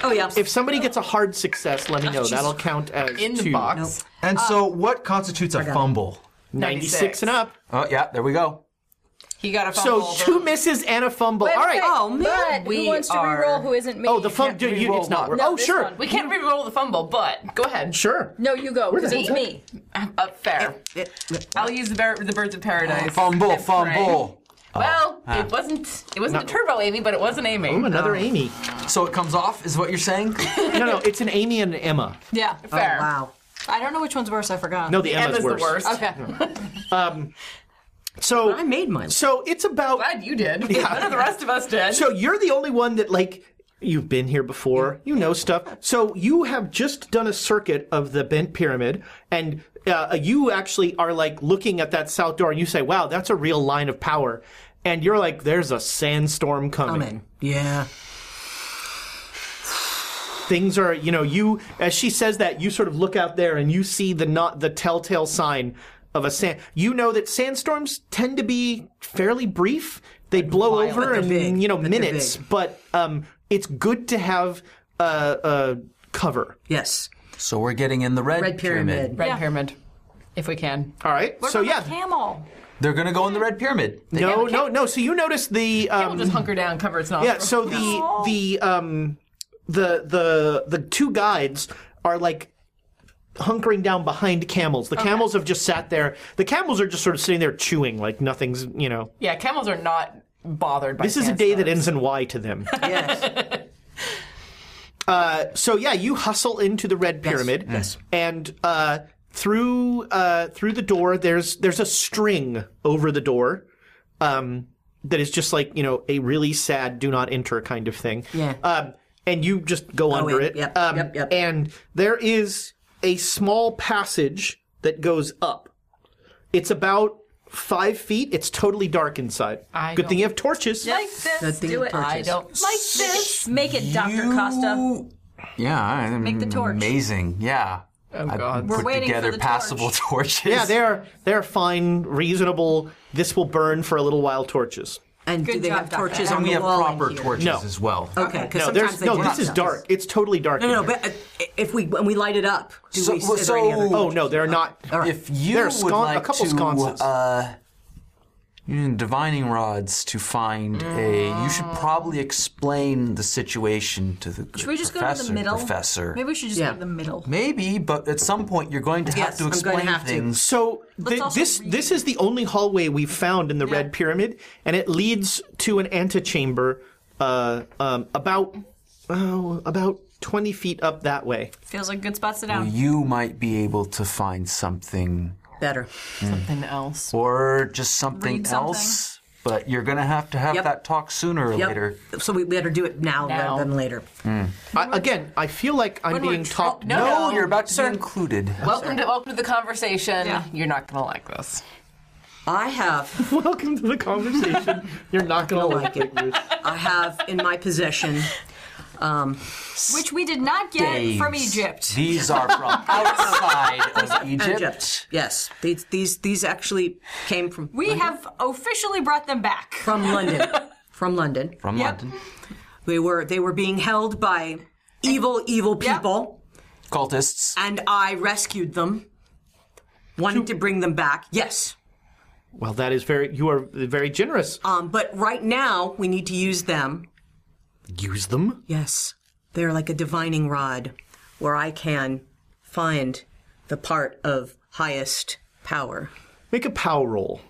Oh yeah.
If somebody gets a hard success, let me know. That'll count as
In the
two.
box.
And
Uh,
so what constitutes a fumble?
96.
96.
and up.
Oh yeah, there we go.
He got a
So
fumble.
two misses and a fumble. All right.
Oh man,
But
we
who wants to
are.
re-roll who isn't me?
Oh, the fumble.
can't
Dude, you, it's
re-roll
not.
one.
oh,
this
sure.
one.
we can't re-roll the fumble, but go ahead.
Sure.
No, you go, because
the
it's
heck-
me.
Uh, fair. Oh, I'll use the, bir- the birds of paradise. Oh, ah.
Fumble,
and pray.
fumble.
Well, it wasn't. It wasn't a turbo Amy, but it was an Oh. Amy.
Ooh, another Amy.
So it comes off is what you're
*laughs*
saying?
No, no, it's an Amy and an Emma.
Yeah.
fair.
Wow.
I don't know which one's worse. I forgot.
No, the,
Emma's the worst.
Okay.
So
I made mine.
So it's about.
Glad you did. None of the rest of us did.
So you're the only one that like you've been here before. You know stuff. So you have just done a circuit of the bent pyramid, and uh, you actually are like looking at that south door, and you say, "Wow, that's a real line of power." And you're like, "There's a sandstorm coming."
Amen. Yeah.
Things are, you know, you as she says that, you sort of look out there and you see the not the telltale sign of a sand. You know that sandstorms tend to be fairly brief. They blow over
they're
in
big.
you know
But they're
minutes,
big.
but um, it's good to have uh, uh, cover.
Yes.
so we're getting in the red,
Red pyramid.
Red pyramid, if we can.
All right. so yeah.
Camel.
They're gonna go in the red pyramid. They-
no, no, no. So you notice the
We'll
um,
just hunker down, cover its nostrils.
yeah. So the the um, the the the two guides are like hunkering down behind camels. The camels have just sat there. The camels are just sort of sitting there chewing like nothing's you know.
Yeah, camels are not bothered by
This is a day that ends in Y to them.
*laughs*
Uh,
Yes.
so yeah, you hustle into the red pyramid.
yes.
And uh, through uh, through the door, there's there's a string over the door. Um, that is just like you know a really sad "do not enter" kind of thing.
Yeah.
Um, and you just go under
in.
it.
Yep,
um,
yep, yep.
And there is a small passage that goes up. It's about five feet. It's totally dark inside.
I
Good thing
don't-
you have torches.
Like this.
thing
Do it.
torches.
I don't.
Like this. Make it, Dr. Costa.
Yeah, I-
Make the torch.
Amazing. Yeah.
Oh
I
God.
Put
We're waiting
together
for the
passable *laughs*
torch.
torches.
Yeah, they're they're fine, reasonable. This will burn for a little while. Torches.
And do
Good
they
job,
have
Doctor.
torches
and
on
we
the
have
wall in
proper
here?
torches
No.
as well.
Okay. Because
No,
sometimes
there's
they
no.
do
This
not
is
tell us.
dark. It's totally dark.
No,
in
no,
here.
but uh, if we when we light it up, do
So-
we?
well,
is there any
so-
other
Oh,
Oh no, they're not.
If you
there are
would
scon-
like
a couple
to,
sconces.
uh, using divining rods to find a, you should probably explain the situation to the
Should we just go
professor.
to the middle?
Professor,
Maybe we should just
Yeah.
go to the middle.
Maybe, but at some point you're going to have
Yes,
to
I'm going to
explain
have to.
things.
so th-
also
this
read.
this is the only hallway we've found in the Red Pyramid, and it leads to an antechamber uh, um, about oh, about 20 feet up that way.
Feels like a good spot to sit
Well,
down.
you might be able to find something
Better.
Something else.
or just something
Read something.
else. But you're gonna have to have
Yep.
that talk sooner or
Yep.
later.
So we better do it now,
Now.
rather than later.
I, again, I feel like I'm
we're
being
tra-
talked.
no,
No, you're about to be included.
Welcome to welcome to the conversation.
Yeah.
You're not gonna like this.
I have,
*laughs* Welcome to the conversation. You're not going to like it, Ruth.
I have in my possession.
*laughs*
Um,
Which we did not get from
Days.
Egypt.
These are
*laughs*
from outside of Egypt.
Egypt. Yes, these these these actually came from
we have officially brought them back.
from
*laughs*
London. From London.
From
Yep.
London.
They were they were being held by evil evil
Yep.
people,
Cultists.
and I rescued them. Wanted to bring them back. Yes.
Well, that is very, you are very generous.
Um, but right now we need to use them.
Use them?
Yes. They're like a divining rod where I can find the part of highest power.
Make a power roll.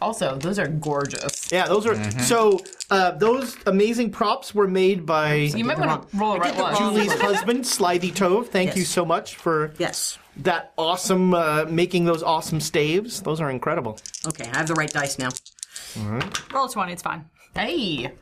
Also, those are gorgeous.
Yeah, those are, so uh, those amazing props were made by
You might want to roll a right one.
Julie's husband, Slithy Tove. Thank you
Yes.
so much for
Yes.
that awesome, uh, making those awesome staves. Those are incredible.
Okay, I have the right dice now.
Roll 20, it's fine.
Hey,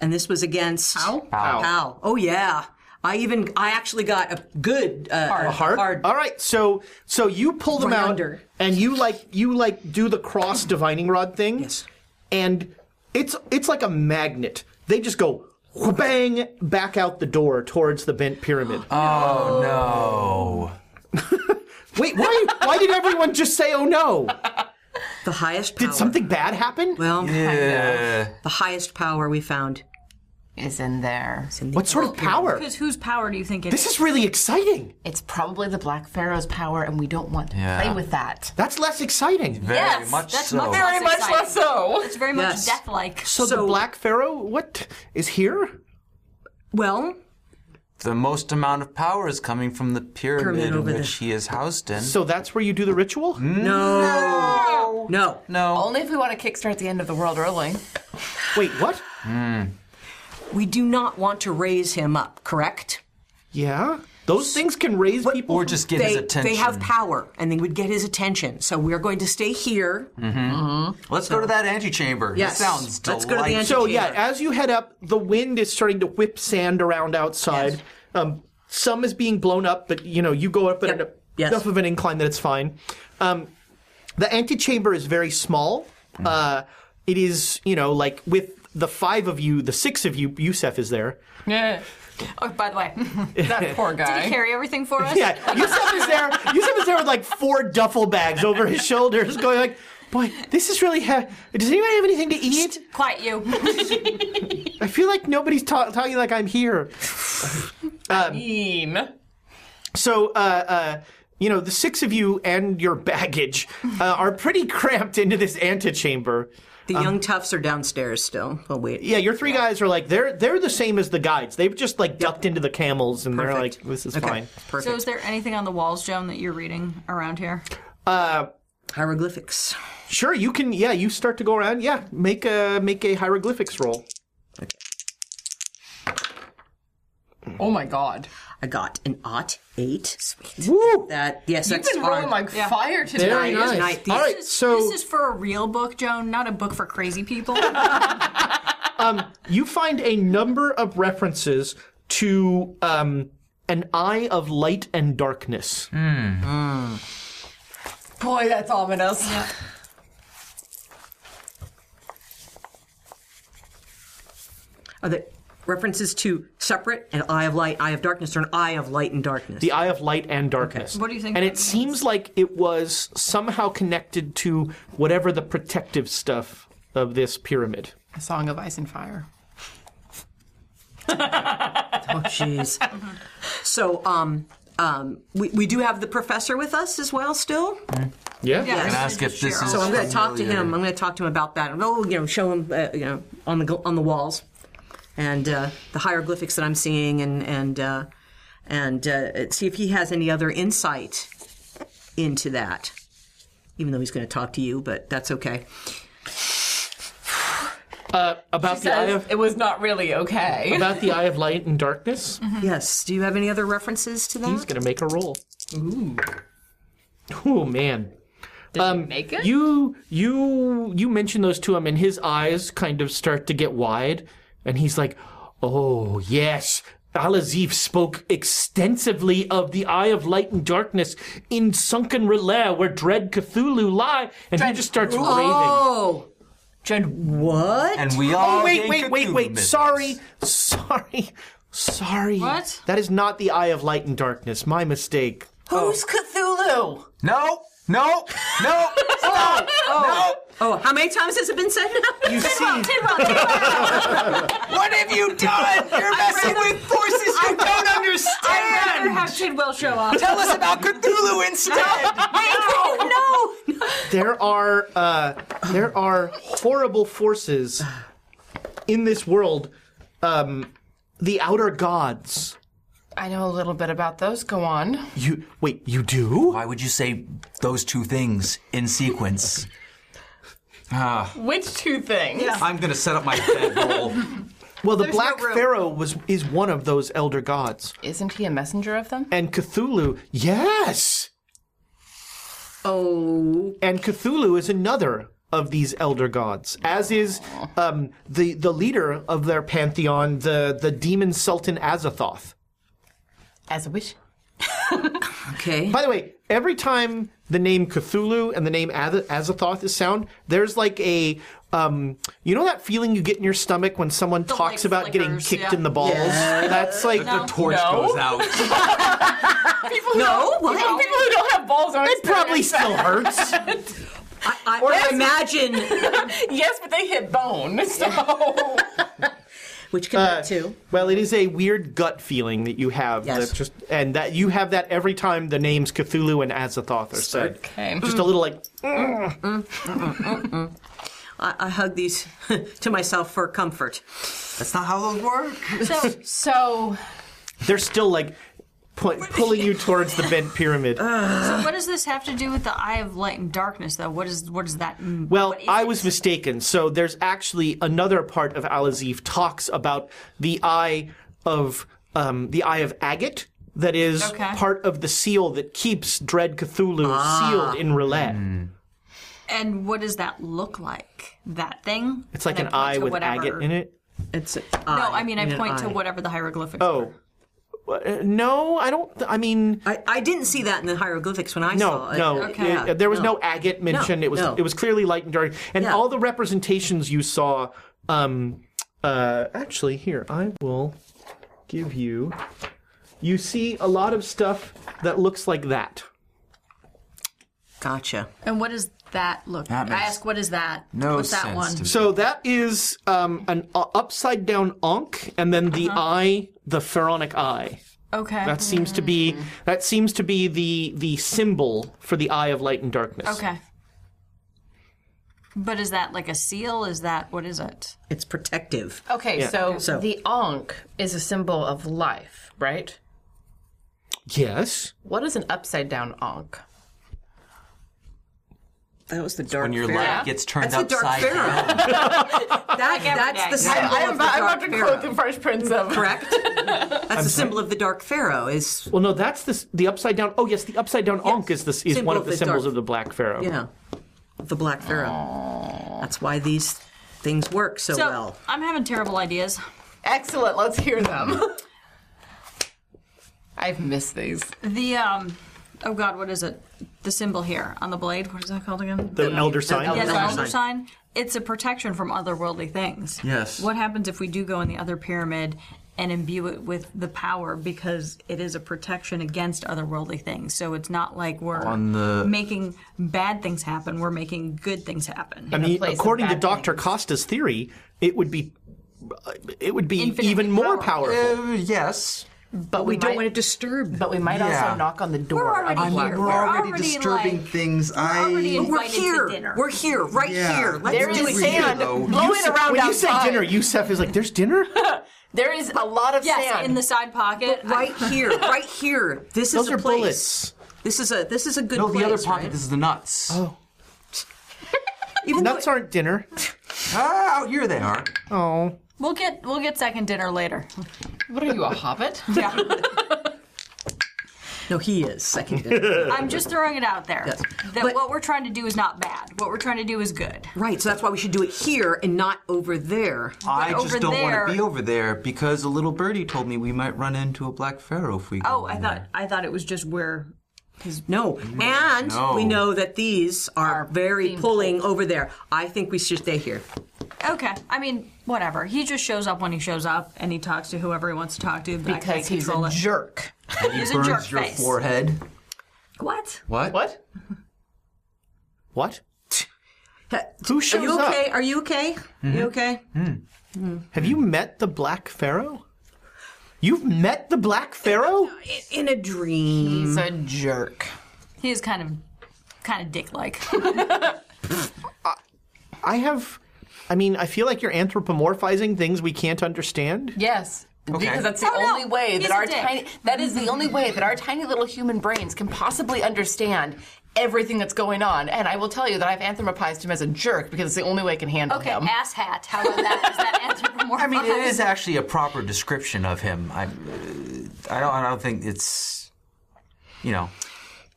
And this was against How?
Wow.
How? Oh yeah. I even I actually got a good uh, hard.
Hard. All right, so so you pull them
Right
out
under.
and you like you like do the cross divining rod thing.
Yes.
And it's it's like a magnet. They just go bang back out the door towards the bent pyramid.
Oh no.
*laughs* Wait, why why did everyone just say oh no?
The highest power.
Did something bad happen?
Well,
Yeah.
the highest power we found.
Is in there.
is in the
What sort of power?
Because whose power do you think it
This is really exciting.
It's probably the Black Pharaoh's power, and we don't want to
Yeah.
play with that.
That's less exciting.
Very
Yes,
much
that's
so.
much less exciting.
so.
It's very much
Yes.
death like.
So, the Black Pharaoh, what is here?
Well,
the most amount of power is coming from the pyramid,
Pyramid
in
over
which he is housed in.
So that's where you do the ritual?
no. No.
no.
Only if we want to kickstart the end of the world early.
Wait, what?
We do not want to raise him up, correct?
Yeah? Those things can raise people.
Or just get
they,
his attention.
they have power, and they would get his attention. So we're going to stay here.
Let's go to that antechamber.
Yes.
That sounds
Let's go to the
delightful.
So
Peter.
yeah, as you head up, the wind is starting to whip sand around outside. Um, some is being blown up, but you know you go up at
Yep.
an-
Yes.
enough of an incline that it's fine. Um, the antechamber is very small. Uh, it is you know like with the five of you, the six of you, Yusef is there.
yeah.
Oh, by the way,
That poor guy.
carry everything for us.
*laughs* Yeah, Yusef is there. Yusef is there with like four duffel bags over his shoulders, going like. Boy, this is really. Ha- Does anybody have anything to eat?
Quiet you.
I feel like nobody's ta- talking like I'm here.
Mean.
So, uh, uh, you know, the six of you and your baggage uh, are pretty cramped into this antechamber.
The young toughs are downstairs still. Oh wait.
Yeah, your three guys are like they're they're the same as the guides. They've just like ducked into the camels and they're like,
Perfect.
this is
Okay.
fine.
so,
Perfect.
is there anything on the walls, Joan, that you're reading around here?
Hieroglyphics.
Sure, you can. Yeah, you start to go around. Yeah, make a make a hieroglyphics roll.
Oh my god.
I got an ot eight. Sweet.
Woo!
That yes,
You've
that's
been rolling
hard.
like fire today.
Very nice.
nice. These-
All right, so
this is for a real book, Joan, not a book for crazy people.
you find a number of references to um, an eye of light and darkness.
Boy, that's ominous.
Are there references to separate and eye of light, eye of darkness, or an eye of light and darkness?
The Eye of Light and Darkness.
What do you think
And
that
it seems like it was somehow connected to whatever the protective stuff of this pyramid.
A song of ice and fire.
oh, jeez. so, um, um, we, we do have the professor with us as well still.
Yeah.
Yeah.
And ask if this is.
So I'm going to talk to
uh,
familiar.
him. I'm going to talk to him about that. And oh, you know, show him, uh, you know, on the gl- on the walls, and uh, the hieroglyphics that I'm seeing, and and uh, and uh, see if he has any other insight into that. Even though he's going to talk to you, but that's okay.
Uh, about the eye of
It was not really okay.
about the eye of light and darkness.
Yes. Do you have any other references to that?
He's gonna make a roll. Ooh. Oh man. Um,
Did you make it?
You you you mention those to him, and his eyes kind of start to get wide, and he's like, "Oh yes." Al-Azif spoke extensively of the Eye of Light and Darkness in Sunken Relais, where Dread Cthulhu lie, and he just starts raving.
Oh.
Dread,
What?
And we all.
Oh, wait,
did
wait, wait,
Cthulhu
wait.
business.
Sorry, sorry, sorry.
What?
That is not the Eye of Light and Darkness. My mistake.
Who's Cthulhu?
No, no,
*laughs*
no, stop,
Oh, how many times has it been said now?
You see,
no. What have you done? You're messing with forces you don't
I'd rather
understand.
have Tidwell show up.
Tell us about Cthulhu instead.
*laughs* no.
there are uh, there are horrible forces in this world. Um, the outer gods.
I know a little bit about those. Go on.
You wait. You do?
Why would you say those two things in sequence?
Which two things?
I'm gonna set up my bed roll.
Well, the Black Pharaoh was is one of those elder gods,
Isn't he a messenger of them?
and Cthulhu. Yes.
Oh.
and Cthulhu is another of these elder gods, as is um, the the leader of their pantheon, the the demon sultan Azathoth.
As a wish.
Okay.
By the way, every time the name Cthulhu and the name Az- Azathoth is sound, there's like a um, you know that feeling you get in your stomach when someone talks
like,
about getting
flickers,
kicked
yeah.
in the balls. That's like
The torch goes out.
No. What?
People who don't have balls aren't.
it probably still hurts.
I, I, I imagine.
Yes, but they hit bone. So
*laughs* Which can uh, too.
Well, it is a weird gut feeling that you have.
Yes.
that just and that you have that every time the names Cthulhu and Azathoth are said.
Okay.
Just a little like
I, I hug these *laughs* to myself for comfort.
That's not how those work.
so
they're still like pu- pulling you towards the bent
*laughs*
pyramid.
What does this have to do with the Eye of Light and Darkness, though? What is what does that? mean?
Well, I was mistaken. So there's actually another part of Al-Azif talks about the eye of um, the eye of agate that is
Okay. Ah.
part of the seal that keeps Dread Cthulhu sealed in Relais.
Hmm. And what does that look like? That thing?
It's like
And
an
I
eye
point to
with
whatever-
agate in it.
It's no.
No, I mean I point to whatever the hieroglyphics.
Oh. Uh, No, I don't. I mean,
I, I didn't see that in the hieroglyphics when I
No,
saw it.
no.
Okay.
it- there was no, agate mentioned. it was
no.
it was clearly light and dark, and
Yeah.
all the representations you saw. Um, uh, actually, here I will give you. You see a lot of stuff that looks like that.
Gotcha.
And what does that look?
That
I
makes
ask, what is that?
No
What's that
sense
one?
to me.
So that is um, an u- upside down onk, and then the
Uh-huh.
eye, the pharaonic eye.
Okay.
That seems to be
Mm.
that seems to be the the symbol for the eye of light and darkness.
okay. But is that like a seal? Is that what is it?
It's protective.
okay, so,
So-
the onk is a symbol of life, right?
Yes.
What is an upside down onk?
That was the dark.
When your
pharaoh.
light gets turned
That's the dark
upside down.
pharaoh. That, that's the symbol of the *laughs* dark pharaoh.
Fresh Prince of.
Correct. That's the symbol of the dark pharaoh. Is
Well, no, that's the s- the upside down. Oh, yes, the upside down Ankh is this is
Symbol
one of
of
the,
the
symbols
dark-
of the Black Pharaoh.
yeah, the black pharaoh. That's why these things work so,
So
well.
I'm having terrible ideas.
Excellent. Let's hear them. *laughs* I've missed these.
The um, oh god, what is it? The symbol here on the blade. What is that called again?
The elder sign.
Yes,
Elder
elder, sign. It's a protection from otherworldly things.
*laughs* Yes.
What happens if we do go in the other pyramid and imbue it with the power because it is a protection against otherworldly things. So it's not like we're making bad things happen. We're making good things happen.
I mean,
place of
according to
bad
Doctor Costa's theory, it would be uh, it would be
Infinitely
even more
powerful.
powerful.
Uh, yes.
But we,
Don't
might,
want to disturb.
but we might
Yeah.
also knock on the door.
we're already
of-
here.
We're already,
already,
disturbing
like-
things. I.
already in-
We're
Invited to
here.
dinner.
We're here. Right
Yeah.
here. Let's
There
do
is
it here.
sand
though.
blowing around
when you say
outside.
dinner, Yusef is like, "There's dinner."
there is a lot of
Yes,
sand.
in the side pocket.
Right here. Right here. This
Those
is a
are
place.
bullets.
This is a this is a good
no,
place.
the other pocket
right?
is the nuts.
Nuts aren't dinner.
Ah, out here they are.
Oh.
We'll get we'll get second dinner later. *laughs*
What are you, a hobbit?
Yeah.
No, he is second.
*laughs*
I'm just throwing it out there.
Yes.
That what we're trying to do is not bad. What we're trying to do is good.
Right, so that's why we should do it here and not over there.
I
But
just
over
don't want
there-
to be over there because a little birdie told me we might run into a black pharaoh if we go.
Oh, I thought I thought it was just where
No, and
No.
we know that these are, very pulling over there. I think we should stay here.
Okay. I mean, whatever. He just shows up when he shows up and he talks to whoever he wants to talk to. But I can't
Because he's
control
a
it.
jerk.
And he
He's a
burns
jerk
your
face.
forehead.
What?
What?
What?
What?
Who
shows
Are you
up?
okay? Are you okay?
Mm-hmm.
You okay?
Have you met the Black Pharaoh? You've met the Black Pharaoh?
In a
*laughs*
dream.
He's a
Mm-hmm.
jerk.
He is kind of kind of
*laughs*
dick like.
I have. I mean, I feel like you're anthropomorphizing things we can't understand.
Yes. Because that's the
Oh, no.
only way
He's
that
a
our
dick.
tiny that is the only way that our tiny little human brains can possibly understand everything that's going on. And I will tell you that I've anthropomorphized him as a jerk because it's the only way I can handle
okay,
him.
ass hat. How about that? Is that
*laughs* I
anthropomorphic?
mean, it is actually a proper description of him. I, uh, I don't. I don't think it's. You know,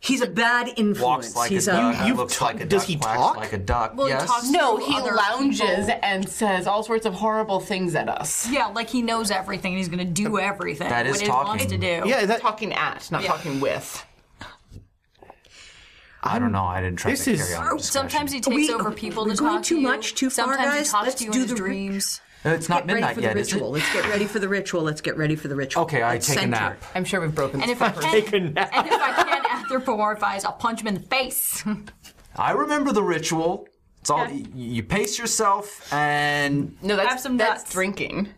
He's a bad influence.
walks like
He's
a duck,
you've
looks
ta-
like a
does
duck,
he
quacks
talk?
like a duck.
Well, he
yes.
talks-
No,
to
he
other
lounges
people.
and says all sorts of horrible things at us.
Yeah, like he knows everything and he's going to do everything.
That is
what he wants
talking.
to do.
Yeah, that,
Talking at, not talking with.
I don't know. I didn't try
This
to
is-
carry on. the discussion.
Oh, Sometimes he takes
We-
over people
we're
to
going
talk
too
to you.
much, too far,
Sometimes
guys?
he talks
Let's
to you
do
in his
the re-
dreams.
No, it's not
Ready
midnight
for the
yet, is
ritual.
it?
Let's get ready for the ritual. Let's get ready for the ritual.
Okay, I
Let's
take a
center.
nap.
I'm sure we've broken
And
this
if I
before.
can, and if I can anthropomorphize, I'll punch him in the face. *laughs*
I remember the ritual. It's all you, you pace yourself, and
No, that's
Have some
that's
nuts.
drinking.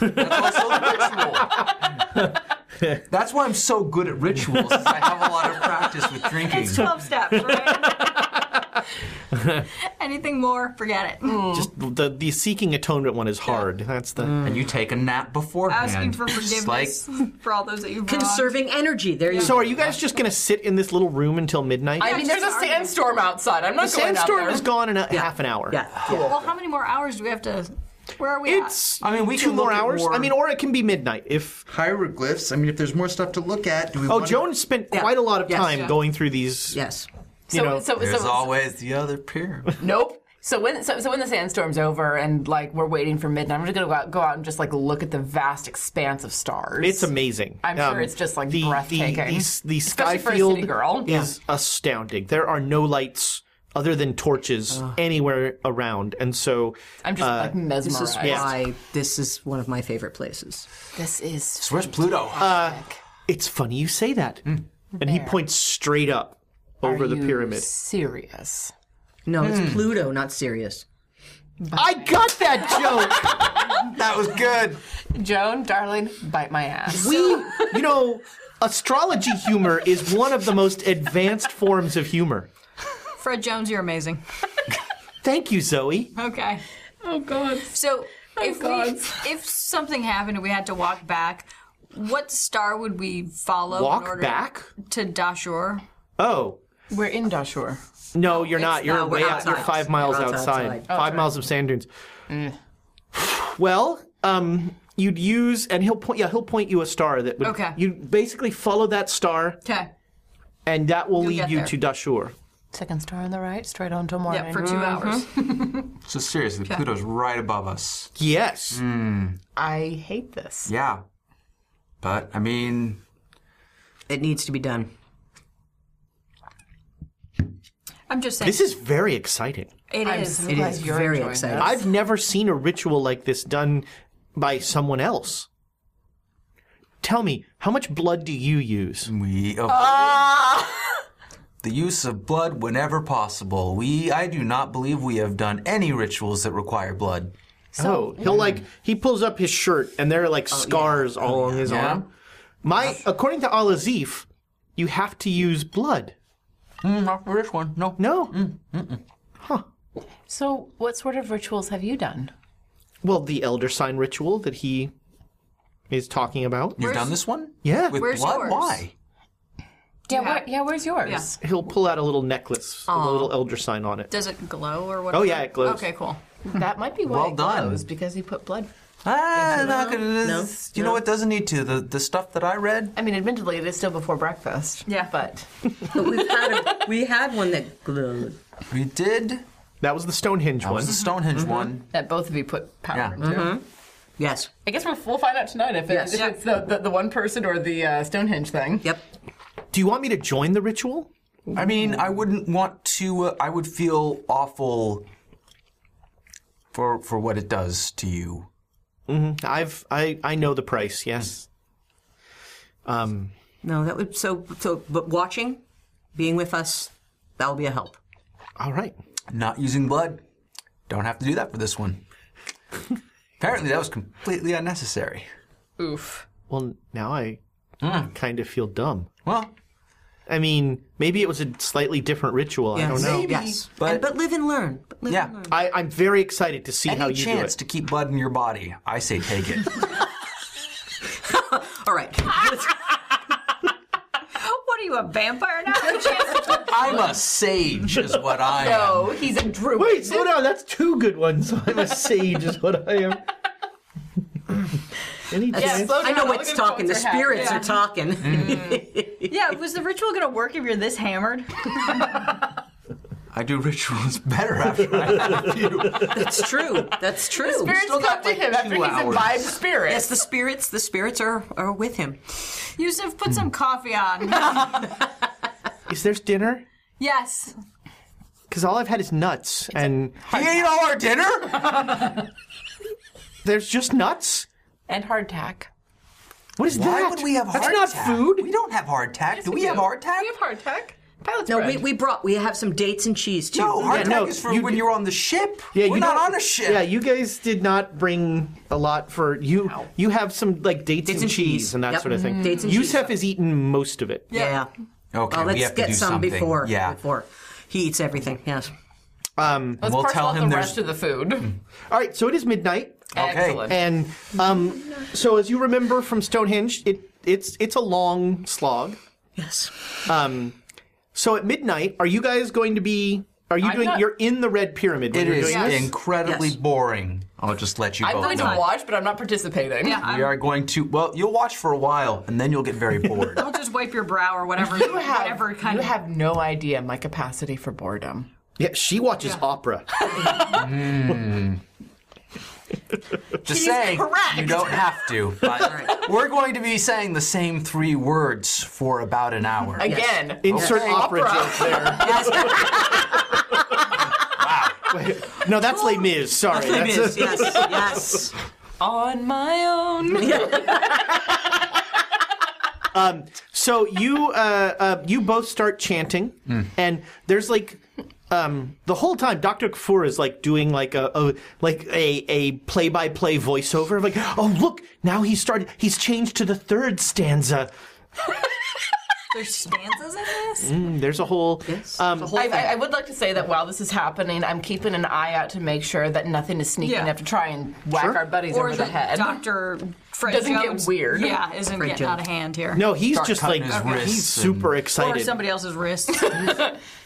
that's also the *laughs* ritual. That's why I'm so good at rituals. is I have a lot of practice with drinking.
It's 12 steps, right? Anything more, forget it.
Oh,
just the the seeking atonement one is hard. That's the.
and you take a nap beforehand.
Asking for
Just
forgiveness
like
*laughs* for all those that you've wronged.
Conserving energy. There you
So, are you guys just gonna sit in this little room until midnight?
I mean,
just
there's a
argue.
sandstorm outside. I'm not
the
going out
sandstorm
there.
is gone in a, half an hour.
Yeah.
Well, how many more hours do we have to? Where are we
It's.
I mean, we
two
can
more
look at
hours.
more-
I mean, or it can be midnight if.
hieroglyphs. I mean, if there's more stuff to look at, do we?
Oh,
wanna-
Joan spent
Yeah.
quite a lot of
Yes.
time going through these.
Yes.
You know,
so, so,
There's
so,
always the other pyramid.
Nope. So when so, so when the sandstorm's over and like we're waiting for midnight, I'm just gonna go out, go out and just like look at the vast expanse of stars.
It's amazing. Um,
I'm sure it's just, like, breathtaking.
The, the, the sky
Especially for a
field
city girl.
is astounding. There are no lights other than torches anywhere around, and so
I'm
uh,
just like mesmerized.
This is why this is one of my favorite places.
This is
Where's Pluto?
it's funny you say that. And he points straight up over the
Mm. you
pyramid.
serious.
No, it's Pluto, not Sirius.
I got
*laughs*
that joke.
that was good.
Joan, darling, bite my ass.
we, you know, astrology humor is one of the most advanced forms of humor.
at? Fred Jones, you're amazing. *laughs*
Thank you, Zoe.
Okay.
Oh God.
So
Oh,
if
God.
we, if something happened and we had to walk back, what star would we follow? in
Walk
order
back.
to Dashur.
Oh.
We're in Dashur.
No, you're not. You're
no, we're
way out. You're
outside.
five miles
We're
outside.
outside.
Five
Outside.
miles of sand dunes. Well, um, you'd use, and he'll point. Yeah, he'll point you a star that would.
Okay.
You basically follow that star,
Okay.
and that will lead
get
you
there.
to Dashur.
Second star on the right, straight on till morning.
Yeah, for 2
Mm-hmm.
hours.
So seriously, Pluto's right above us.
Yes.
I hate this.
Yeah, but I mean,
It needs to be done.
I'm just saying.
This is very exciting.
it is.
It is very exciting.
I've never seen a ritual like this done by someone else. Tell me, how much blood do you use?
we avoid Ah. the use of blood whenever possible. We, I do not believe we have done any rituals that require blood.
oh, he'll like he pulls up his shirt and there are like scars all along his
Oh, Yeah.
arm. My according to Al Azif, you have to use blood.
Mm, Not for this one. No.
No.
Mm.
So, what sort of rituals have you done?
Well, the elder sign ritual that he is talking about.
You've done this one?
Yeah.
With
Where's
blood?
yours?
Why?
Yeah, where, yeah. Where's yours?
He'll pull out a little necklace with a little elder sign on it.
Does it glow or whatever?
Oh, yeah, it glows.
Okay, cool.
*laughs* That might be why
Well
it
done.
glows, because he put blood.
Ah,
into
not
it.
gonna. You know what? Doesn't need to. The the stuff that I read.
I mean, admittedly, it is still before breakfast. Yeah, but
we had one that glowed.
We did.
That was the Stonehenge
That
one.
was the Stonehenge
Mhm.
one.
that both of you put power
Yeah.
into.
Mhm.
Yes.
I guess we'll, we'll find out tonight if, it-
Yes.
if it's the, the, the one person or the uh, Stonehenge thing.
Yep.
Do you want me to join the ritual?
I mean, I wouldn't want to. Uh, I would feel awful for for what it does to you.
hmm I've I I know the price. Yes. Um.
No, that would so so. But watching, being with us, that will be a help.
All right.
Not using blood. Don't have to do that for this one. Apparently, that was completely unnecessary.
Oof.
Well, now I
Mm.
kind of feel dumb.
Well,
I mean, maybe it was a slightly different ritual. I don't know.
Yes. But but live and learn. But live
Yeah.
and learn.
I, I'm very excited to see
Any
how you
chance
do
to keep blood in your body, I say take
*laughs*
it.
All right.
Oh, What are you, a vampire
*laughs*
now? No chance.
I'm a sage, is what I am.
No, he's a
it.
druid.
Wait, slow down. That's two good ones. *laughs* I'm a sage, is what I am. *laughs* Any chance?
slow
I know
down, all
what's
the good
Oh, talking. The
points are happening.
spirits are talking.
Yeah, was the ritual going to work if you're this hammered?
I do rituals better after *laughs* I have you.
That's true. That's true.
Spirits
still
come
got,
to
like,
him after
two
he's
hours.
imbibed spirits.
Yes, the spirits. The spirits are are with him.
Yusuf, put some coffee on. *laughs*
Is there dinner?
yes.
Because all I've had is nuts, and
You ate all our dinner?
there's just nuts.
and hardtack.
What is
Why
that?
would we have
That's
hardtack?
not food.
We don't have hardtack. do we, have hardtack?
We have hardtack. Pilot's
No,
bread.
we, we brought. We have some dates and cheese too.
No, hardtack
no,
is for
you
when
d-
you're on the ship.
Yeah,
We're
you
not
don't-
on a ship.
Yeah, you guys did not bring a lot for you. You have some like dates, and,
and
cheese,
cheese.
and that
Yep.
sort of
Mm-hmm.
thing.
Dates and
Yusef has eaten most of it.
Yeah.
Okay,
Well,
we
let's
have to
get
do
some
something.
before.
Yeah.
Before he eats everything. Yes.
Um,
Let's
we'll
parcel
tell
out
him
the
there's-
rest of the food.
all right, so it is midnight,
Excellent.
and um, so as you remember from Stonehenge, it it's it's a long slog.
Yes.
Um, so at midnight, are you guys going to be? Are you
I'm
doing?
not-
You're in the Red Pyramid. When
It
you're
is
doing this?
incredibly
Yes.
boring. I'll just let you
I'm
both
going to
know.
watch, but I'm not participating.
Yeah,
We
I'm,
are going to. Well, you'll watch for a while, and then you'll get very bored.
I'll just wipe your brow or whatever.
*laughs* You have,
whatever kind
you
of.
have no idea my capacity for boredom.
Yeah, she watches opera.
Just saying, you don't have to. But we're going to be saying the same three words for about an hour.
Again,
Insert opera, joke there. *laughs* Wait, no, that's Les Mis. Sorry, that's
Yes. Yes. yes.
on my own.
So you uh, uh, you both start chanting,
Hmm.
and there's like um, the whole time Doctor Kafur is like doing like a, a like a a play by play voiceover of like oh look now he started he's changed to the third stanza.
There's stanzas in this?
Mm, there's a whole
Yes.
um,
The whole
I,
thing.
I, I would like to say that while this is happening, I'm keeping an eye out to make sure that nothing is sneaking
Yeah.
up to try and whack
Sure.
our buddies
Or
over the
that
head.
Dr. Fred
Doesn't get
Jones-
weird.
Yeah, isn't
Fred
getting out
Jones.
of hand here.
no he's
Start
just
cutting
like
his wrists
he's super
Or
excited.
somebody
*laughs*
else's wrist.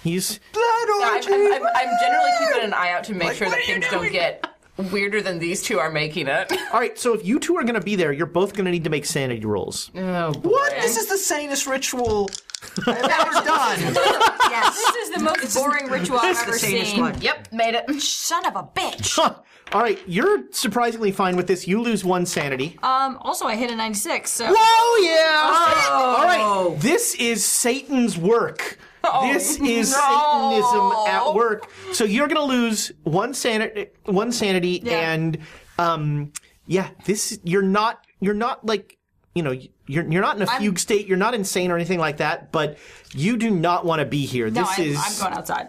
He's
I'm, I'm, I'm, I'm generally keeping an eye out to make sure
what
that
are you
things don't
doing?
get weirder than these two are making it.
all right. So if you two are gonna be there, you're both gonna need to make sanity rolls.
Oh, boy.
What? This is the sanest ritual I've ever done.
*laughs*
this is the most boring ritual I've ever
sanest
seen.
one.
Yep, made it.
Son of a bitch.
Huh. *laughs* All right, you're surprisingly fine with this. You lose one sanity.
Um, also, I hit a 96, so.
Whoa, yeah.
Oh.
All right. This is Satan's
*laughs*
work.
Oh,
this is Satanism at work. So you're going to lose one sanity, one sanity,
Yeah.
and um, yeah, this you're not you're not like you know you're you're not in a fugue state. You're not insane or anything like that. But you do not want to be here.
No,
this
I'm,
is
I'm going outside.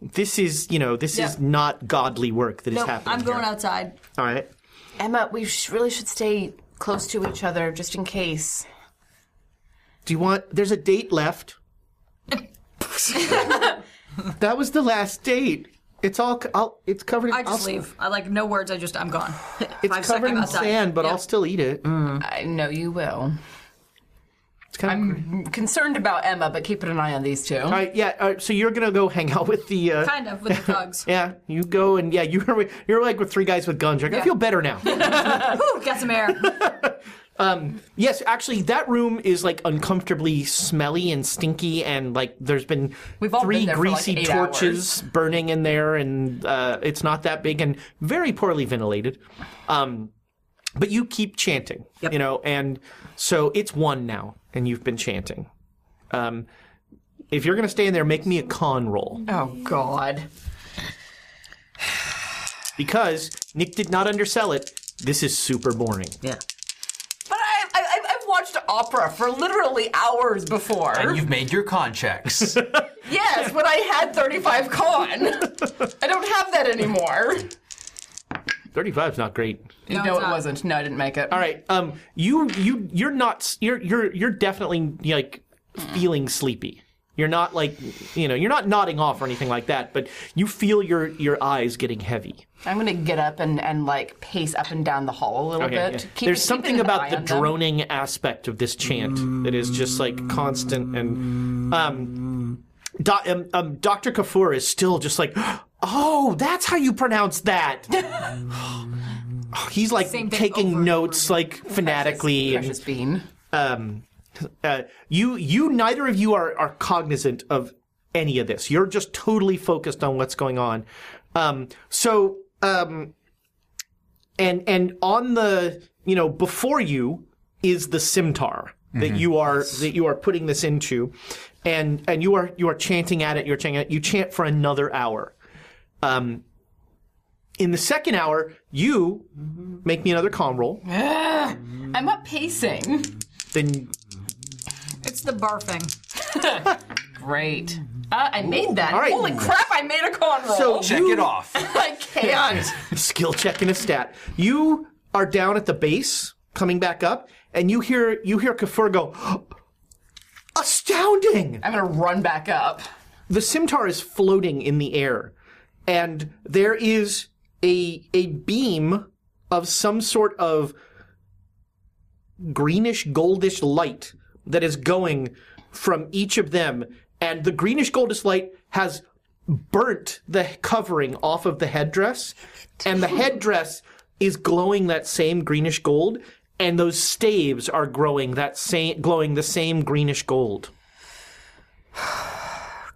this is you know this
Yeah.
is not godly work that is
No,
happening.
I'm going
here.
outside.
All right.
Emma, we sh- really should stay close to each other just in case.
Do you want? There's a date
*laughs*
left. that was the last date. It's all. c- I'll, it's covered. In,
I just
I'll,
leave. I like no words. I just I'm gone.
It's covered in
outside.
sand, but
Yeah.
I'll still eat it.
I know you will. I'm concerned about Emma, but keeping an eye on these two.
All right, yeah. All right, so you're gonna go hang out with the uh,
kind of with the thugs.
*laughs* yeah. You go and yeah, *laughs* you're you're like with three guys with guns. You're like, I feel better
*laughs*
now.
Whew, got some air.
Um, yes, actually, that room is like uncomfortably smelly and stinky, and like there's been
all
three
been there for, like,
greasy
eight
torches burning in there, and uh, it's not that big and very poorly ventilated. Um, but you keep chanting, you know, and so it's one now, and you've been chanting. Um, if you're gonna stay in there, make me a con roll.
Oh God.
Because Nick did not undersell it. This is super boring.
Yeah.
But I, I, I- I've watched opera for literally hours before.
And you've made your con checks.
Yes, when I had 35 con. I don't have that anymore.
35's not great.
No, it wasn't. No, I didn't make it.
All right. Um, you you you're not s- you're you're you're definitely like feeling sleepy. You're not like you know you're not nodding off or anything like that, but you feel your your eyes getting heavy.
I'm gonna get up and, and like pace up and down the hall a little
Okay,
bit.
yeah.
Keep-
There's something
keeping an
about
eye
the
on them.
droning aspect of this chant that is just like constant and um, doc, um, um Dr. Kafur is still just like *gasps* oh that's how you pronounce
*laughs*
that. He's like taking notes like fanatically.
Precious bean.
Um, uh, you you neither of you are are cognizant of any of this. You're just totally focused on what's going on. Um, so um, and and on the you know before you is the simtar that
Mhm.
you are that you are putting this into and and you are you are chanting at it you're chanting at it. you chant for another hour um in the second hour you make me another calm roll
Ugh, I'm up pacing.
then
It's the barfing.
Great. Uh, I made that.
All right.
Holy crap! I made a con roll.
So you-
*laughs* I can't.
*laughs* Skill check and a stat. You are down at the base, coming back up, and you hear you hear Kafur go, *gasps* astounding.
I'm gonna run back up.
The scimitar is floating in the air, and there is a a beam of some sort of greenish goldish light that is going from each of them, and the greenish goldish light has burnt the covering off of the headdress, and the headdress is glowing that same greenish gold, and those staves are growing that same glowing the same greenish gold.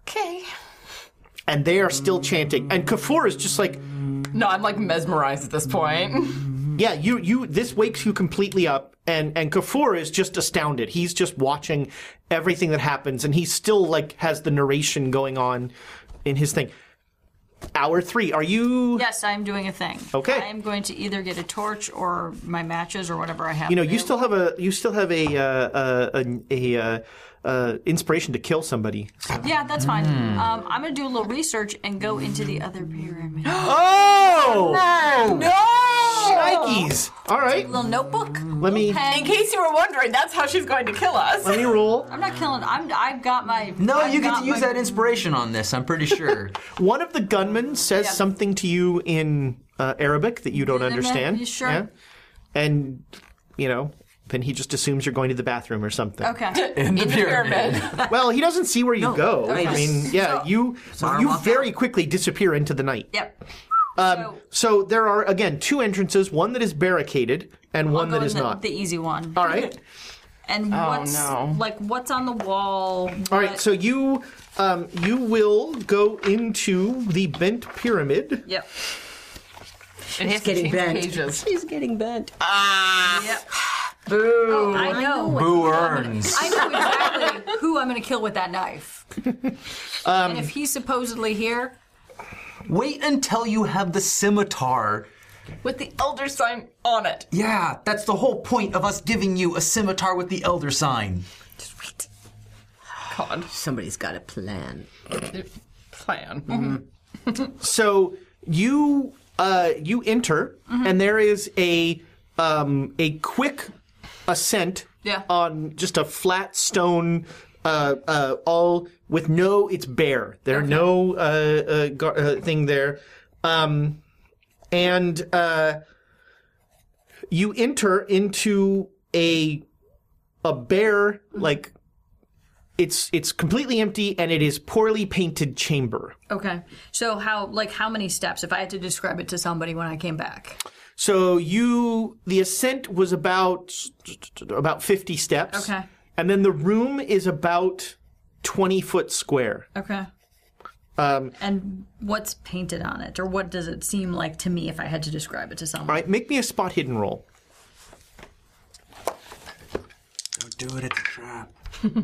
Okay.
and they are still chanting. And Kafur is just like,
no, I'm like mesmerized at this point.
yeah, you you this wakes you completely up, and and Kafur is just astounded. He's just watching everything that happens, and he still like has the narration going on in his thing. Hour three, are you?
Yes, I'm doing a thing.
Okay.
I'm going to either get a torch or my matches or whatever I have.
You know, you
available.
still have a you still have a uh, a a, a uh, uh, inspiration to kill somebody.
Yeah, that's fine.
Hmm.
Um, I'm gonna do a little research and go into the
*gasps*
other pyramid.
Oh!
no!
Nikes. All right.
Little notebook.
Let me.
pen.
In case you were wondering, that's how she's going to kill us.
Let me roll.
I'm not killing. I'm. I've got my.
No,
I've
you get
got
to use
my-
that inspiration on this. I'm pretty *laughs* sure.
One of the gunmen says
Yeah.
something to you in uh, Arabic that you don't
Internet,
understand.
you sure?
And, you know, then he just assumes you're going to the bathroom or something.
Okay.
*laughs*
In the In the pyramid. well, he doesn't see where you go.
okay.
I mean, yeah, you you very quickly disappear into the night.
Yep.
Um, so there are again two entrances: one that is barricaded and one
I'll go
that is
in the,
not.
the easy one.
All right.
And
Oh,
what's
no.
like what's on the wall?
All right, so you um, you will go into the bent pyramid.
Yep.
She's getting bent. She's getting bent. Ah.
Yep.
Boo.
Oh, I know.
Boo
who I'm gonna-
earns.
I know exactly who I'm going to kill with that
*laughs*
knife.
Um,
and if he's supposedly here
Wait until you have the scimitar.
*laughs* With the elder sign on it.
Yeah, that's the whole point of us giving you a scimitar with the elder sign.
God.
Somebody's got a plan.
Plan.
so you uh, you enter, and there is a um, a quick ascent
Yeah.
on just a flat stone. Uh, uh, all with no, it's bare. There are no uh, uh, gar- uh, thing there, um, and uh, you enter into a a bare like it's it's completely empty and it is poorly painted chamber.
Okay. So how like how many steps if I had to describe it to somebody when I came back?
So you the ascent was about about 50 steps.
Okay.
And then the room is about 20 foot square.
Okay.
Um
And what's painted on it or what does it seem like to me if I had to describe it to someone?
all right, make me a spot hidden roll.
Don't do it at the trap.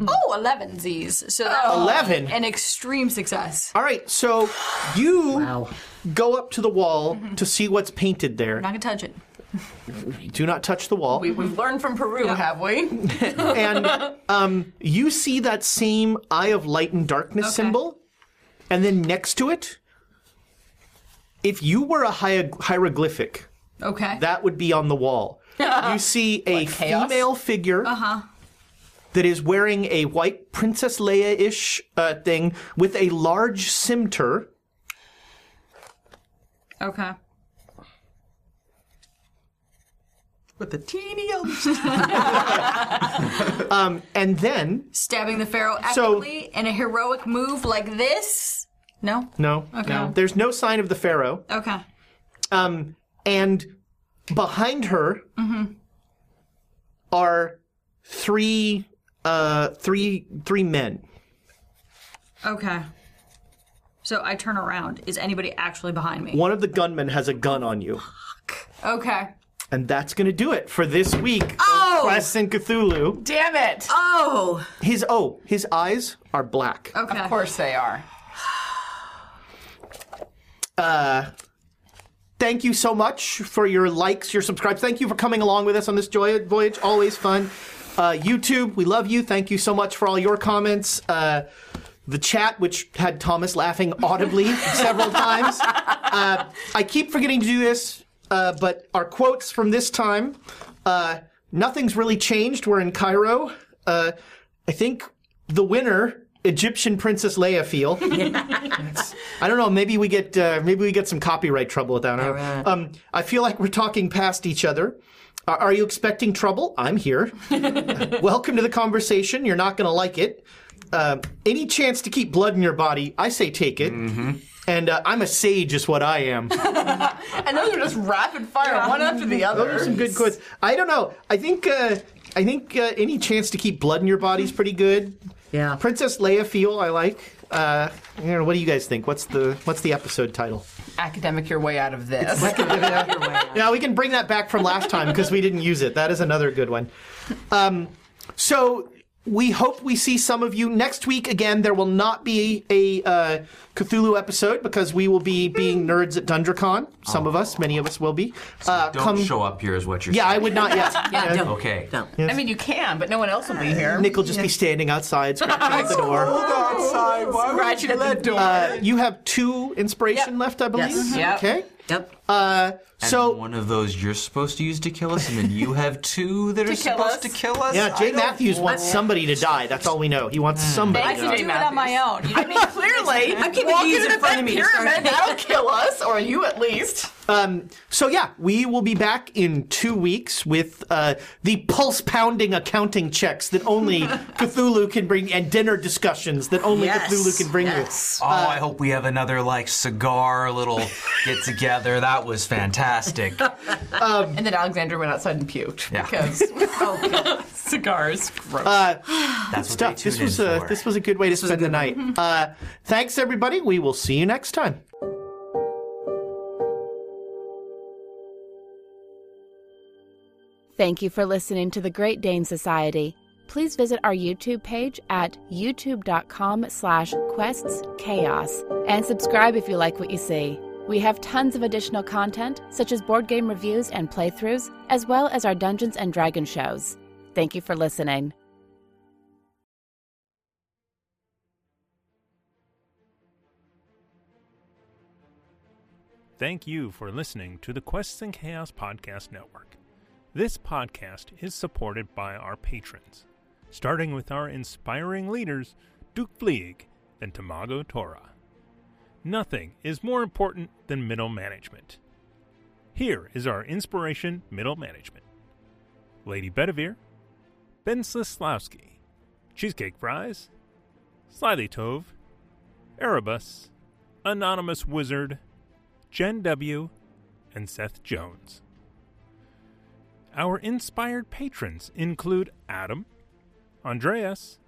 oh, 11 Z's. So that was
11?
An extreme success.
All right, so you go up to the wall to see what's painted there.
I'm not going to touch it.
Do not touch the wall.
We, we've learned *laughs* from Peru, have we?
*laughs*
and um, you see that same eye of light and darkness symbol, and then next to it, if you were a hier- hieroglyphic,
Okay.
that would be on the wall.
*laughs*
you see a
chaos?
female figure
Uh-huh.
that is wearing a white Princess Leia ish uh, thing with a large scimitar.
Okay.
With the teeny old
Um, and then,
stabbing the pharaoh
So-
epically in a heroic move like this. No.
no,
Okay.
no, there's no sign of the pharaoh.
Okay.
Um, and behind her
Mm-hmm.
are three, uh, three, three men.
Okay. So I turn around. Is anybody actually behind me?
One of the gunmen has a gun on you,
Okay.
and that's gonna do it for this week. of
Oh!
Quest and Cthulhu.
Damn it!
Oh!
His oh, his eyes are black.
Okay.
Of course they are.
Uh, thank you so much for your likes, your subscribes. Thank you for coming along with us on this joy voyage. Always fun. Uh, YouTube, we love you. Thank you so much for all your comments. Uh, the chat, which had Thomas laughing audibly several times. Uh, I keep forgetting to do this, uh, but our quotes from this time uh, nothing's really changed. We're in Cairo. Uh, I think the winner, Egyptian Princess Leia, feel. I don't know. Maybe we get uh, maybe we get some copyright trouble with that. I, don't know. um, I feel like we're talking past each other. Are, are you expecting trouble? I'm here. Welcome to the conversation. You're not going to like it. Uh, any chance to keep blood in your body, I say take it. And uh, I'm a sage, is what I am.
And those are just rapid fire,
Yeah.
one after the other.
Those are some good quotes. I don't know. I think uh, I think uh, any chance to keep blood in your body is pretty good. Yeah. Princess Leia feel I like. Uh, I don't know, what do you guys think? What's the what's the episode title?
Academic your way out of this.
Yeah, we can bring that back from last time because we didn't use it. That is another good one. Um, so we hope we see some of you next week. Again, there will not be a uh, Cthulhu episode because we will be being nerds at DundraCon. Some of us, many of us will be. Uh,
Don't show up here, is what you're
Yeah,
saying.
I would not yet. Yeah.
Okay.
I mean, you can, but no one else will be here.
Uh, Nick will just be standing outside, scratching at the door.
Cold outside. Why would Scratching you at the let- door.
Uh, you have two inspiration left, I believe.
Yes. Yep.
Okay. Yep. Uh,
so one of those you're supposed to use to kill us, and then you have two that are supposed to kill us.
Yeah,
I
Jay
don't
Matthews
want-
wants somebody to die. That's all we know. He wants somebody.
I
to
can
die.
do it on my own. You know
I mean, clearly,
I'm keeping
walk
these
into
in front
that
of me to start
pyramid,
with.
that'll kill us, or you at least.
Um, so yeah, we will be back in two weeks with uh, the pulse pounding accounting checks that only Cthulhu can bring, and dinner discussions that only
Yes,
Cthulhu can bring
Oh, I hope we have another like cigar little get together. That was fantastic.
and then Alexander went outside and puked *laughs* Oh,
Yeah.
because cigars.
you.
Gross.
Uh,
That's
stuff. this was a this was a good way to spend the night. Uh, thanks everybody. We will see you next time.
Thank you for listening to the Great Dane Society. Please visit our YouTube page at youtube.com slash questschaos and subscribe if you like what you see. We have tons of additional content, such as board game reviews and playthroughs, as well as our Dungeons and Dragon shows. Thank you for listening.
Thank you for listening to the Quests and Chaos Podcast Network. This podcast is supported by our patrons, starting with our inspiring leaders, Duke Fleeg and Tamago Tora. Nothing is more important than middle management. Here is our inspiration middle management Lady Bedivere, Ben Slislawski, Cheesecake Fries, Slyly Tove, Erebus, Anonymous Wizard, Jen W., and Seth Jones. Our inspired patrons include Adam, Andreas,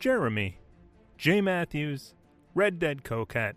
Jeremy, Jay Matthews, Red Dead Coquette,